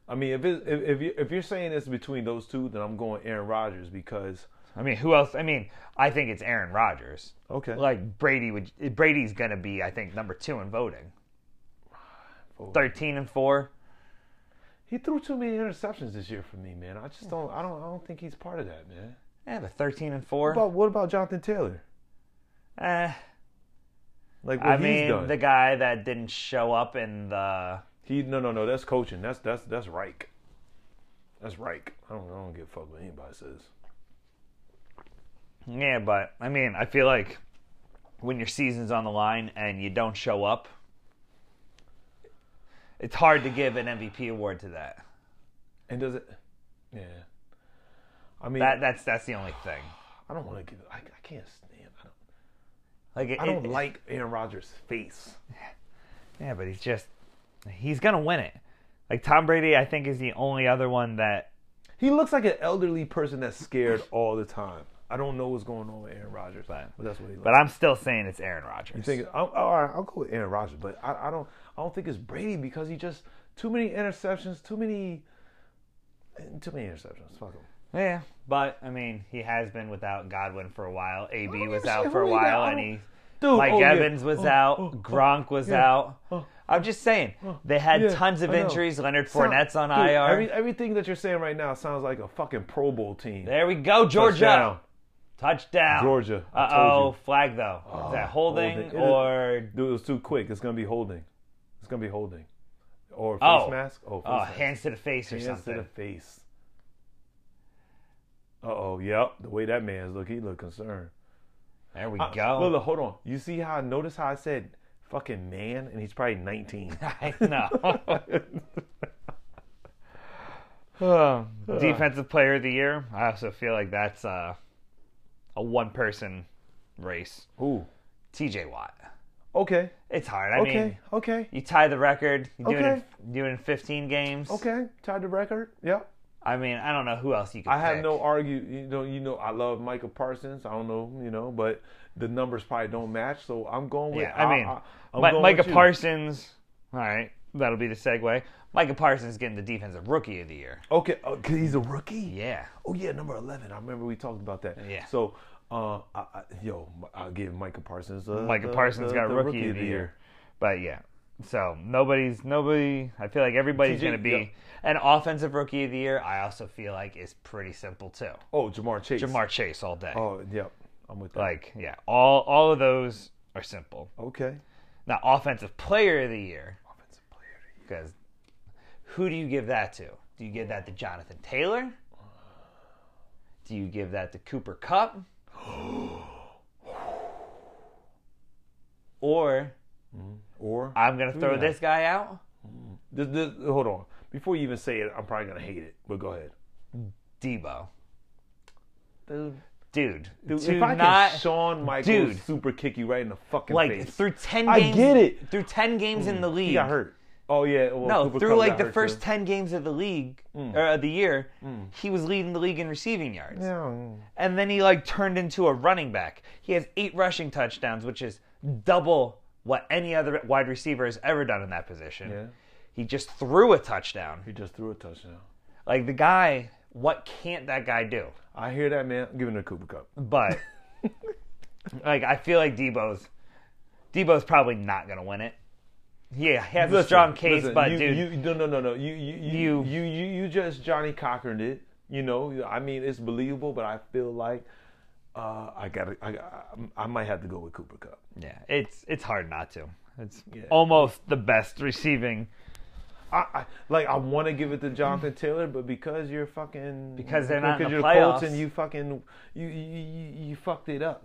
A: I mean, if it, if if, you, if you're saying it's between those two, then I'm going Aaron Rodgers because
C: I mean, who else? I mean, I think it's Aaron Rodgers.
A: Okay.
C: Like Brady would. Brady's gonna be, I think, number two in voting. Thirteen and four.
A: He threw too many interceptions this year for me, man. I just don't. I don't. I don't think he's part of that, man.
C: Yeah, but thirteen and four.
A: But what about Jonathan Taylor?
C: Eh,
A: Like what
C: I
A: he's
C: mean,
A: done.
C: the guy that didn't show up in the.
A: He no no no. That's coaching. That's that's that's Reich. That's Reich. I don't. I don't give a fuck what anybody says.
C: Yeah, but I mean, I feel like when your season's on the line and you don't show up, it's hard to give an MVP award to that.
A: And does it? Yeah. I mean,
C: That that's that's the only thing.
A: I don't want to give. I, I can't stand. I don't,
C: Like it,
A: I don't
C: it-
A: like Aaron Rodgers' face.
C: Yeah, but he's just he's gonna win it. Like Tom Brady, I think is the only other one that
A: He looks like an elderly person that's scared all the time. I don't know what's going on with Aaron Rodgers,
C: But-
A: that's what he looks.
C: but I'm still saying it's Aaron Rodgers.
A: You think? I'll, all right, I'll go with Aaron Rodgers, but I, I don't. I don't think it's Brady because he just too many interceptions, too many, too many interceptions. Fuck him.
C: Yeah, but I mean, he has been without Godwin for a while. AB
A: don't
C: was
A: give a
C: out
A: shit
C: for a
A: who he got.
C: while,
A: I
C: and
A: don't-
C: he
A: Dude,
C: Mike
A: oh, yeah.
C: Evans was
A: Oh,
C: out.
A: oh, oh,
C: Gronk was
A: yeah.
C: out.
A: Oh,
C: I'm just saying they had
A: yeah,
C: tons of
A: I know.
C: injuries. Leonard
A: Sound-
C: Fournette's on
A: dude,
C: IR.
A: Every, everything that you're saying right now sounds like a fucking Pro Bowl team.
C: there we go, Georgia
A: Touchdown.
C: touchdown.
A: Georgia, I
C: Uh
A: told
C: oh,
A: you.
C: flag though. Is that holding
A: holding. It is-
C: or
A: Dude, it was too quick. It's gonna be holding. It's gonna be holding. Or face
C: Oh.
A: mask. Oh, face
C: oh,
A: mask.
C: hands to the face or
A: Hands
C: something?
A: to the face. Uh oh, yep. The way that man's look, he look concerned.
C: There we
A: I-
C: go.
A: Look, look, hold on. You see how? Notice how I said fucking man, and he's probably nineteen.
C: I know. Oh, Defensive player of the year. I also feel like that's uh, a one person race.
A: Ooh.
C: TJ Watt.
A: Okay.
C: It's hard. I
A: Okay.
C: mean,
A: okay.
C: you tie the record. You do, it
A: Okay.
C: in, do it in 15 games.
A: Okay. Tied the record. Yep.
C: I mean, I don't know who else you could
A: I have
C: pick.
A: no argue. You know, you know, I love Michael Parsons. I don't know, you know, but the numbers probably don't match. So I'm going with.
C: Yeah, I mean,
A: I'm
C: Mi-
A: going
C: Micah
A: with you.
C: Parsons. All right. That'll be the segue. Micah Parsons getting the defensive rookie of the year.
A: Okay, oh, 'cause he's a rookie.
C: Yeah.
A: Oh yeah, number eleven. I remember we talked about that.
C: Yeah.
A: So, uh, I, I, yo, I'll give Micah Parsons. Uh,
C: Micah
A: the-
C: Parsons
A: the-
C: got
A: the
C: rookie, of the year. But yeah. So nobody's nobody I feel like everybody's
A: TJ,
C: gonna be
A: yeah.
C: an offensive rookie of the year, I also feel like is pretty simple too.
A: Oh, Jamar Chase.
C: Jamar Chase all day.
A: Oh, yep. I'm with that.
C: Like, yeah, all all of those are simple.
A: okay.
C: Now offensive player of the year,
A: Offensive player.
C: because who do you give that to? Do you give that to Jonathan Taylor? Do you give that to Cooper Cup? Or
A: Or
C: I'm gonna throw
A: Yeah.
C: this guy out?
A: this, this, hold on. Before you even say it, I'm probably gonna hate it. But go ahead.
C: Debo.
A: Dude,
C: Dude,
A: dude
C: to
A: if I
C: not
A: can Shawn Michaels
C: Dude.
A: super kick you right in the fucking
C: like
A: face.
C: through ten
A: I
C: games
A: get it. Mm.
C: through ten games in the league.
A: He got hurt. Oh yeah. Well,
C: No,
A: Cooper
C: through
A: Kupp
C: like
A: got
C: the
A: hurt,
C: first
A: too. Mm.
C: ten games of the league or of the year, he was leading the league in receiving yards,
A: Yeah.
C: and then he like turned into a running back. He has eight rushing touchdowns, which is double what any other wide receiver has ever done in that position.
A: Yeah.
C: He just threw a touchdown.
A: He just threw a touchdown.
C: Like the guy, what can't that guy do?
A: I hear that, man. I'm giving it to Cooper Cup.
C: But like I feel like Debo's Debo's probably not gonna win it. Yeah, he has a strong case,
A: listen,
C: but
A: you,
C: dude,
A: you, no, no, no, no. You, you,
C: You-
A: you, you, you, you just Johnny Cochran it. You know, I mean, it's believable, but I feel like uh, I gotta, I, I, I might have to go with Cooper Cup.
C: yeah, it's it's hard not to. It's
A: Yeah.
C: almost the best receiving
A: I, I like, I want to give it to Jonathan Taylor, but because you're fucking,
C: Because they're not in
A: because
C: the
A: you're Colts
C: playoffs.
A: and you fucking, you, you, you, you fucked it up,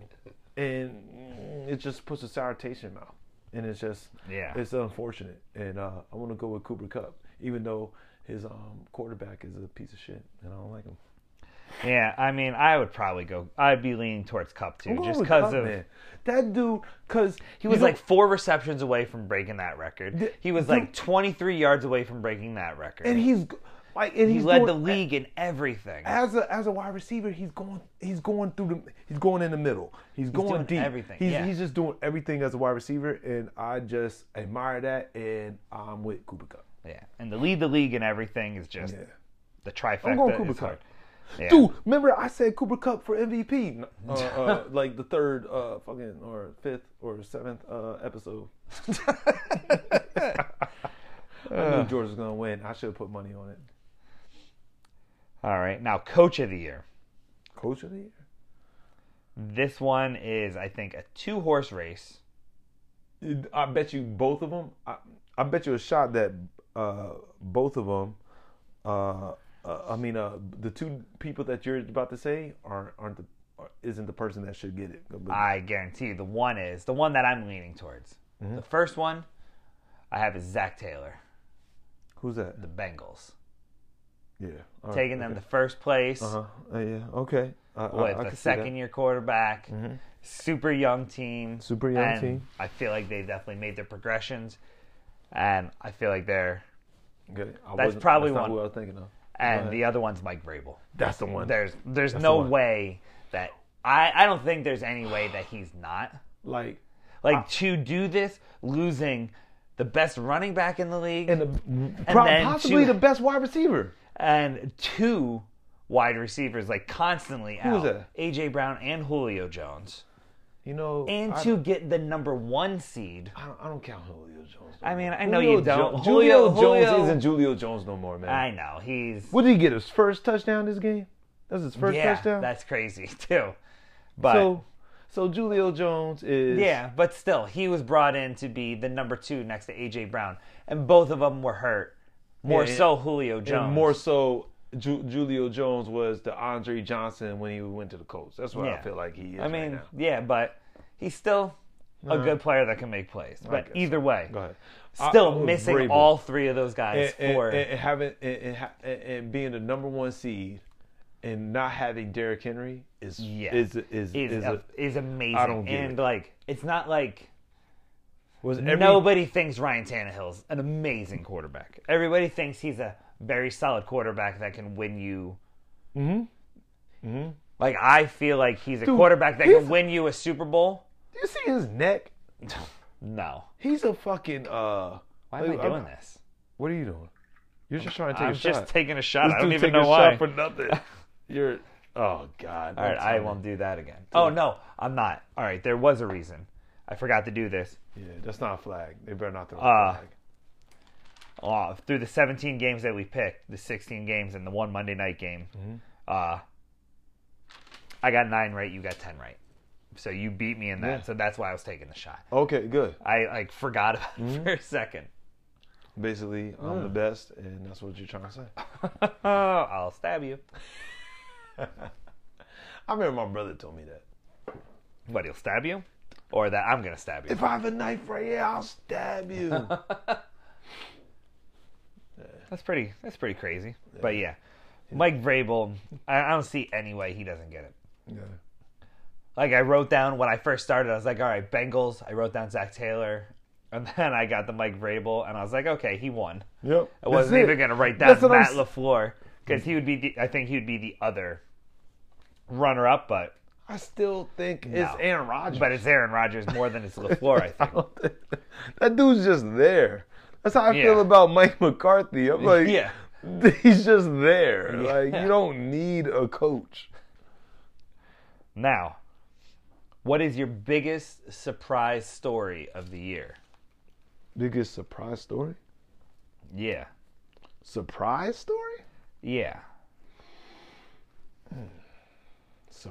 A: and mm, it just puts a sour taste in your mouth, and it's just,
C: Yeah.
A: it's unfortunate, and uh, I want to go with Cooper Cup, even though his um, quarterback is a piece of shit, and I don't like him.
C: Yeah, I mean, I would probably go. I'd be leaning towards Cup too,
A: I'm going
C: just
A: with
C: because
A: Cup,
C: of
A: man. that dude. Because
C: he was like four receptions away from breaking that record.
A: Th-
C: He was
A: th-
C: like 23 yards away from breaking that record.
A: and he's g- like, and
C: he
A: he's
C: led
A: going-
C: the league in everything.
A: as a as a wide receiver. He's going he's going through the he's going in the middle. He's, going
C: doing
A: deep.
C: everything,
A: He's
C: yeah.
A: he's just doing everything as a wide receiver, and I just admire that. And I'm with Cooper Cup.
C: Yeah, and to lead the league in everything is just
A: Yeah.
C: the trifecta.
A: I'm going Cooper
C: is hard.
A: Cup.
C: Yeah.
A: Dude, remember I said Cooper Cup for MVP, uh, uh, like the third, uh, fucking or fifth or seventh uh, episode. I knew George was gonna win. I should have put money on it.
C: All right, now coach of the year.
A: Coach of the year.
C: This one is, I think, a two horse race.
A: It- I bet you both of them. I, I bet you a shot that uh, both of them. Uh, uh, I mean, uh, the two people that you're about to say aren't aren't the are- isn't the person that should get it.
C: I guarantee you the one is the one that I'm leaning towards.
A: Mm-hmm.
C: The first one I have is Zach Taylor,
A: Who's that?
C: the Bengals,
A: Yeah, all right,
C: taking them to first place
A: Uh-huh. Uh, yeah. Okay. I, I- I
C: with
A: can
C: a
A: see
C: second
A: that. Mm-hmm.
C: year quarterback, super young team.
A: Super young
C: and
A: team.
C: I feel like they've definitely made their progressions, and I feel like they're.
A: Okay. I
C: That's
A: wasn't-
C: probably
A: that's not
C: one.
A: who I was thinking of.
C: And the other one's Mike Vrabel.
A: That's the one.
C: There's there's no
A: one.
C: way that I I don't think there's any way that he's not.
A: Like
C: Like to do this, losing the best running back in the league
A: and
C: and,
A: the prob-
C: then
A: possibly
C: two-
A: the best wide receiver.
C: two wide receivers like constantly
A: Who
C: out.
A: was that?
C: AJ Brown and Julio Jones.
A: You know.
C: And
A: I,
C: to get the number one seed.
A: I don't, I don't count Julio Jones. No
C: I mean,
A: more.
C: I know
A: Julio
C: you don't.
A: Jo-
C: Julio-
A: Julio,
C: Julio-
A: Jones isn't Julio Jones no more, man.
C: I know he's
A: What did he get? His first touchdown this game. That's his first
C: yeah,
A: touchdown.
C: that's crazy too. But
A: so, so Julio Jones is
C: Yeah, but still, he was brought in to be the number two next to AJ Brown, and both of them were hurt. More
A: Yeah,
C: so, Julio Jones.
A: And more so, Ju- Julio Jones was the Andre Johnson when he went to the Colts. That's what
C: Yeah.
A: I feel like he is.
C: I
A: right
C: mean,
A: now.
C: yeah, but he's still a good player that can make plays. But
A: guess
C: either way,
A: Go ahead.
C: still
A: I- I was
C: missing
A: Vrabel.
C: all three of those guys
A: and, and-
C: for
A: and, and having and, and, ha- and- and being the number one seed and not having Derrick Henry is
C: Yeah.
A: is
C: is
A: is, is
C: a-
A: a-
C: is amazing.
A: I don't get
C: and
A: it.
C: like, it's not like
A: was every,
C: nobody thinks Ryan Tannehill's an amazing quarterback. Everybody thinks he's a very solid quarterback that can win you. Mm-hmm. Mm-hmm. Like I feel like he's a quarterback that can
A: he's-
C: win you a Super Bowl.
A: Do you see his neck?
C: No.
A: He's a fucking uh.
C: Why am
A: like,
C: I
A: I'm-
C: doing this?
A: What are you doing? You're just trying to take
C: I'm
A: a
C: just
A: shot.
C: taking a shot.
A: This
C: I don't
A: dude
C: even
A: taking
C: know
A: a shot
C: why.
A: for nothing. You're oh god.
C: All right, I won't do that again. Oh no, I'm not. All right, there was a reason. I forgot to do this.
A: Yeah, that's not a flag. They better not throw a
C: Uh,
A: flag.
C: Uh, through the 17 games that we picked, the 16 games and the one Monday night game, uh, I got nine right. You got 10 right. So you beat me in that.
A: Yeah.
C: So that's why I was taking the shot.
A: Okay, good.
C: I like forgot about it for a second.
A: Basically, I'm the best, and that's what you're trying to say.
C: Oh, I'll stab you,
A: I remember my brother told me that.
C: but he'll stab you, or that I'm gonna stab you.
A: If I have a knife right here, I'll stab you.
C: That's pretty. That's pretty crazy. But yeah, Mike Vrabel. I, I don't see any way he doesn't get it.
A: yeah.
C: Like I wrote down when I first started, I was like, all right, Bengals. I wrote down Zach Taylor, and then I got the Mike Vrabel, and I was like, okay, he won.
A: Yep.
C: I wasn't even gonna write down
A: That's what I'm
C: Matt
A: s-
C: Lafleur because he would be. The, I think he would be the other runner-up, but
A: I still think
C: No.
A: it's Aaron Rodgers.
C: but it's Aaron Rodgers more than it's Lafleur. I think.
A: that dude's just there. That's how I
C: Yeah.
A: feel about Mike McCarthy. I'm like,
C: Yeah.
A: he's just there. Like
C: Yeah.
A: you don't need a coach.
C: Now, what is your biggest surprise story of the year?
A: Biggest surprise story?
C: Yeah.
A: Surprise story?
C: Yeah.
A: Hmm.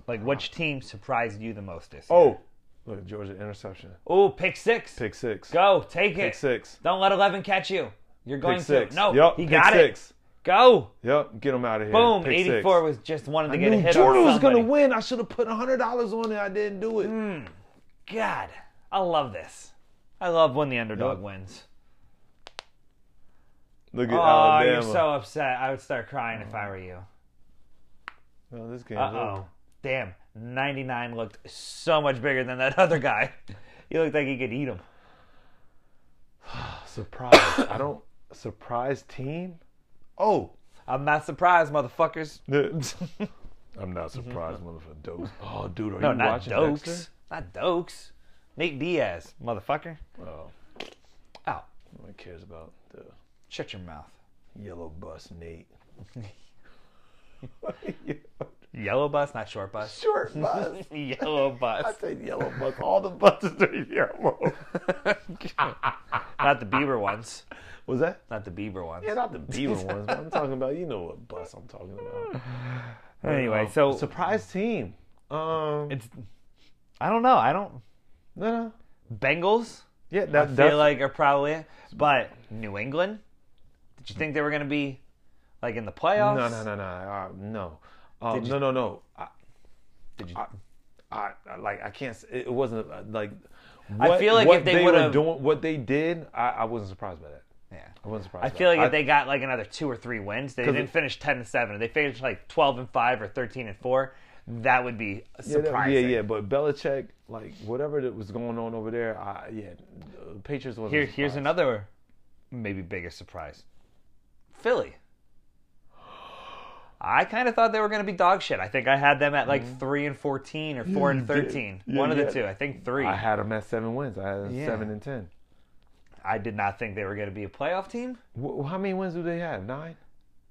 C: Like which team surprised you the most this year?
A: Oh, look, Georgia interception.
C: Oh, pick six.
A: Pick six.
C: Go, take it.
A: Pick six.
C: Don't let eleven catch you. You're going
A: Pick six.
C: to. No,
A: Yep.
C: he
A: pick
C: got it.
A: six.
C: Go.
A: Yep. Get him out of here.
C: Boom.
A: Pick six.
C: 84 was just wanted to
A: I
C: get a
A: knew
C: hit
A: Jordan
C: on
A: was
C: somebody. Mm.
A: gonna win. I should have put hundred dollars on it. I didn't do it.
C: God, I love this. I love when the underdog
A: Yep.
C: wins.
A: Look at
C: Oh,
A: Alabama.
C: you're so upset. I would start crying if I were you.
A: No, this game's
C: Uh oh. Damn. 99 looked so much bigger than that other guy. He looked like he could eat him.
A: over. Surprise. I don't. Surprise team. Oh.
C: I'm not surprised, motherfuckers.
A: I'm not surprised, motherfucker. Dokes. Oh, dude, are
C: Mm-hmm. No,
A: you
C: not
A: watching
C: Dokes.
A: Dexter?
C: Not Dokes. Nate Diaz, motherfucker.
A: Oh,
C: Ow.
A: no one cares about the
C: Shut your mouth.
A: yellow bus, Nate.
C: yellow bus, not short bus.
A: Short bus.
C: yellow
A: I
C: bus.
A: said yellow bus. All the buses are yellow.
C: not the Bieber ones.
A: Was that?
C: Not the Bieber ones.
A: Yeah, not the Beaver ones. But I'm talking about. You know what bus I'm talking about.
C: Anyway, so
A: surprise team. Um,
C: it's. I don't know. I don't.
A: no, no.
C: Bengals.
A: Yeah, that,
C: I
A: that's
C: feel like are probably it. But New England, did you think they were going to be like in the playoffs?
A: no, no, no, no, uh, no, um,
C: Did you-
A: no, no, no. I,
C: Did you,
A: I, I- like I can't. s- It it wasn't uh, like.
C: I feel like
A: what
C: if they
A: were
C: would've-
A: doing what they did, I, I wasn't surprised by that.
C: yeah.
A: I wasn't surprised.
C: I
A: by
C: feel
A: that.
C: like if they got like another two or three wins, they
A: 'Cause
C: didn't
A: it-
C: finish ten and seven. If they finished like twelve and five or thirteen and four, that would be
A: Yeah, that-
C: surprising.
A: Yeah, yeah, but Belichick, like whatever that was going on over there, I, yeah, the Patriots wasn't.
C: Here,
A: a
C: here's
A: surprise.
C: another maybe bigger surprise. Philly. I kind of thought they were going to be dog shit. I think I had them at like three and fourteen or four and thirteen.
A: Mm-hmm. Yeah,
C: One of
A: yeah.
C: the two. I think three.
A: I had them at seven wins. I had 'em
C: Yeah.
A: seven and ten.
C: I did not think they were going to be a playoff team.
A: Wh- how many wins do they have? Nine.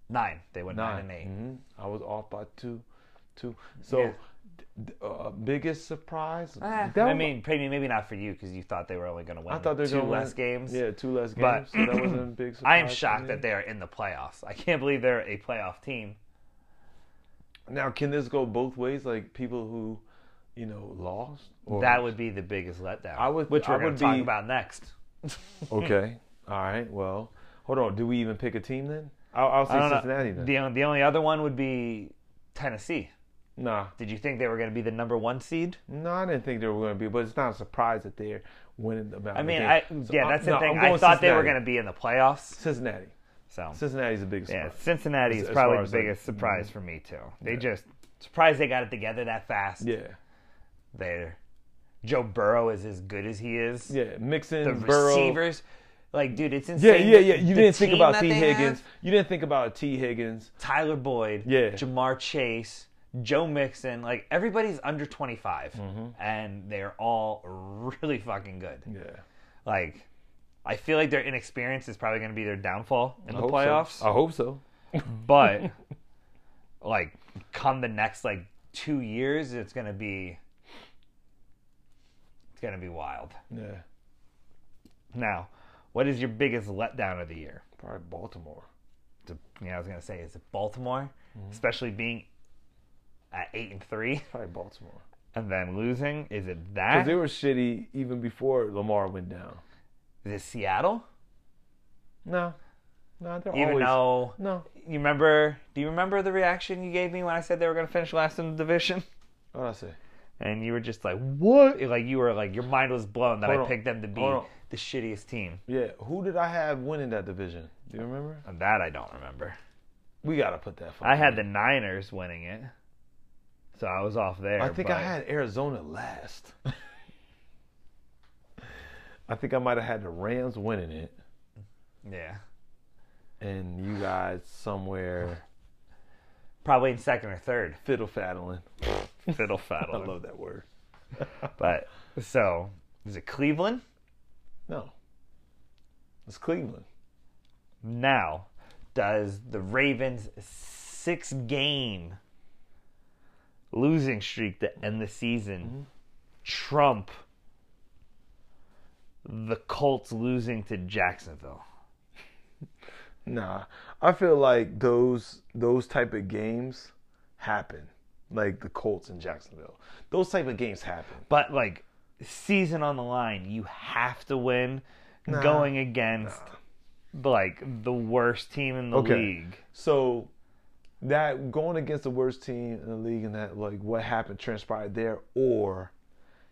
C: Nine. They went nine, and 8
A: Mhm. I was off by two, two. So,
C: Mm-hmm. Yeah.
A: d- uh, biggest surprise.
C: Ah,
A: That
C: I
A: wa-
C: mean, maybe maybe not for you because you thought they were only going to win
A: I thought they were
C: two
A: gonna win-
C: less games.
A: Yeah, two less
C: But-
A: games. so that wasn't a big surprise.
C: I am
A: to
C: shocked
A: me.
C: that they are in the playoffs. I can't believe they're a playoff team.
A: Now, can this go both ways? Like people who, you know, lost. Or...
C: That would be the biggest letdown.
A: I would-
C: which
A: I
C: we're going
A: would
C: to talk
A: be-
C: about next.
A: Okay. All right. Well, hold on. Do we even pick a team then? I'll, I'll say
C: I don't know.
A: Cincinnati then.
C: The, on- the only other one would be Tennessee.
A: Nah.
C: Did you think they were going to be the number one seed?
A: No, I didn't think they were going to be, but it's not a surprise that they're winning the amount
C: I
A: of
C: mean, I,
A: games. So
C: yeah,
A: I'm-
C: that's the
A: no,
C: thing.
A: I'm
C: I
A: going
C: thought they were
A: Cincinnati.
C: going to be in the playoffs.
A: Cincinnati.
C: So
A: Cincinnati's the biggest
C: yeah,
A: surprise.
C: Cincinnati
A: As-
C: is
A: as
C: probably
A: far
C: the
A: as, mm-hmm. like,
C: biggest surprise for me too. They just surprised they got it together that fast.
A: Yeah.
C: They're Joe Burrow is as good as he is.
A: Yeah, Mixon,
C: the
A: Burrow.
C: receivers. Like, dude, it's
A: Yeah,
C: insane.
A: yeah, yeah. You
C: the
A: didn't think
C: team
A: about
C: that
A: T.
C: they
A: Higgins.
C: have.
A: You didn't think about T. Higgins.
C: Tyler Boyd,
A: Yeah.
C: Jamar Chase, Joe Mixon. Like, everybody's under 25,
A: Mm-hmm.
C: and they're all really fucking good.
A: Yeah.
C: Like, I feel like their inexperience is probably going to be their downfall in
A: I
C: the
A: hope so. Uh.
C: playoffs.
A: I hope so.
C: But, like, come the next, like, two years, it's going to be. It's going to be wild.
A: Yeah.
C: Now, what is your biggest letdown of the year?
A: Probably Baltimore.
C: to, you know, I was gonna say, is it Baltimore,
A: Mm-hmm.
C: especially being at eight and three
A: Probably Baltimore.
C: and then losing? Is it that?
A: Because they
C: Is
A: were shitty even before Lamar went down.
C: it Seattle?
A: No. No, they're
C: Even
A: always.
C: though
A: No.
C: you remember, do you remember the reaction you gave me when I said they were gonna finish last in the division?
A: What'd I say?
C: And you were just like, "What?" Like you were like, your mind was blown that
A: Hold
C: I
A: on.
C: picked them to be
A: Hold on.
C: the shittiest team.
A: Yeah. Who did I have winning that division? Do you remember?
C: And that I don't remember.
A: We got to put that.
C: I had
A: fucking-
C: the Niners winning it, so I was off there.
A: I think I
C: but-
A: had Arizona last. I think I might have had the Rams winning it.
C: yeah,
A: and you guys somewhere
C: probably in second or third.
A: fiddle faddling.
C: Fiddle faddle.
A: I love that word.
C: But so is it Cleveland?
A: No, it's Cleveland.
C: Now, does the Ravens six game losing streak to end the season trump the Colts losing to Jacksonville?
A: Nah, I feel like those those type of games happen, like the Colts in Jacksonville. Those type of games happen.
C: But like season on the line, you have to win going against like the worst team in the
A: Okay.
C: league.
A: So that going against the worst team in the league and that like what happened transpired there, or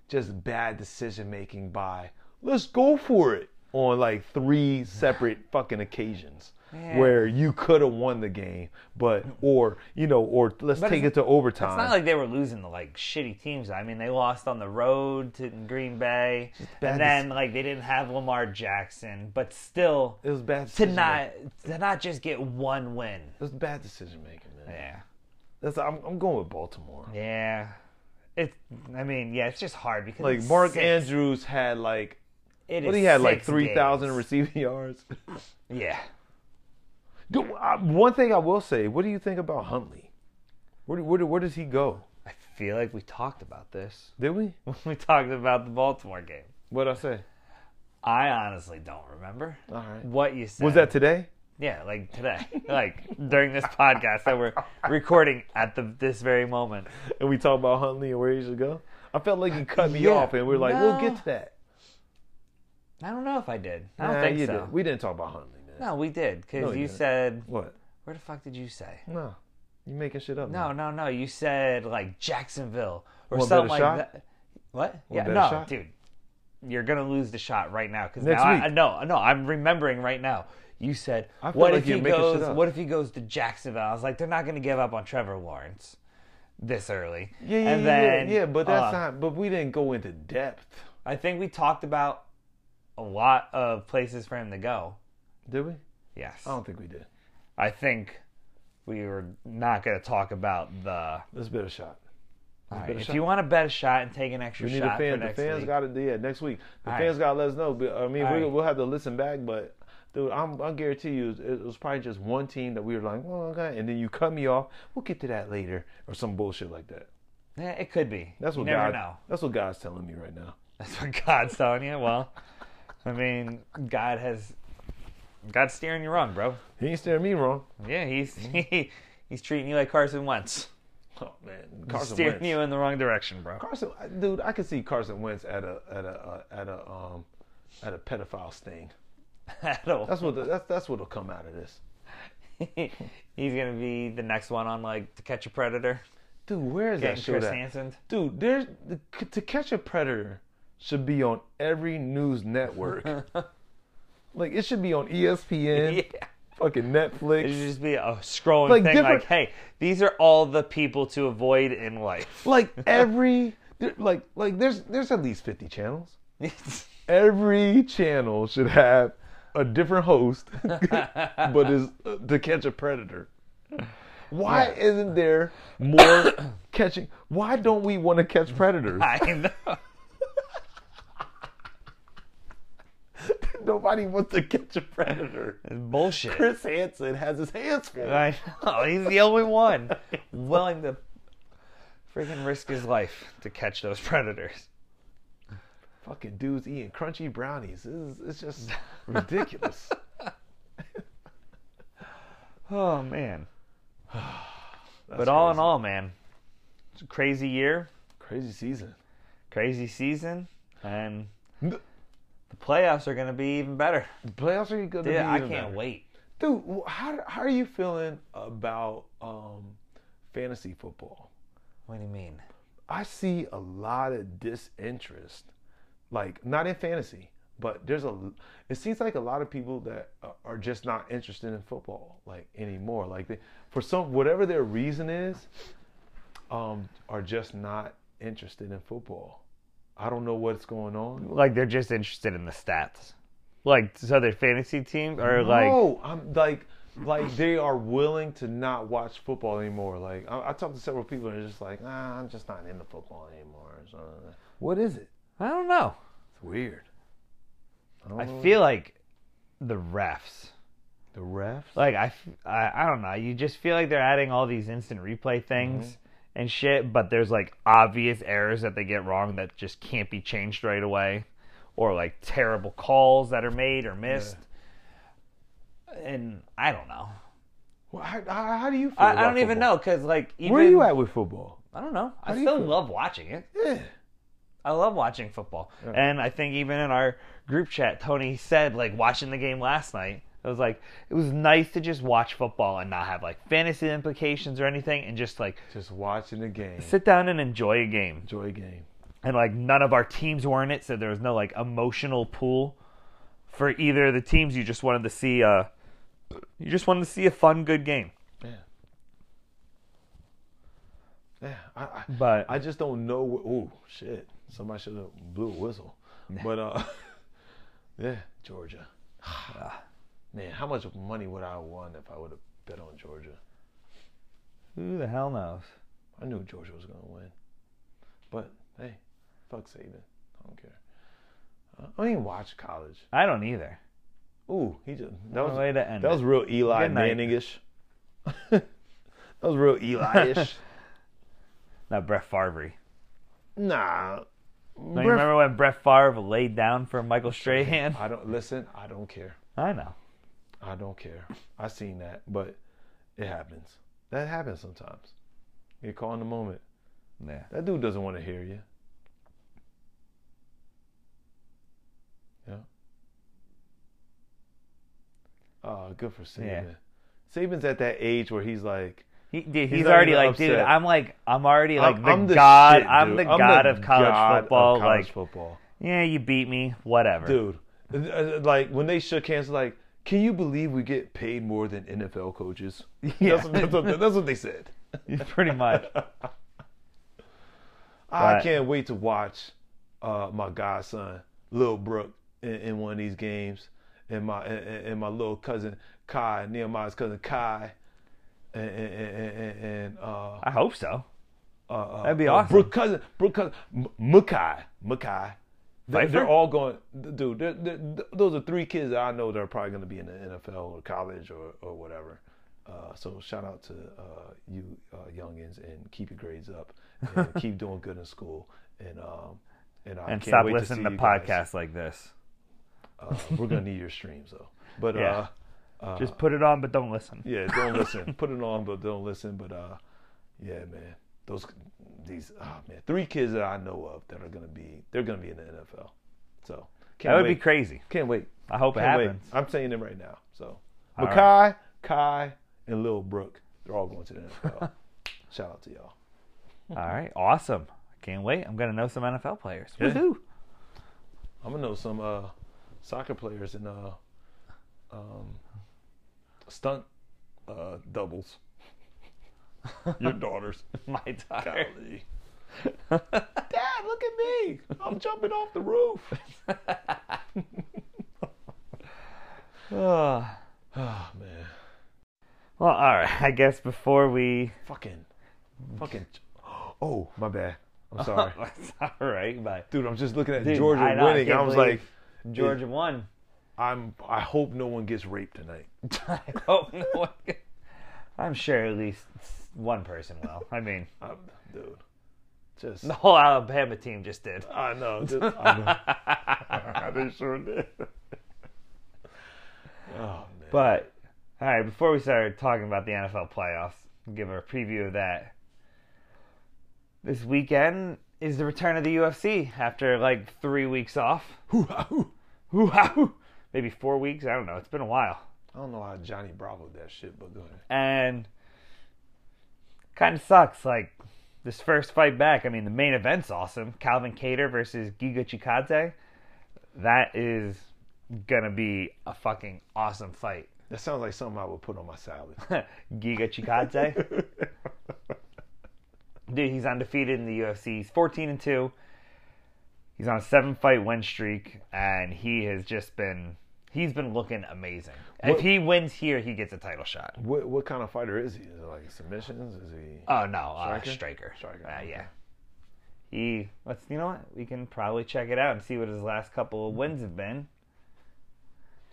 A: just bad decision making by let's go for it on like three separate fucking occasions. Where you could have won the game, but or you know, or let's take it to overtime.
C: Mm-hmm. It's not like they were losing to like shitty teams. I mean, they lost on the road to Green Bay,
A: bad
C: and then like they didn't have Lamar Jackson, but still
A: it was bad
C: to
A: decision.
C: not to not just get one win.
A: it was bad decision making, man.
C: Yeah,
A: That's I'm, I'm going with Baltimore.
C: yeah. It's I mean, yeah, it's just hard because
A: Like
C: it's
A: Mark
C: six.
A: Andrews had like
C: It
A: what
C: is
A: he had like
C: six
A: three thousand
C: games.
A: receiving yards.
C: Yeah,
A: Do, uh, one thing I will say, what do you think about Huntley? Where, do- where, do- where does he go?
C: I feel like we talked about this
A: Did we?
C: when we talked about the Baltimore game.
A: What would I say?
C: I honestly don't remember
A: All right.
C: what you said.
A: Was that today?
C: yeah, like today, like during this podcast that we're recording at the this very moment.
A: And we talked about Huntley and where he should go. I felt like he cut me
C: Yeah.
A: off, and we are like, we'll get
C: No.
A: to that.
C: I don't know if I did. I don't
A: Nah,
C: think
A: you
C: so.
A: didn't. We didn't talk about Huntley, man.
C: no, we did because
A: No, we
C: you
A: didn't.
C: said
A: What?
C: where the fuck did you say?
A: No, you making shit up?
C: No,
A: man.
C: no, no. You said like Jacksonville or
A: Want a
C: something like
A: better shot?
C: that. What? yeah,
A: better
C: no,
A: shot?
C: dude. You're gonna lose the shot right now because
A: Next
C: now I,
A: week.
C: I- no, no. I'm remembering right now. You said
A: I feel
C: what
A: like
C: if
A: you're
C: he
A: making shit
C: goes?
A: up.
C: What if he goes to Jacksonville? I was like, they're not gonna give up on Trevor Lawrence this early.
A: Yeah, yeah,
C: and
A: yeah,
C: then,
A: yeah. But that's
C: uh,
A: not. But we didn't go into depth,
C: I think we talked about a lot of places for him to go.
A: did we?
C: Yes,
A: I don't think we did.
C: I think we were not gonna talk about the.
A: Let's bet a shot.
C: All right,
A: better
C: if
A: shot.
C: you want to bet a shot and take an extra
A: We need
C: shot
A: a fan.
C: for
A: The
C: next
A: fans
C: week,
A: got to yeah next week. The
C: All
A: fans got to let us know. But, I mean,
C: All
A: we,
C: right.
A: we'll have to listen back. But dude, I'm, I guarantee you, it, it was probably just one team that we were like, well, okay, and then you cut me off. We'll get to that later, or some bullshit like that.
C: Yeah, Eh, it could be.
A: That's what
C: you never
A: God.
C: know.
A: That's what God's telling me right now.
C: That's what God's telling you. Well, I mean, God has God's steering you wrong, bro.
A: He ain't staring me wrong.
C: Yeah, he's
A: Mm-hmm.
C: he, he's treating you like Carson Wentz,
A: Oh man,
C: He's
A: Carson
C: steering
A: Wentz.
C: you in the wrong direction, bro.
A: Carson, dude, I could see Carson Wentz at a at a uh, at a um at a pedophile sting.
C: At all.
A: That's what the, that's that's what'll come out of this,
C: he's gonna be the next one on like To Catch a Predator,
A: dude. Where is that
C: getting
A: show?
C: Chris
A: That?
C: Hansen.
A: Dude, there's the, to catch a predator should be on every news network. like it should be on E ESPN,
C: Yeah.
A: fucking
C: It
A: Netflix.
C: should just be a scrolling
A: Like,
C: thing
A: different-
C: like, hey, these are all the people to avoid in life.
A: Like every there- like like there's there's at least fifty channels. Every channel should have a different host, but is uh, to catch a predator. Why isn't there more catching? Why don't we want to catch predators?
C: I know.
A: Nobody wants to catch a predator.
C: It's bullshit.
A: Chris Hansen has his hands full.
C: I know. He's the only one willing to freaking risk his life to catch those predators.
A: Fucking dudes eating crunchy brownies. This is, it's just ridiculous.
C: Oh man!
A: That's
C: But all in
A: crazy.
C: all, man, it's a crazy year,
A: crazy season.
C: crazy season, and
A: The
C: the playoffs are going to be even better.
A: playoffs are going to
C: Dude,
A: be.
C: I
A: even
C: can't
A: better.
C: wait.
A: Dude, wh- how, how are you feeling about um, fantasy football?
C: What do you mean?
A: I see a lot of disinterest, like not in fantasy, but there's a. It seems like a lot of people that are- are just not interested in football like anymore. Like they, for some whatever their reason is, um, are just not interested in football. I don't know what's going on.
C: Like they're just interested in the stats. Like so, their fantasy teams are like
A: no, I'm like, like they are willing to not watch football anymore. Like I, I talked to several people and they're just like, ah, I'm just not into football anymore. So, what is it?
C: I don't know.
A: It's weird.
C: I feel like the refs.
A: The refs?
C: like I, f- I, I don't know. You just feel like they're adding all these instant replay things
A: Mm-hmm.
C: and shit, but there's like obvious errors that they get wrong that just can't be changed right away, or like terrible calls that are made or missed. And I don't know.
A: Well, how, how, how do you feel?
C: I, I
A: about
C: don't even
A: football?
C: know because like even
A: Where are you at with football?
C: I don't know. I
A: do you
C: still
A: feel?
C: love watching it.
A: Yeah.
C: I love watching football. And I think even in our group chat, Tony said, like, watching the game last night, it was like, it was nice to just watch football and not have, like, fantasy implications or anything and just, like,
A: Just watching the game.
C: sit down and enjoy a game.
A: Enjoy a game.
C: And, like, none of our teams were in it, so there was no, like, emotional pool for either of the teams. You just wanted to see a, you just wanted to see a fun, good game.
A: Yeah. Yeah. I, I,
C: But
A: I just don't know. wh- Oh, shit. Somebody should have blew a whistle. But, uh, yeah, Georgia.
C: Ah.
A: Man, how much money would I have won if I would have bet on Georgia?
C: who the hell knows?
A: I knew Georgia was going to win. But, hey, fuck Saban. I don't care. I don't even watch college.
C: I don't either.
A: Ooh, he just that
C: What a
A: was
C: way to end
A: that
C: it.
A: was real Eli
C: Good night.
A: Manningish. that was real Eli-ish.
C: Not Brett Favre.
A: Nah.
C: Now, you remember when Brett Favre laid down for Michael Strahan?
A: I don't listen. I don't care.
C: I know.
A: I don't care. I seen that, but it happens. That happens sometimes. You get caught in the moment.
C: Yeah.
A: That dude doesn't want to hear you. Yeah. Oh, good for Saban.
C: Yeah.
A: Saban's at that age where he's like,
C: He, dude, he's,
A: He's
C: already
A: already
C: like, dude,
A: upset.
C: I'm like, I'm already like
A: I'm,
C: the,
A: I'm the
C: god.
A: shit,
C: I'm
A: dude.
C: the god
A: the
C: of college
A: god of
C: football.
A: college
C: like,
A: football.
C: yeah, you beat me, whatever.
A: dude. uh, Like when they shook hands, like, can you believe we get paid more than NFL coaches?
C: Yeah.
A: That's, what, that's what- that's what they said.
C: pretty much.
A: I
C: Right.
A: can't wait to watch uh, my godson, Lil Brooke, in, in one of these games, and my and, and and my little cousin Kai, Nehemiah's cousin Kai, and and and, and, and uh,
C: I hope so.
A: uh, uh,
C: That'd be
A: uh,
C: awesome.
A: Brooke cousin, Brooke cousin, M- Makai, Makai. They're,
C: Pfeiffer?
A: they're all going, dude. They're, they're, th- those are three kids that I know that are probably going to be in the NFL or college or, or whatever. Uh, so shout out to uh, you uh, youngins and keep your grades up and keep doing good in school and um and I
C: And
A: can't
C: stop
A: wait
C: listening to,
A: to, see you guys.
C: podcasts like this.
A: Uh, we're gonna need your streams though, but
C: Yeah.
A: uh,
C: Just put it on, but don't listen.
A: yeah, don't listen. Put it on, but don't listen. But uh, yeah, man, those these ah man, three kids that I know of that are gonna be they're gonna be in the NFL. So can't
C: that would
A: wait.
C: be crazy.
A: Can't wait.
C: I hope it
A: Can't wait.
C: happens.
A: I'm saying them right now. So
C: All
A: Makai, Kai, and Lil Brooke, they're all going to the NFL. Shout out to y'all.
C: All right, awesome. I can't wait. I'm gonna know some NFL players. Woohoo!
A: I'm gonna know some uh soccer players and uh um stunt uh doubles. Your daughters.
C: My daughter.
A: Golly. Dad, look at me. I'm jumping off the roof.
C: Ugh.
A: Oh, man.
C: Well, all right. I guess before we,
A: Fucking. Fucking. Oh, my bad. I'm sorry.
C: all right, bye.
A: Dude, I'm just looking at
C: Dude,
A: Georgia
C: I know, I
A: winning. I,
C: can't
A: was like,
C: believe- Georgia won.
A: I'm I hope no one gets raped tonight.
C: I hope no one. I'm sure at least one person will. I mean,
A: I'm, dude. Just
C: the whole Alabama team just did.
A: I know. Just, I know. they sure did. Oh man.
C: But all right, before we start talking about the NFL playoffs, give a preview of that. This weekend is the return of the UFC after like three weeks off.
A: Hoo-ha-hoo.
C: Hoo-ha-hoo. Maybe four weeks. I don't know. It's been a while.
A: I don't know how Johnny Bravo did that shit, but go ahead.
C: and kind of sucks. Like this first fight back. I mean, the main event's awesome. Calvin Cater versus Giga Chikadze. That is gonna be a fucking awesome fight.
A: That sounds like something I would put on my salad.
C: Giga Chikadze. Dude, he's undefeated in the UFC. He's 14 and 2. He's on a seven fight win streak, and he has just been he's been looking amazing. if
A: What-
C: he wins here, he gets a title shot.
A: What what kind of fighter is he? Is it like submissions? Is he?
C: Oh no, uh,
A: Striker?
C: Striker.
A: Striker,
C: Uh,
A: okay.
C: yeah. He. Let's. You know what? We can probably check it out and see what his last couple of wins have been.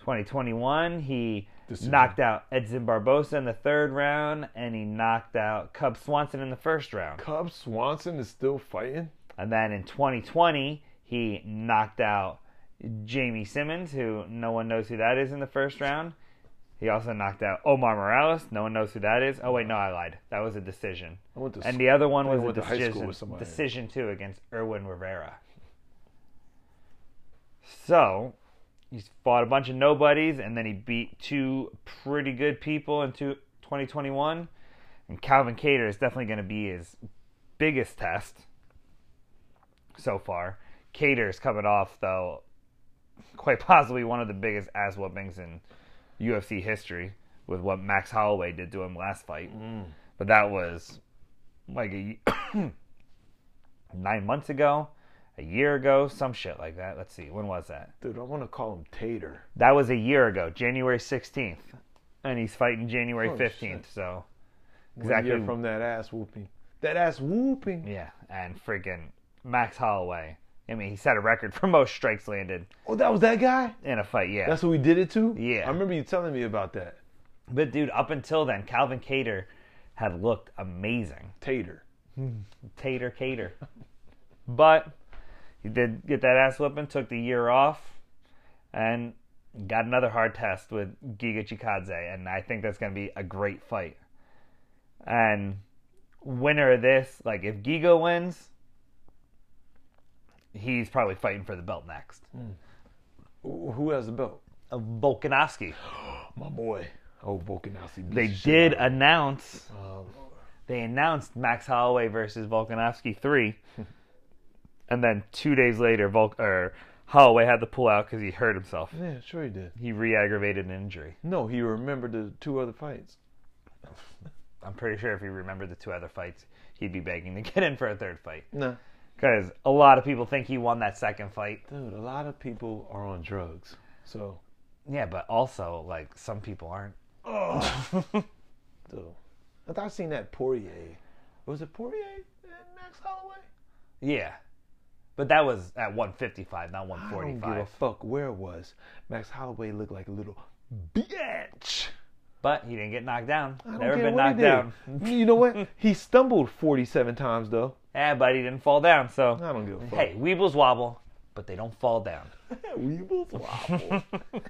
C: 2021, he
A: Decision.
C: knocked out Edson Barbosa in the third round, and he knocked out Cub Swanson in the first round.
A: Cub Swanson is still fighting.
C: And then in 2020, he knocked out Jamie Simmons, who no one knows who that is in the first round. He also knocked out Omar Morales. No one knows who that is. Oh wait, no, I lied. That was a decision.
A: I went to
C: And
A: sc-
C: the other one
A: I
C: was
A: went
C: a
A: to high school
C: decision,
A: with somebody.
C: decision two against Erwin Rivera. So he's fought a bunch of nobodies, and then he beat two pretty good people in two, 2021. And Calvin Cater is definitely going to be his biggest test so far. Cater is coming off, though, quite possibly one of the biggest ass whoopings in UFC history with what Max Holloway did to him last fight.
A: Mm.
C: But that was like a y- nine months ago, a year ago, some shit like that. Let's see, when was that?
A: Dude, I want to call him Tater.
C: That was a year ago, January 16th, and he's fighting January
A: Oh,
C: 15th. So
A: Exactly.
C: exactly,
A: from that ass whooping. That ass whooping.
C: yeah, and freaking Max Holloway. I mean, he set a record for most strikes landed
A: Oh, that was that guy.
C: in a fight. Yeah,
A: That's who we did it to.
C: Yeah.
A: I remember you telling me about that.
C: but dude, up until then, Calvin Cater had looked amazing.
A: Tater.
C: Tater cater. But he did get that ass whipping, took the year off, and got another hard test with Giga Chikadze, and I think that's going to be a great fight. And winner of this, like if Giga wins, he's probably fighting for the belt next.
A: Who who has the belt?
C: Uh, Volkanovski.
A: My boy. Oh, Volkanovski. beat
C: They
A: the shit
C: did announce
A: out of him.
C: they announced Max Holloway versus Volkanovski three, and then two days later, Volk or Holloway had to pull out because he hurt himself.
A: Um, yeah, sure he did.
C: He re-aggravated an injury.
A: No, he remembered the two other fights.
C: I'm pretty sure if he remembered the two other fights, he'd be begging to get in for a third fight.
A: Nah.
C: Because a lot of people think he won that second fight.
A: Dude, a lot of people are on drugs. So,
C: Yeah, but also like some people aren't.
A: oh. dude. I thought I seen that Poirier. Was it Poirier and Max Holloway?
C: Yeah, but that was at 155, not
A: I don't
C: 145.
A: give a fuck where it was. Max Holloway looked like a little bitch.
C: but he didn't get knocked down.
A: I don't
C: Never
A: care
C: been
A: what he
C: knocked down.
A: did. You know what? he stumbled 47 times, though.
C: Yeah, but he didn't fall down. So
A: I don't give a fuck.
C: Hey, weebles wobble, but they don't fall down.
A: Weebles wobble.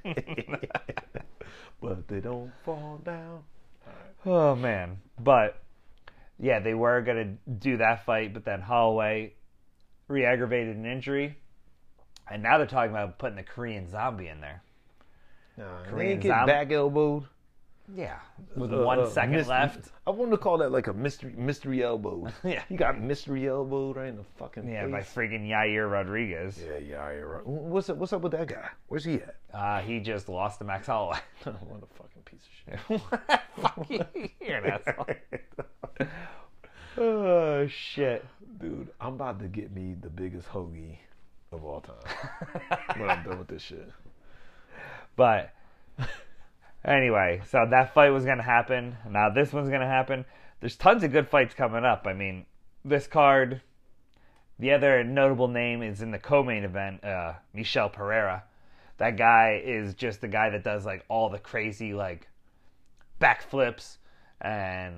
A: but they don't fall down.
C: Oh man, but yeah, they were gonna do that fight, but then Holloway re-aggravated an injury, and now they're talking about putting the Korean Zombie in there.
A: Nah, they
C: Korean
A: ain't get
C: Zom-
A: back elbowed.
C: Yeah, with
A: Uh,
C: one second
A: uh, mis-
C: left.
A: I wanted to call that like a mystery mystery elbow.
C: Yeah.
A: He got mystery elbowed right in the fucking
C: Yeah, by
A: face.
C: freaking Yair Rodriguez.
A: yeah, yeah, you're right. What's up, what's up with that guy? Where's he at?
C: Uh, he just lost to Max Holloway.
A: what a fucking piece of shit.
C: Fuck you, you're an asshole.
A: oh shit. Dude, I'm about to get me the biggest hoagie of all time. when I'm done with this shit.
C: But anyway, so that fight was going to happen. Now this one's going to happen. There's tons of good fights coming up. I mean, this card. The other notable name is in the co-main event, uh, Michel Pereira. That guy is just the guy that does like all the crazy like backflips and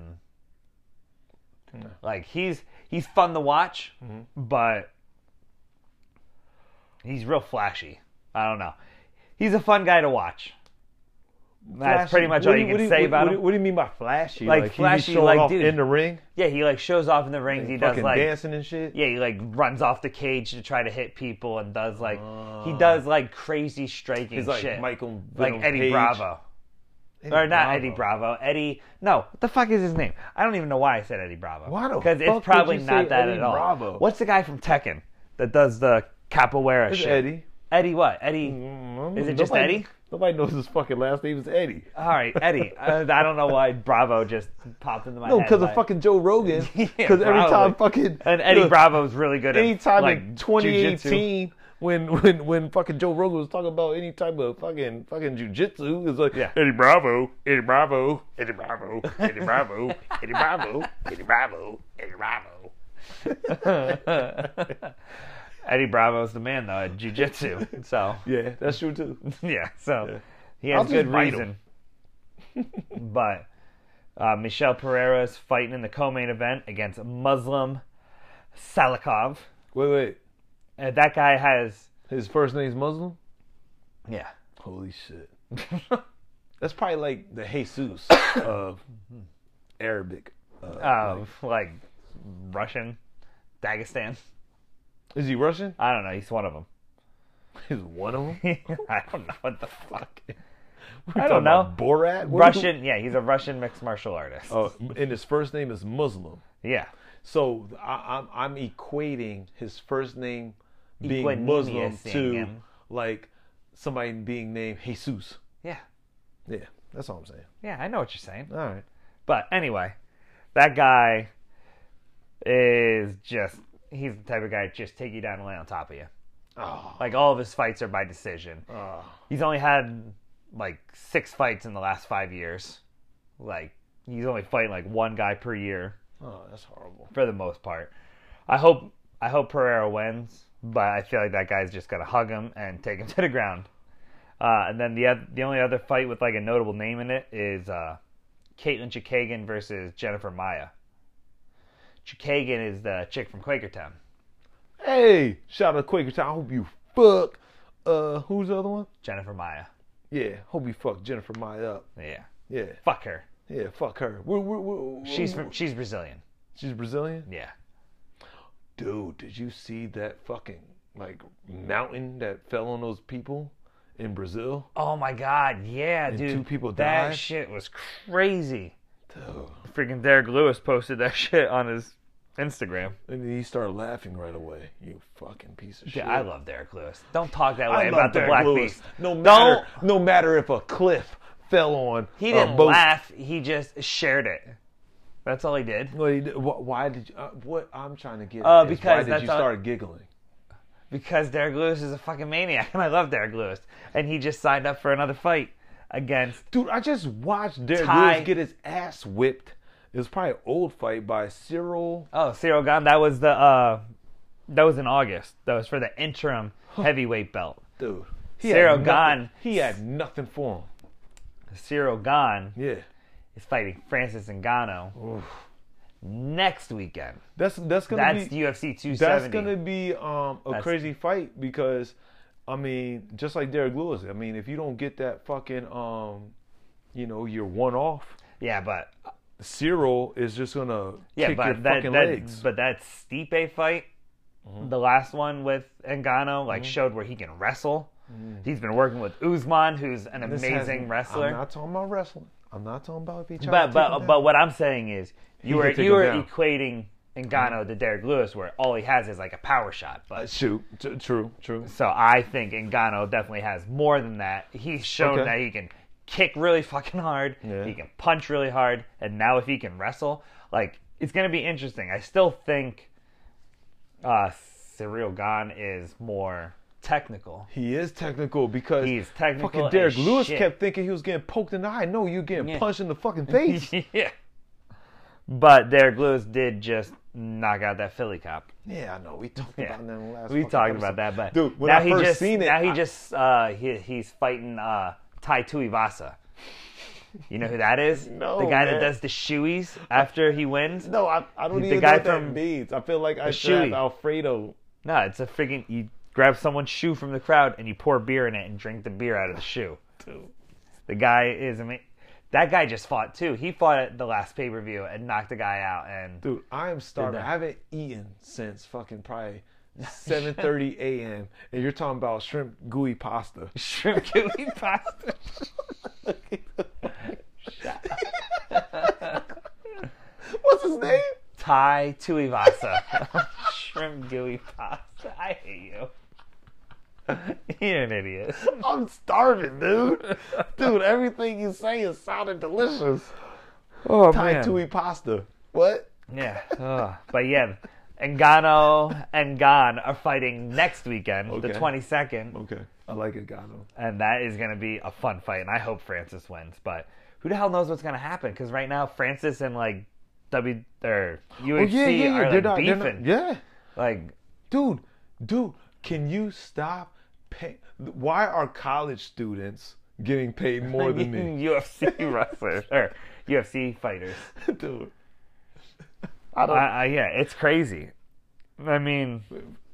A: Hmm.
C: like he's he's fun to watch,
A: Mm-hmm.
C: but he's real flashy. I don't know. He's a fun guy to watch. That's pretty much all
A: What do
C: you can
A: what do
C: say
A: what
C: about
A: do
C: him.
A: you- What do you mean by flashy?
C: Like
A: he be
C: flashy,
A: showing
C: like,
A: off
C: dude.
A: in the ring,
C: Yeah, he like shows off in the rings. He does
A: fucking
C: like
A: dancing and shit.
C: yeah, he like runs off the cage to try to hit people and does like he does like crazy striking
A: Ah. He's like
C: shit.
A: Michael
C: like
A: Venom
C: Eddie
A: Page.
C: Bravo. or not Eddie Bravo. Eddie No, what the fuck is his name? I don't even know why I said Eddie Bravo.
A: Why the
C: Because
A: fuck would
C: it's probably
A: you
C: not
A: say
C: that
A: Eddie
C: at all.
A: Bravo?
C: What's the guy from Tekken that does the capoeira
A: It's
C: shit?
A: Eddie. Mm-hmm. Mm,
C: Eddie what? Eddie Is it just
A: Nobody-
C: Eddie?
A: Nobody knows his fucking last name is Eddie.
C: All right, Eddie. I, I don't know why Bravo just popped into my
A: No,
C: head.
A: because of
C: but-
A: fucking Joe Rogan.
C: Yeah,
A: Because every
C: probably.
A: time fucking
C: and Eddie
A: look,
C: Bravo's really good at
A: anytime
C: like
A: in
C: jujitsu.
A: 2018 when when when fucking Joe Rogan was talking about any type of fucking fucking jujitsu, it's like
C: Yeah.
A: Eddie Bravo, Eddie Bravo, Eddie Bravo, Eddie Bravo, Eddie Bravo, Eddie Bravo, Eddie Bravo.
C: Eddie Bravo's the man though at jujitsu. So
A: Yeah, that's true too.
C: yeah, so he
A: I'll
C: has
A: just
C: good
A: bite
C: reason. but uh, Michelle Pereira is fighting in the co-main event against Muslim Salikov.
A: Wait, wait.
C: And Uh, that guy has
A: His first name's Muslim?
C: yeah.
A: Holy shit. that's probably like the Jesus of Arabic.
C: Of uh, like Russian, Dagestan.
A: Is he Russian?
C: I don't know. He's one of them.
A: He's one of them.
C: I don't know what the fuck.
A: I
C: don't know.
A: Borat? What are you-
C: Russian. Yeah, he's a Russian mixed martial artist.
A: Oh, and his first name is Muslim.
C: Yeah.
A: So I, I'm I'm equating his first name being Muslim
C: Equanimous-ing
A: to
C: him.
A: like somebody being named Jesus.
C: Yeah.
A: Yeah, that's all I'm saying.
C: Yeah, I know what you're saying.
A: All right.
C: But anyway, that guy is just he's the type of guy to just take you down and lay on top of you.
A: Oh,
C: Like all of his fights are by decision.
A: ah,
C: He's only had like six fights in the last five years. Like he's only fighting like one guy per year
A: oh, that's horrible.
C: for the most part. I hope I hope Pereira wins, but I feel like that guy's just gonna hug him and take him to the ground. Uh, and then the oth- the only other fight with like a notable name in it is uh, Caitlin Chikagan versus Jennifer Maya. Ch- Kagan is the chick from Quakertown.
A: Hey, shout out to Quaker Town. I hope you fuck. Uh, who's the other one?
C: Jennifer Maya.
A: Yeah, hope you fuck Jennifer Maya up.
C: Yeah.
A: Yeah,
C: Fuck her.
A: yeah, fuck her. We're, we're, we're,
C: She's from, she's Brazilian.
A: she's Brazilian.
C: Yeah.
A: Dude, did you see that fucking like mountain that fell on those people in Brazil?
C: Oh my god, yeah, dude.
A: two people
C: That
A: died?
C: shit was crazy.
A: Dude.
C: Freaking Derek Lewis posted that shit on his Instagram.
A: And then he started laughing right away. You fucking piece of shit.
C: Yeah, I love Derek Lewis. Don't talk that
A: I
C: way
A: love
C: about the
A: Derek
C: Black
A: Lewis.
C: Beast.
A: No
C: Don't-
A: matter, no matter if a cliff fell on. uh,
C: He
A: a
C: didn't
A: boat.
C: laugh. He just shared it. That's all he did.
A: Well, he did- wh- Why did you? Uh, what I'm trying to get.
C: Uh,
A: at is
C: because
A: why did
C: that's
A: you
C: how-
A: start giggling?
C: Because Derek Lewis is a fucking maniac, and I love Derek Lewis. And he just signed up for another fight against.
A: Dude, I just watched Derek
C: Ty-
A: Lewis get his ass whipped. It was probably an old fight by Cyril.
C: Oh, Cyril Gunn. That was the. uh That was in August. That was for the interim heavyweight belt.
A: Dude, he had
C: Cyril
A: nothing-
C: Gahn.
A: He had nothing for him.
C: Cyril Gunn
A: Yeah,
C: is fighting Francis Ngannou next weekend.
A: that's that's gonna
C: That's
A: be
C: UFC 270.
A: that's gonna be um, a
C: That's-
A: crazy fight because, I mean, just like Derek Lewis. I mean, if you don't get that fucking um, you know, your one off,
C: Yeah, but
A: Cyril is just gonna
C: yeah,
A: kick your
C: but that,
A: fucking
C: that
A: legs. Mm-hmm.
C: but that Stipe fight, the last one with Engano, like showed where he can wrestle. He's been working with Usman, who's an
A: Mm-hmm. This has-
C: amazing wrestler.
A: I'm not talking about wrestling. I'm not talking about if he tried
C: but
A: to take
C: but
A: him
C: but
A: down.
C: what I'm saying is, you
A: He
C: were
A: could take
C: you
A: him
C: were
A: down.
C: equating Engano to Derek Lewis, where all he has is like a power shot. But
A: shoot, t- true, true.
C: so I think Engano definitely has more than that. He's shown
A: Okay.
C: that he can kick really fucking hard.
A: Yeah.
C: He can punch really hard, and now if he can wrestle, like it's gonna be interesting. I still think uh Cyril Gon is more technical.
A: He is technical because
C: He's technical
A: fucking
C: as
A: Derek Lewis
C: shit.
A: kept thinking he was getting poked in the eye. No, you're getting
C: Yeah.
A: punched in the fucking face.
C: yeah. But Derek Lewis did just knock out that Philly cop.
A: yeah, I know. We talked
C: Yeah.
A: about that in the last.
C: We
A: fucking
C: talked
A: episode.
C: about that, but
A: dude, when
C: now
A: I
C: he
A: first
C: just
A: seen it,
C: now he
A: I-
C: just uh, he, he's fighting uh, Tai Tuivasa. You know who that is?
A: No,
C: the guy
A: man.
C: that does the shoeies after he wins.
A: no, I, I don't
C: The
A: even
C: guy
A: know what
C: from-
A: that means. I feel like I should
C: Chewy.
A: have Alfredo.
C: No, it's a freaking you grab someone's shoe from the crowd and you pour beer in it and drink the beer out of the shoe. The guy is I mean, that guy just fought too. He fought at the last pay per view and knocked the guy out and
A: Dude, I am starving.
C: that.
A: I haven't eaten since fucking probably 7:30 a.m. And you're talking about shrimp gooey pasta.
C: shrimp gooey pasta.
A: What's his name?
C: Thai tuivasa. Shrimp gooey pasta. I hate you. You're an idiot.
A: I'm starving, dude. Dude, everything you say is sounding delicious.
C: Oh
A: Thai tui pasta. What?
C: Yeah. Ugh. But yeah, Engano and Gan are fighting next weekend, the
A: Okay.
C: 22nd,
A: Okay. I like it, Gano.
C: and that is going to be a fun fight. And I hope Francis wins, but who the hell knows what's going to happen? Because right now Francis and like W or
A: Oh,
C: UFC are like beefing.
A: yeah.
C: Like
A: Dude, dude, can you stop pay why are college students getting paid more than me?
C: UFC wrestlers or UFC fighters.
A: dude.
C: I, I, yeah, it's crazy. I mean,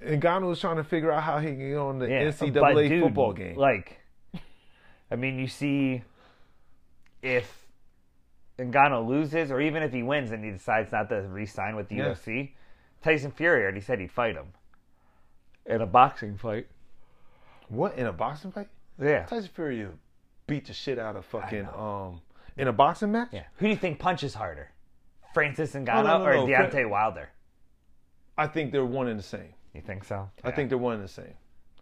A: And Gano was trying to figure out how he can get on the
C: yeah,
A: NCAA
C: but dude,
A: football game.
C: Like, I mean, you see, if Ngannou loses, or even if he wins and he decides not to re-sign with the
A: Yeah.
C: UFC, Tyson Fury already said he'd fight him in a boxing fight.
A: what in a boxing fight?
C: Yeah.
A: Tyson Fury beat the shit out of fucking um in a boxing match?
C: yeah. Who do you think punches harder, Francis Ngannou
A: Oh, no, no,
C: or
A: no,
C: Deontay
A: Fra-
C: Wilder?
A: I think they're one and the same.
C: You think so?
A: I think they're one and the same.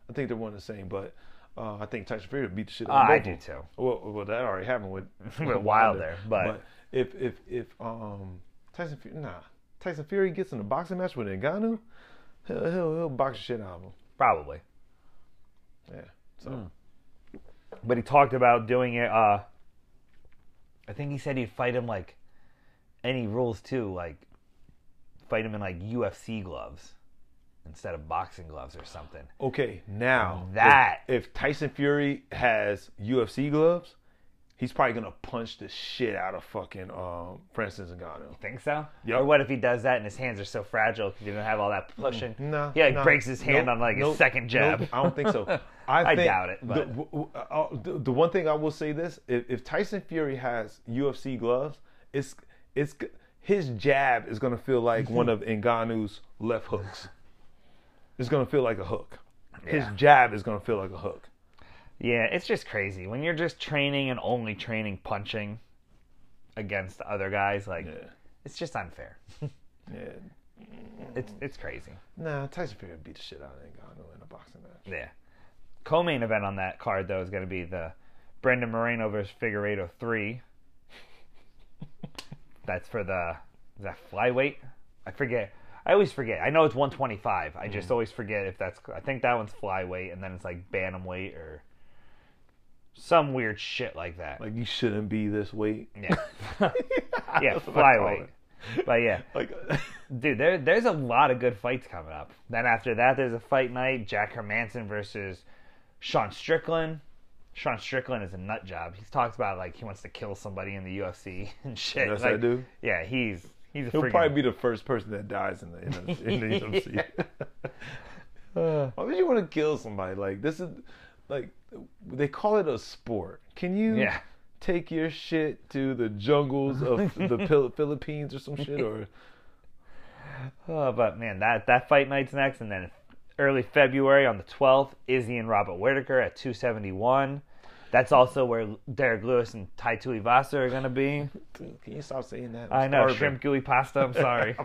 A: I think they're one and the same, but uh, I think Tyson Fury beat the shit out
C: Ah,
A: of
C: I
A: both
C: do
A: of them.
C: too.
A: Well, well, that already happened with
C: With Wilder, but-
A: if if if um Tyson Fury, nah, Tyson Fury gets in a boxing match with Ngannou, he'll he'll, he'll box the shit out of him.
C: Probably.
A: Yeah. So
C: Hmm. but he talked about doing it uh i think he said he'd fight him like any rules too like fight him in like ufc gloves instead of boxing gloves or something
A: okay, now
C: That-
A: if, if Tyson Fury has UFC gloves, He's probably gonna punch the shit out of fucking um, Francis Ngannou.
C: Think so?
A: Yep.
C: Or what if he does that and his hands are so fragile because he didn't have all that pushing?
A: No,
C: He like
A: no,
C: breaks his hand
A: Mm, nope,
C: on like his
A: nope,
C: second jab.
A: nope, I don't think so. I,
C: I
A: think
C: doubt it,
A: the-
C: but-
A: w- w- uh, uh, the, the one thing I will say this: if, if Tyson Fury has UFC gloves, it's it's g- his jab is gonna feel like one of Ngannou's left hooks. It's gonna feel like a hook. His
C: Yeah.
A: jab is gonna feel like a hook.
C: Yeah, it's just crazy. When you're just training and only training punching against other guys, like
A: Yeah.
C: it's just unfair.
A: Yeah.
C: It's it's crazy.
A: Nah, Tyson Fury would beat the shit out of Ngannou in a boxing match.
C: Yeah. Co-main event on that card though is going to be the Brendan Moreno versus Figueredo three. That's for the is that flyweight? I forget. I always forget. I know it's 125. I
A: Hmm.
C: just always forget if that's. I think that one's flyweight, and then it's like bantamweight or some weird shit like that.
A: Like you shouldn't be this weight.
C: yeah, yeah,
A: That's what I call
C: flyweight.
A: it.
C: But yeah,
A: Like
C: dude, there there's a lot of good fights coming up. Then after that, there's a fight night: Jack Hermanson versus Sean Strickland. Sean Strickland is a nut job. He's talked about like he wants to kill somebody in the UFC and shit.
A: Yes, I
C: like,
A: do.
C: Yeah, he's he's a
A: He'll
C: freaking-
A: probably be the first person that dies in the in the, in the UFC. Why would you want to kill somebody? Like this is like they call it a sport. Can you
C: Yeah.
A: take your shit to the jungles of the Phil- Philippines or some shit? Or
C: Oh, but man, that that fight night's next, and then early February on the 12th, Izzy and Robert Whitaker at 271. That's also where Derek Lewis and Tai Tuivasa are gonna be.
A: Dude, can you stop saying that?
C: I know shrimp gooey pasta. I'm sorry.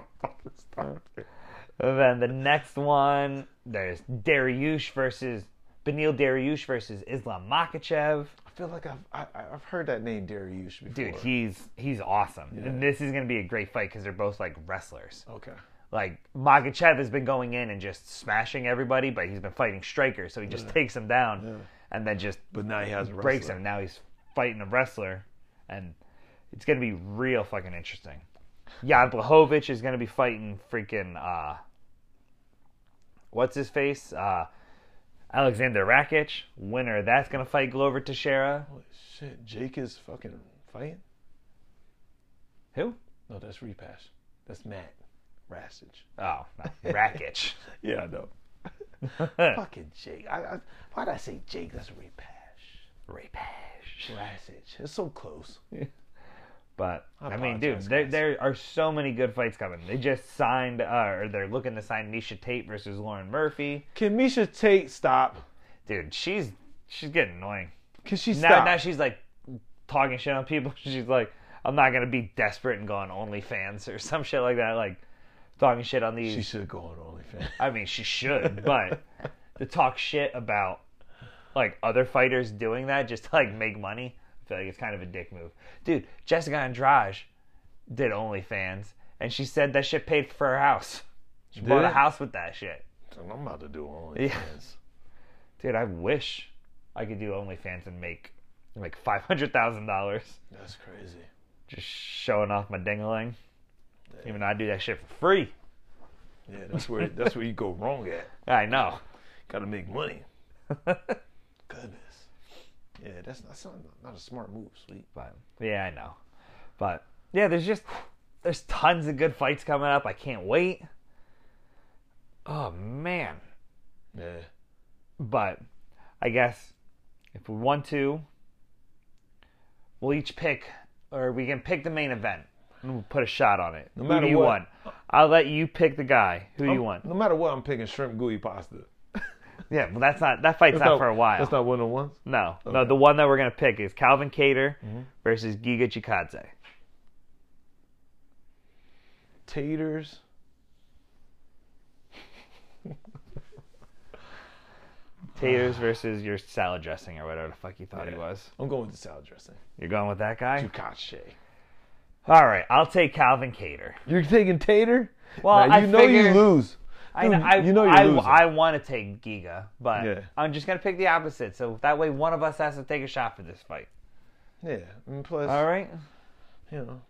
C: And then the next one, there's Dariush versus Benil Dariush versus Islam Makachev.
A: I feel like I've I, I- I've heard that name Dariush before.
C: Dude, he's he's awesome. And this is gonna be a great fight because they're both like wrestlers.
A: okay.
C: Like Makachev has been going in and just smashing everybody, but he's been fighting strikers, so he just takes him down and then just
A: But now he has a
C: breaks
A: wrestler.
C: him. Now he's fighting a wrestler, and it's gonna be real fucking interesting. Jan Blahovic is gonna be fighting freaking uh, what's his face? Uh, Alexander Rakic, winner. of That's gonna fight Glover Teixeira.
A: Holy shit, Jake is fucking fighting.
C: Who?
A: No, that's Repash. That's Matt Rastage.
C: Oh, Rakic.
A: Yeah, I know. Fucking Jake. I, I, why did I say Jake? That's Repash.
C: Rapash.
A: Rasage. It's so close.
C: But I, mean, dude,
A: apologize,
C: there,
A: guys.
C: there are so many good fights coming. They just signed, uh, or they're looking to sign Misha Tate versus Lauren Murphy.
A: Can Misha Tate stop?
C: Dude, she's she's getting annoying.
A: Can she
C: now,
A: stop?
C: now she's like talking shit on people. She's like, I'm not gonna be desperate and go on OnlyFans or some shit like that. Like talking shit on these.
A: she should go on OnlyFans.
C: I mean, she should, but to talk shit about like other fighters doing that just to like make money, I feel like it's kind of a dick move, dude. Jessica Andrade did OnlyFans, and she said that shit paid for her house. She bought a
A: it?
C: house with that shit,
A: I'm about to do OnlyFans.
C: dude. I wish I could do OnlyFans and make like five hundred thousand dollars.
A: That's crazy.
C: just showing off my dingaling. Even though I do that shit for free.
A: Yeah, that's where that's where you go wrong at.
C: I know.
A: Gotta make money. Goodness. Yeah, that's not, that's not not a smart move, sweet.
C: But yeah, I know. But yeah, there's just there's tons of good fights coming up. I can't wait. Oh man.
A: Yeah.
C: But I guess if we want to, we'll each pick or we can pick the main event and we'll put a shot on it. No who
A: matter
C: do you
A: what- Oh.
C: want? I'll let you pick the guy. Who do you want?
A: No matter what, I'm picking shrimp gooey pasta.
C: Yeah, well that's not that fight's
A: That's
C: not, for a while.
A: That's not one on ones.
C: No, no. The one that we're gonna pick is Calvin Cater
A: Mm-hmm.
C: versus Giga Chikadze.
A: taters.
C: Taters versus your salad dressing or whatever the fuck you thought he
A: Yeah.
C: was.
A: I'm going with the salad dressing.
C: You're going with that guy.
A: Ducache.
C: All right, I'll take Calvin Cater.
A: You're taking tater?
C: Well,
A: Now,
C: I
A: you know
C: figure-
A: you lose.
C: I,
A: Dude,
C: I,
A: you know you're
C: I,
A: losing.
C: I want to take Giga, but
A: Yeah.
C: I'm just gonna pick the opposite. So that way, one of us has to take a shot for this fight.
A: yeah. And plus,
C: All right.
A: you know,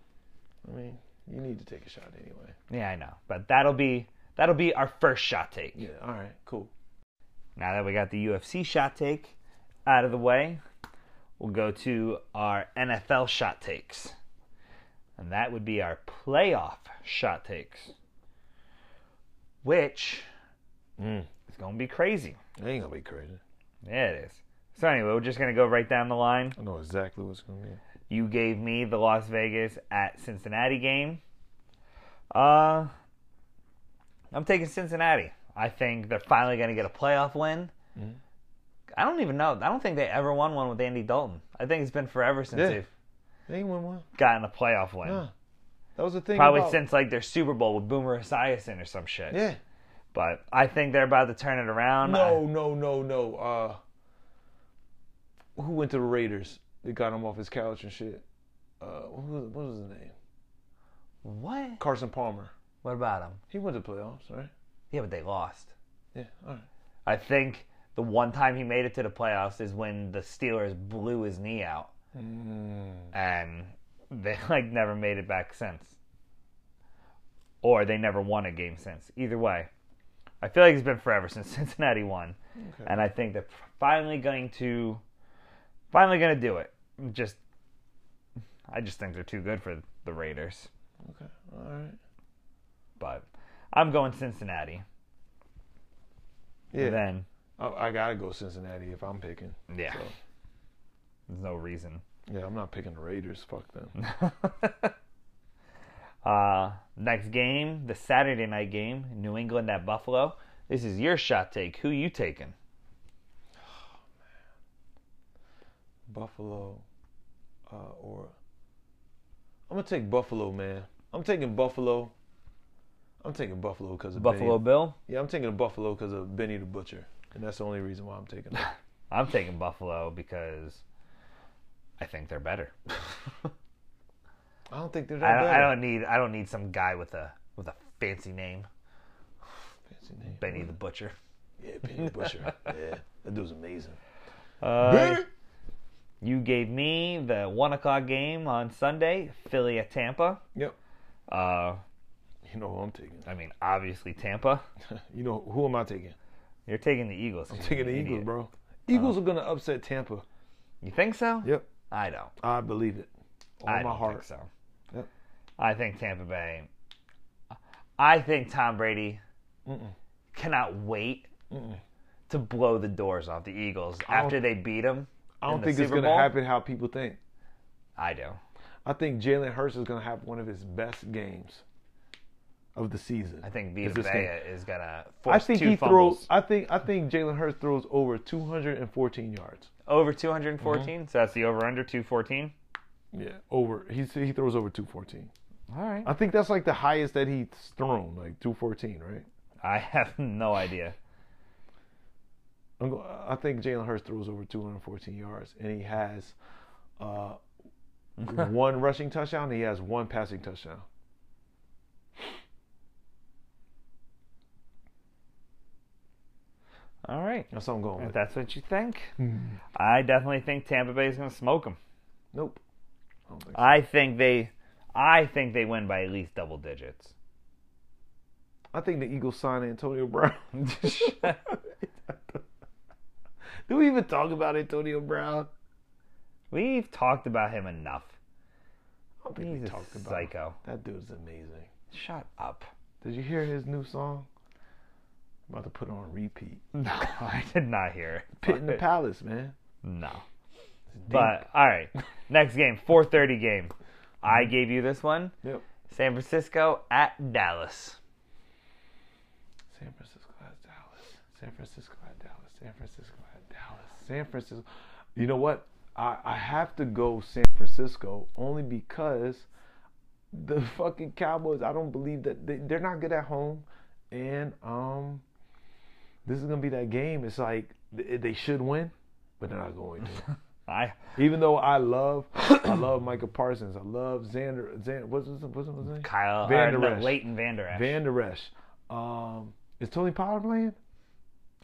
A: I mean, you need to take a shot anyway.
C: Yeah, I know, but that'll be that'll be our first shot take.
A: Yeah. All right. Cool.
C: Now that we got the UFC shot take out of the way, we'll go to our NFL shot takes. And that would be our playoff shot takes, which is going to be crazy.
A: It ain't gonna be crazy.
C: Yeah, it is. So, anyway, we're just going to go right down the line.
A: I know exactly what's gonna be.
C: You gave me the Las Vegas at Cincinnati game. Uh, I'm taking Cincinnati. I think they're finally going to get a playoff win.
A: Mm-hmm.
C: I don't even know. I don't think they ever won one with Andy Dalton. I think it's been forever since
A: Yeah.
C: they've
A: They ain't win one.
C: gotten a playoff win.
A: Huh. That was the thing.
C: Probably
A: about-
C: since like their Super Bowl with Boomer Esiason or some shit.
A: Yeah.
C: But I think they're about to turn it around.
A: No, no, no, no. Uh, who went to the Raiders? They got him off his couch and shit. Uh, who was- what was his name?
C: I- what?
A: Carson Palmer.
C: What about them?
A: He went to playoffs, right?
C: Yeah, but they lost.
A: Yeah. All right.
C: I think the one time he made it to the playoffs is when the Steelers blew his knee out, Mm. and they like never made it back since, or they never won a game since. Either way, I feel like it's been forever since Cincinnati won, and I think they're finally going to, finally going to do it. Just, I just think they're too good for the Raiders,
A: Okay. All right.
C: but I'm going Cincinnati.
A: Yeah.
C: Then,
A: I, I gotta go Cincinnati if I'm picking.
C: yeah, there's no reason.
A: Yeah, I'm not picking the Raiders. Fuck them.
C: Uh, next game, the Saturday night game, New England at Buffalo. This is your shot take. Who you taking?
A: Buffalo, uh, or I'm gonna take Buffalo, man. I'm taking Buffalo. I'm taking Buffalo because of
C: Buffalo
A: Benny.
C: Bill?
A: Yeah, I'm taking Buffalo because of Benny the Butcher, and that's the only reason why I'm taking. Him.
C: I'm taking Buffalo because I think they're better.
A: I don't think they're
C: I
A: that
C: don't,
A: bad.
C: I don't need I don't need some guy with a with a fancy name,
A: Fancy name.
C: Benny the Butcher.
A: Yeah, Benny the Butcher. yeah, that dude's amazing.
C: Uh, you gave me the one o'clock game on Sunday, Philly at Tampa.
A: Yep.
C: Uh,
A: You know who I'm taking.
C: I mean, obviously Tampa.
A: You know who am I taking?
C: You're taking the Eagles.
A: I'm taking the Eagles, bro.
C: uh-huh.
A: Eagles are gonna upset Tampa.
C: You think so?
A: Yep.
C: I don't.
A: I believe it. All
C: I
A: my
C: don't
A: heart.
C: think so.
A: Yep.
C: I think Tampa Bay. I think Tom Brady cannot wait to blow the doors off the Eagles after they beat him.
A: I don't think
C: the
A: it's
C: Super
A: gonna
C: Bowl?
A: happen how people think.
C: I do.
A: I think Jalen Hurts is going to have one of his best games of the season.
C: I think
A: Is
C: Vita
A: this game.
C: Vea is gonna
A: I
C: force
A: think
C: two
A: he
C: fumbles
A: throws. I think I think Jalen Hurts throws over 214 yards.
C: over
A: Mm-hmm.
C: 214. So that's the over under 214.
A: Yeah, over. He he throws over 214.
C: All right.
A: I think that's like the highest that he's thrown, like 214, right?
C: I have no idea.
A: I'm go, I think Jalen Hurts throws over 214 yards, and he has uh, one rushing touchdown. And he has one passing touchdown.
C: All right.
A: That's what I'm going
C: If
A: with.
C: that's what you think,
A: Hmm.
C: I definitely think Tampa Bay is gonna smoke them.
A: Nope. I don't think so.
C: I think they, I think they win by at least double digits.
A: I think the Eagles signed Antonio Brown. Do we even talk about Antonio Brown?
C: We've talked about him enough.
A: I don't think
C: He's
A: we
C: a
A: talked about him.
C: psycho.
A: That dude's amazing.
C: Shut up.
A: Did you hear his new song? I'm about to put it on repeat.
C: No, I did not hear it.
A: Pit in the Palace, man.
C: No. But all right, next game, 4:30 game. I gave you this one.
A: Yep.
C: San Francisco at Dallas.
A: San Francisco at Dallas. San Francisco at Dallas. San Francisco at Dallas. San Francisco. You know what? I, I have to go San Francisco only because the fucking Cowboys. I don't believe that they, they're not good at home, and um, this is gonna be that game. It's like th- they should win, but they're not going to.
C: I
A: Even though I love, I love Micah Parsons. I love Xander. Xander what's his, what's his name?
C: Kyle
A: Van
C: or,
A: Der
C: no,
A: Esch.
C: Leighton Van Der Esch.
A: Van Der Esch. Um, is Tony Pollard playing?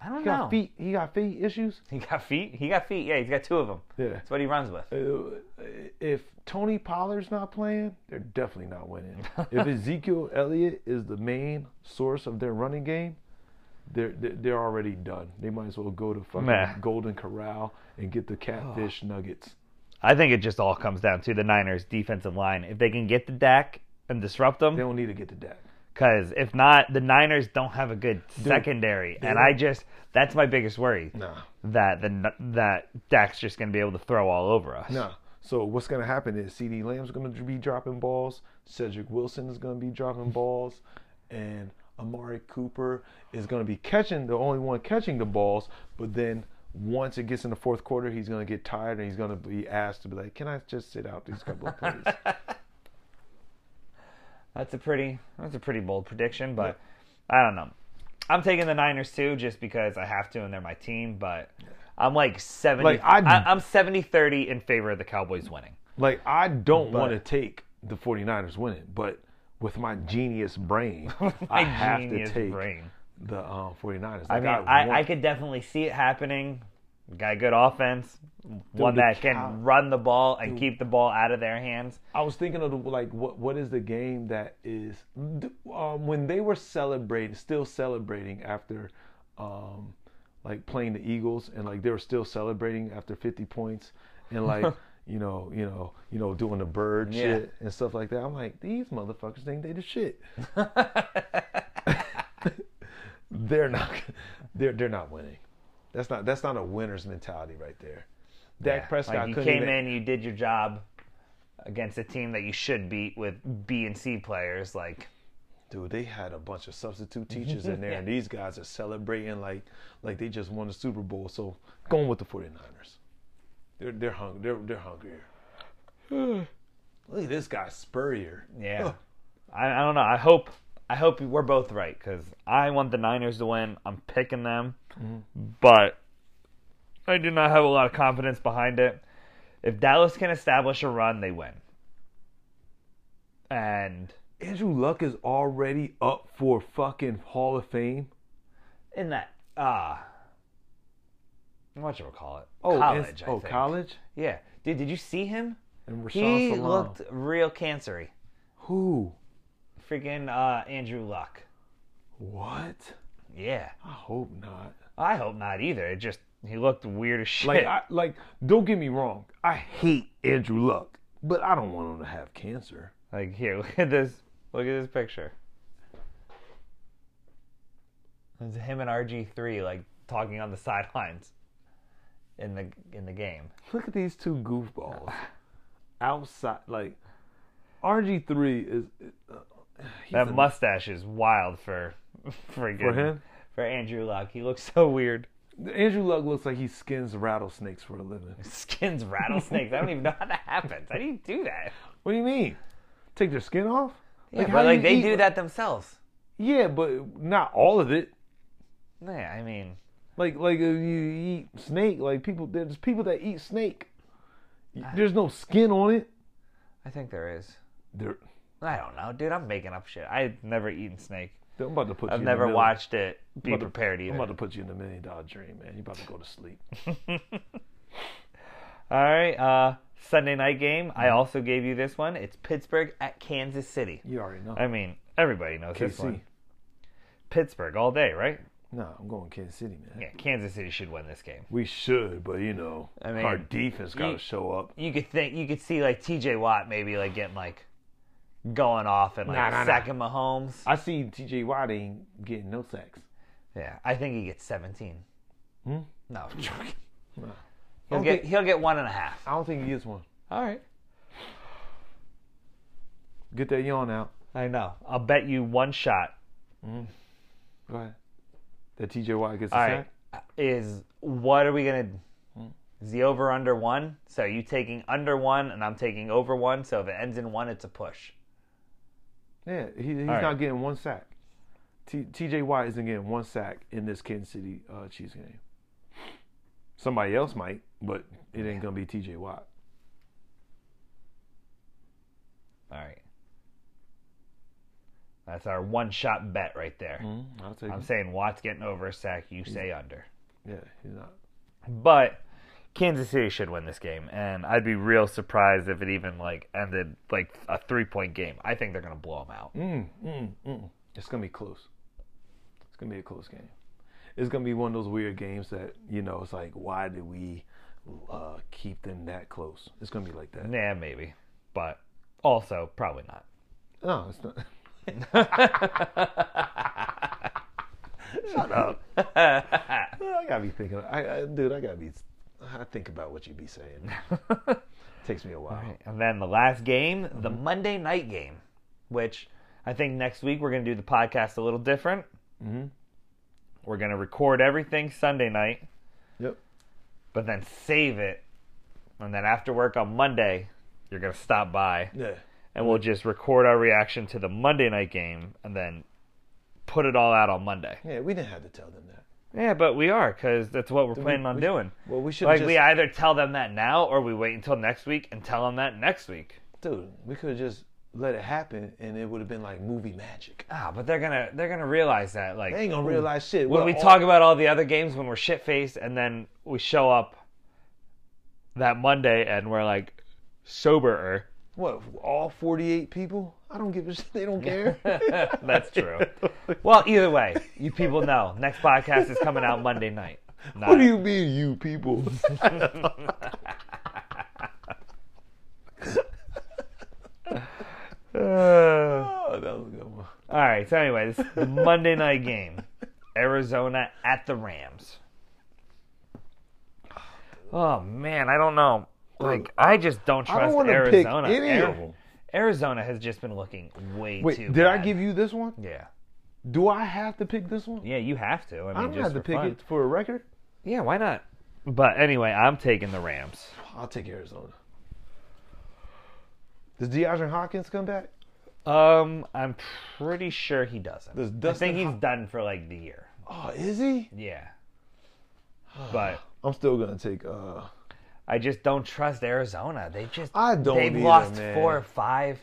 C: I don't
A: He got
C: know.
A: feet. He got feet issues.
C: He got feet. He got feet. Yeah, he's got two of them.
A: Yeah.
C: That's what he runs with.
A: Uh, If Tony Pollard's not playing, they're definitely not winning. if Ezekiel Elliott is the main source of their running game, they're they're- they're already done. They might as well go to fucking
C: Nah.
A: Golden Corral and get the catfish nuggets.
C: I think it just all comes down to the Niners' defensive line. If they can get the Dak and disrupt
A: They
C: them,
A: don't need to get to Dak.
C: because if not, the Niners don't have a good secondary, and I just that's my biggest worry
A: Nah,
C: that the that Dak's just going to be able to throw all over us.
A: nah. So what's gonna happen is C.D. Lamb's gonna be dropping balls. Cedric Wilson is gonna be dropping balls, and Amari Cooper is gonna be catching the only one catching the balls. But then once it gets in the fourth quarter, he's gonna get tired and he's gonna be asked to be like, "Can I just sit out these couple of plays?"
C: That's a pretty that's a pretty bold prediction, but I don't know. I'm taking the Niners too, just because I have to, and they're my team. But I'm like seventy.
A: Like,
C: I,
A: I-
C: I'm 70-30 in favor of the Cowboys winning.
A: Like I don't
C: But-
A: want to take the 49ers winning, but with my genius brain, I have
C: genius
A: to take
C: brain.
A: the um, 49ers.
C: I
A: Like,
C: mean, I, I
A: want-
C: could definitely see it happening. Got good offense, one
A: the
C: that
A: Cow-
C: can run the ball and keep the ball out of their hands.
A: I was thinking of the, like what what is the game that is um, when they were celebrating, still celebrating after um, like playing the Eagles, and like they were still celebrating after 50 points, and like. You know, you know, you know, doing the bird
C: Yeah.
A: shit and stuff like that. I'm like, these motherfuckers think they the shit. they're not they're they're not winning. That's not that's not a winner's mentality right there. Dak Prescott
C: like you
A: couldn't
C: came
A: even,
C: in, you did your job against a team that you should beat with B and C players. Like
A: dude, they had a bunch of substitute
C: Mm-hmm.
A: teachers in there and these guys are celebrating like like they just won the Super Bowl. So going with the 49ers. They're they're hung they're they're hungrier. Look at this guy Spurrier.
C: Yeah.
A: Huh.
C: I, I don't know. I hope I hope we're both right because I want the Niners to win. I'm picking them,
A: Mm-hmm.
C: but I do not have a lot of confidence behind it. If Dallas can establish a run, they win. And
A: Andrew Luck is already up for fucking Hall of Fame.
C: in that ah, what you call it?
A: and-
C: college. I
A: oh,
C: think.
A: college?
C: Yeah, dude. Did you see him?
A: And Rashawn
C: He
A: Salam.
C: looked real cancery.
A: who?
C: Freaking uh, Andrew Luck.
A: What?
C: Yeah.
A: I hope not.
C: I hope not either. It just he looked weird as shit.
A: Like, I, like, don't get me wrong. I hate Andrew Luck, but I don't want him to have cancer.
C: Like here, look at this. Look at this picture. It's him and RG three like talking on the sidelines in the in the game.
A: Look at these two goofballs outside. Like, RG three is
C: that mustache is wild for friggin-
A: for him.
C: for Andrew Luck. He looks so weird.
A: Andrew Luck looks like he skins rattlesnakes for a living.
C: Skins rattlesnakes. I don't even know how that happens. How do you do that?
A: What do you mean? Take their skin off?
C: Yeah,
A: how
C: but
A: do
C: like
A: you
C: they
A: eat-
C: do that themselves.
A: Yeah, but not all of it.
C: Yeah, I mean,
A: Like, like if you eat snake, like people, there's people that eat snake. There's no skin on it.
C: I think there is.
A: They're,
C: I don't know, dude. I'm making up shit. I've never eaten snake.
A: I'm about to put.
C: I've
A: you
C: never
A: in the middle.
C: watched it. Be
A: about to-
C: prepared either.
A: I'm about to put you in a million dollar dream, man. You're about to go to sleep.
C: All right, uh, Sunday night game.
A: Mm-hmm.
C: I also gave you this one. It's Pittsburgh at Kansas City.
A: You already know.
C: I mean, everybody knows this
A: KC.
C: one. Pittsburgh all day, right?
A: No, I'm going Kansas City, man.
C: Yeah, Kansas City should win this game.
A: We should, but you know,
C: I mean,
A: our defense got
C: you-
A: to show up.
C: You could think you could see like T.J. Watt maybe like getting like going off and like
A: Nah, nah, nah.
C: sacking Mahomes.
A: I see T.J. Watt ain't getting no sacks.
C: Yeah, I think he gets seventeen.
A: Hmm?
C: No, I'm joking.
A: I
C: He'll
A: don't,
C: get
A: think,
C: he'll get one and a half.
A: I don't think he gets one.
C: All right.
A: Get that yawn out.
C: I know. I'll bet you one shot
A: Go ahead. That T.J. Watt gets a
C: All right.
A: sack.
C: Is what are we gonna? Is the over under one? So you taking under one, and I'm taking over one. So if it ends in one, it's a push.
A: Yeah, he, he's
C: right.
A: not getting one sack. T- T.J. Watt isn't getting one sack in this Kansas City uh, Chiefs game. Somebody else might, but it ain't gonna be T.J. Watt.
C: All right. That's our one shot bet right there.
A: I'll take.
C: I'm
A: it.
C: saying Watt's getting over a sack. You say under.
A: Yeah, he's not.
C: But Kansas City should win this game, and I'd be real surprised if it even like ended like a three point game. I think they're gonna blow them out. Mm,
A: It's gonna be close. It's gonna be a close game. It's gonna be one of those weird games that you know. It's like, why did we, uh, keep them that close. It's gonna be like that.
C: Nah, maybe. But also, probably not.
A: No, it's not. Shut up. I gotta be thinking. I, I, dude, I gotta be. I think about what you be saying. Takes me a while.
C: And then the last game, the
A: Mm-hmm.
C: Monday night game, which I think next week we're going to do the podcast a little different. Mm-hmm. We're going to record everything Sunday night,
A: Yep.
C: but then save it. And then after work on Monday, you're going to stop by
A: Yeah.
C: and we'll just record our reaction to the Monday night game and then put it all out on Monday.
A: Yeah, we didn't have to tell them that.
C: Yeah, but we are because that's what we're planning on
A: we-
C: doing.
A: Well, we should
C: Like,
A: just,
C: we either tell them that now or we wait until next week and tell them that next week.
A: dude. We could have just let it happen, and it would have been like movie magic.
C: Ah, but they're gonna they're gonna realize that. Like
A: They ain't gonna realize shit.
C: when we
A: all-
C: talk about all the other games when we're shit faced and then we show up that Monday and we're like soberer.
A: what all forty-eight people, I don't give a shit. They don't care.
C: That's true. well, either way, you people know. Next podcast is coming out Monday night. Not-
A: what do you mean, you people?
C: Uh,
A: oh, that was a good one.
C: all right. So anyway, this is the Monday night game, Arizona at the Rams. Oh man, I don't know. Like I just don't trust
A: I don't want to pick
C: Arizona.
A: any
C: Ari-
A: of them.
C: Arizona has just been looking way
A: Wait,
C: too.
A: did I
C: bad.
A: give you this one?
C: Yeah,
A: Do I have to pick this one?
C: yeah, you have to. I mean,
A: I don't
C: just
A: have to
C: for
A: pick
C: fun.
A: it for a record.
C: Yeah, why not? But anyway, I'm taking the Rams.
A: I'll take Arizona. Does DeAndre Hawkins come back?
C: Um, I'm pretty sure he doesn't.
A: Does
C: I
A: Dustin
C: think he's
A: Ho-
C: done for like the year.
A: Oh, is he?
C: Yeah, but
A: I'm still gonna take. uh
C: I just don't trust Arizona. They just
A: I don't
C: They've
A: either,
C: lost
A: man.
C: four or five.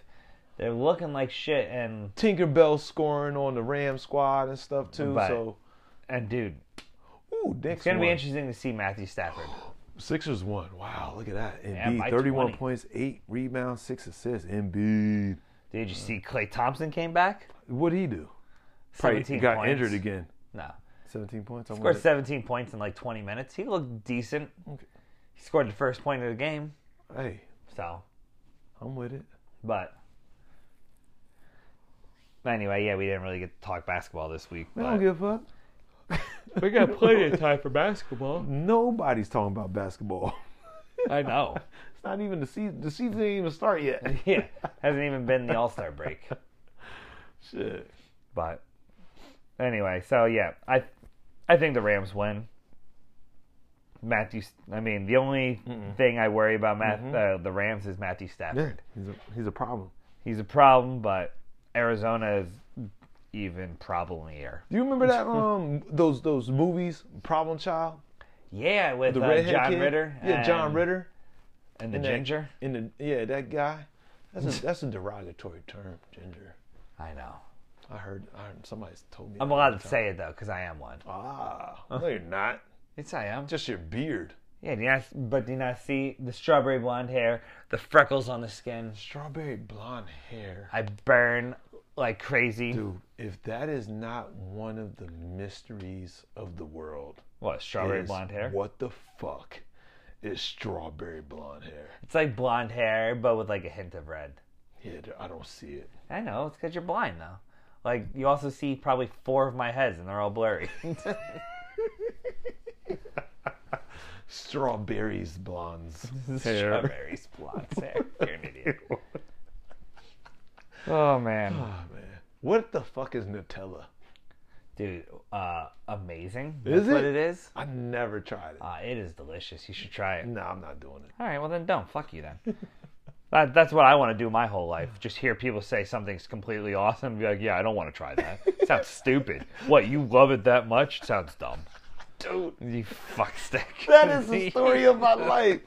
C: They're looking like shit. And
A: Tinkerbell scoring on the Ram squad and stuff too.
C: Right.
A: So,
C: and dude,
A: ooh, next
C: it's gonna
A: one.
C: be interesting to see Matthew Stafford.
A: Sixers won. Wow, look at that.
C: Yeah,
A: Embiid,
C: by
A: 31
C: 20.
A: points, eight rebounds, six assists. Embiid,
C: Did you see Clay Thompson came back?
A: what'd he do? Probably
C: 17
A: got
C: points.
A: injured again.
C: No.
A: 17 points. I
C: scored
A: wonder-
C: 17 points in like 20 minutes. He looked decent.
A: Okay.
C: He scored the first point of the game.
A: Hey,
C: So,
A: I'm with it.
C: but anyway, yeah, we didn't really get to talk basketball this week.
A: I don't
C: But
A: give up.
C: we got plenty of time for basketball.
A: Nobody's talking about basketball.
C: I know.
A: It's not even the season. The season didn't even start yet.
C: Yeah, hasn't even been the All Star break.
A: Shit.
C: But anyway, so yeah, I I think the Rams win. Matthew, I mean, the only thing I worry about Matt, uh, the Rams is Matthew Stafford.
A: Mm-hmm. Yeah, he's a, he's a problem.
C: he's a problem, but Arizona is even problemier.
A: Do you remember that um those those movies Problem Child,
C: Yeah, with
A: the
C: uh,
A: redhead
C: John
A: kid?
C: Ritter.
A: Yeah, John
C: and-
A: Ritter.
C: and the
A: and that-
C: ginger.
A: And the yeah that guy. That's a that's a derogatory term, ginger.
C: I know.
A: I heard, I heard somebody's told me.
C: I'm
A: that
C: allowed
A: one
C: to
A: time.
C: say it though, because I am one.
A: Ah, no, you're not.
C: Yes, I am.
A: Just your beard.
C: Yeah, do you not, but do you not see the strawberry blonde hair, the freckles on the skin?
A: Strawberry blonde hair.
C: I burn like crazy.
A: Dude, if that is not one of the mysteries of the world,
C: What strawberry
A: is
C: blonde hair?
A: What the fuck is strawberry blonde hair?
C: It's like blonde hair, but with like a hint of red.
A: Yeah, dude, I don't see it.
C: I know it's because you're blind though. Like you also see probably four of my heads, and they're all blurry.
A: Strawberries blondes.
C: Strawberries, blonde hair. You're an idiot. oh man,
A: Oh, man. What the fuck is Nutella?
C: dude, uh, amazing.
A: Is
C: That's what it
A: it?
C: is.
A: I never tried it.
C: Uh, it is delicious. You should try it.
A: no, I'm not doing it.
C: All right, well then don't. Fuck you then. That, that's what I want to do my whole life. Just hear people say something's completely awesome and be like, yeah, I don't want to try that. sounds stupid. What, you love it that much? Sounds dumb.
A: Dude,
C: You fuckstick.
A: that is the story of my life.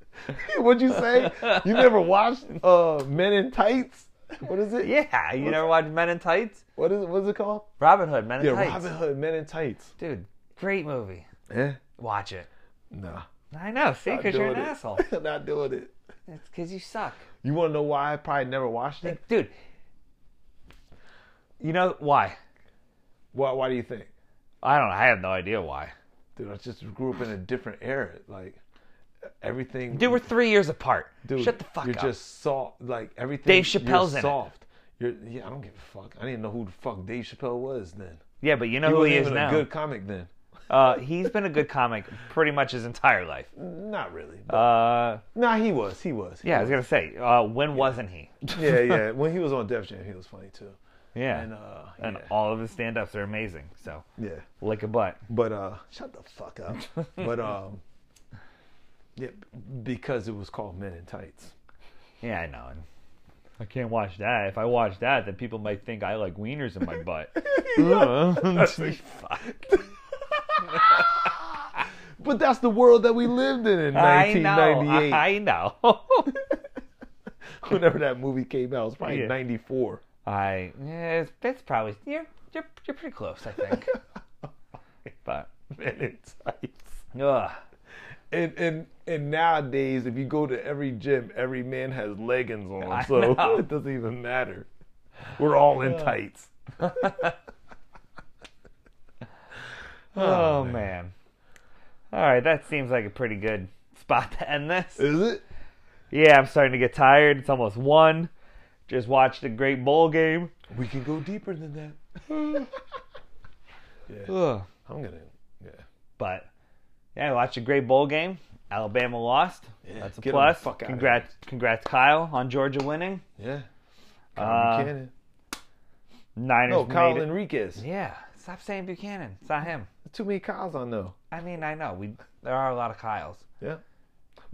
A: What'd you say? You never watched uh, Men in Tights? What is it?
C: Yeah, you never watched Men in Tights?
A: What is it? What is it called?
C: Robin Hood, Men in
A: Yeah,
C: Tights.
A: Robin Hood, Men in Tights.
C: Dude, great movie.
A: Eh?
C: Watch it.
A: Nah.
C: I know, see,
A: not
C: because you're an
A: doing it.
C: asshole.
A: not doing it.
C: It's because you suck.
A: You want to know why I probably never watched it?
C: Like, dude, you know why?
A: Why? Why do you think?
C: I don't know. I have no idea why.
A: Dude, I just grew up in a different era. Like, everything.
C: Dude, we're three years apart.
A: Dude,
C: Shut the fuck
A: you're
C: up.
A: just soft. Like everything.
C: Dave Chappelle's in
A: you're
C: it.
A: soft. You're, yeah, I don't give a fuck. I didn't know who the fuck Dave Chappelle was then.
C: yeah, but you know
A: He
C: who
A: wasn't
C: he is
A: even
C: now.
A: a good comic then.
C: Uh, he's been a good comic pretty much his entire life.
A: Not really. But,
C: Uh,
A: nah, he was. He was. He
C: yeah, I was gonna say, uh, when wasn't he?
A: was. yeah, yeah. When he was on Def Jam, he was funny too.
C: Yeah,
A: And uh,
C: and
A: yeah,
C: all of his stand-ups are amazing. So
A: yeah.
C: lick a butt.
A: But uh, shut the fuck up. but um, yeah, because it was called Men in Tights.
C: Yeah, I know. And I can't watch that. If I watch that, then people might think I like wieners in my butt. Fuck.
A: But that's the world that we lived in in
C: I know.
A: 1998.
C: I know.
A: Whenever that movie came out, it was probably
C: Yeah.
A: 94.
C: I. Yeah, eh, it's, it's probably you're, you're you're pretty close. I think. but
A: Men in Tights.
C: ugh.
A: And and and nowadays, if you go to every gym, every man has leggings on,
C: I
A: so
C: know.
A: it doesn't even matter. We're all in tights.
C: Oh, man. All right, that seems like a pretty good spot to end this.
A: Is it?
C: Yeah, I'm starting to get tired. It's almost one. Just watched a great bowl game.
A: We can go deeper than that.
C: Ugh.
A: I'm gonna, yeah.
C: But yeah, I watched a great bowl game. Alabama lost. That's a
A: get 'em the
C: plus.
A: fuck outta
C: congrats, congrats, Kyle, on Georgia winning.
A: Yeah. Kyle Buchanan.
C: Niners
A: No,
C: Uh,
A: Kyle
C: made it.
A: Enriquez.
C: Yeah, stop saying Buchanan. It's not him.
A: Too many Kyles I know.
C: I mean, I know we there are a lot of Kyles.
A: Yeah.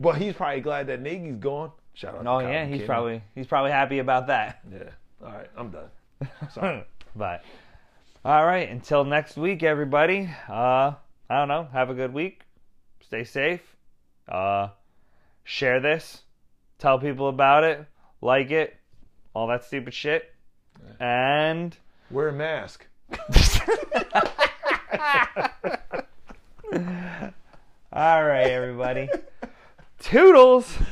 A: But he's probably glad that Nagy's gone. Shout out. to
C: Oh
A: Kyle
C: yeah, he's
A: Buchanan.
C: probably he's probably happy about that.
A: Yeah. All right, I'm done. Sorry.
C: But all right, until next week, everybody. Uh, I don't know. Have a good week. Stay safe. Uh, share this. Tell people about it. Like it. All that stupid shit. And
A: Wear a mask.
C: all right, everybody. Toodles.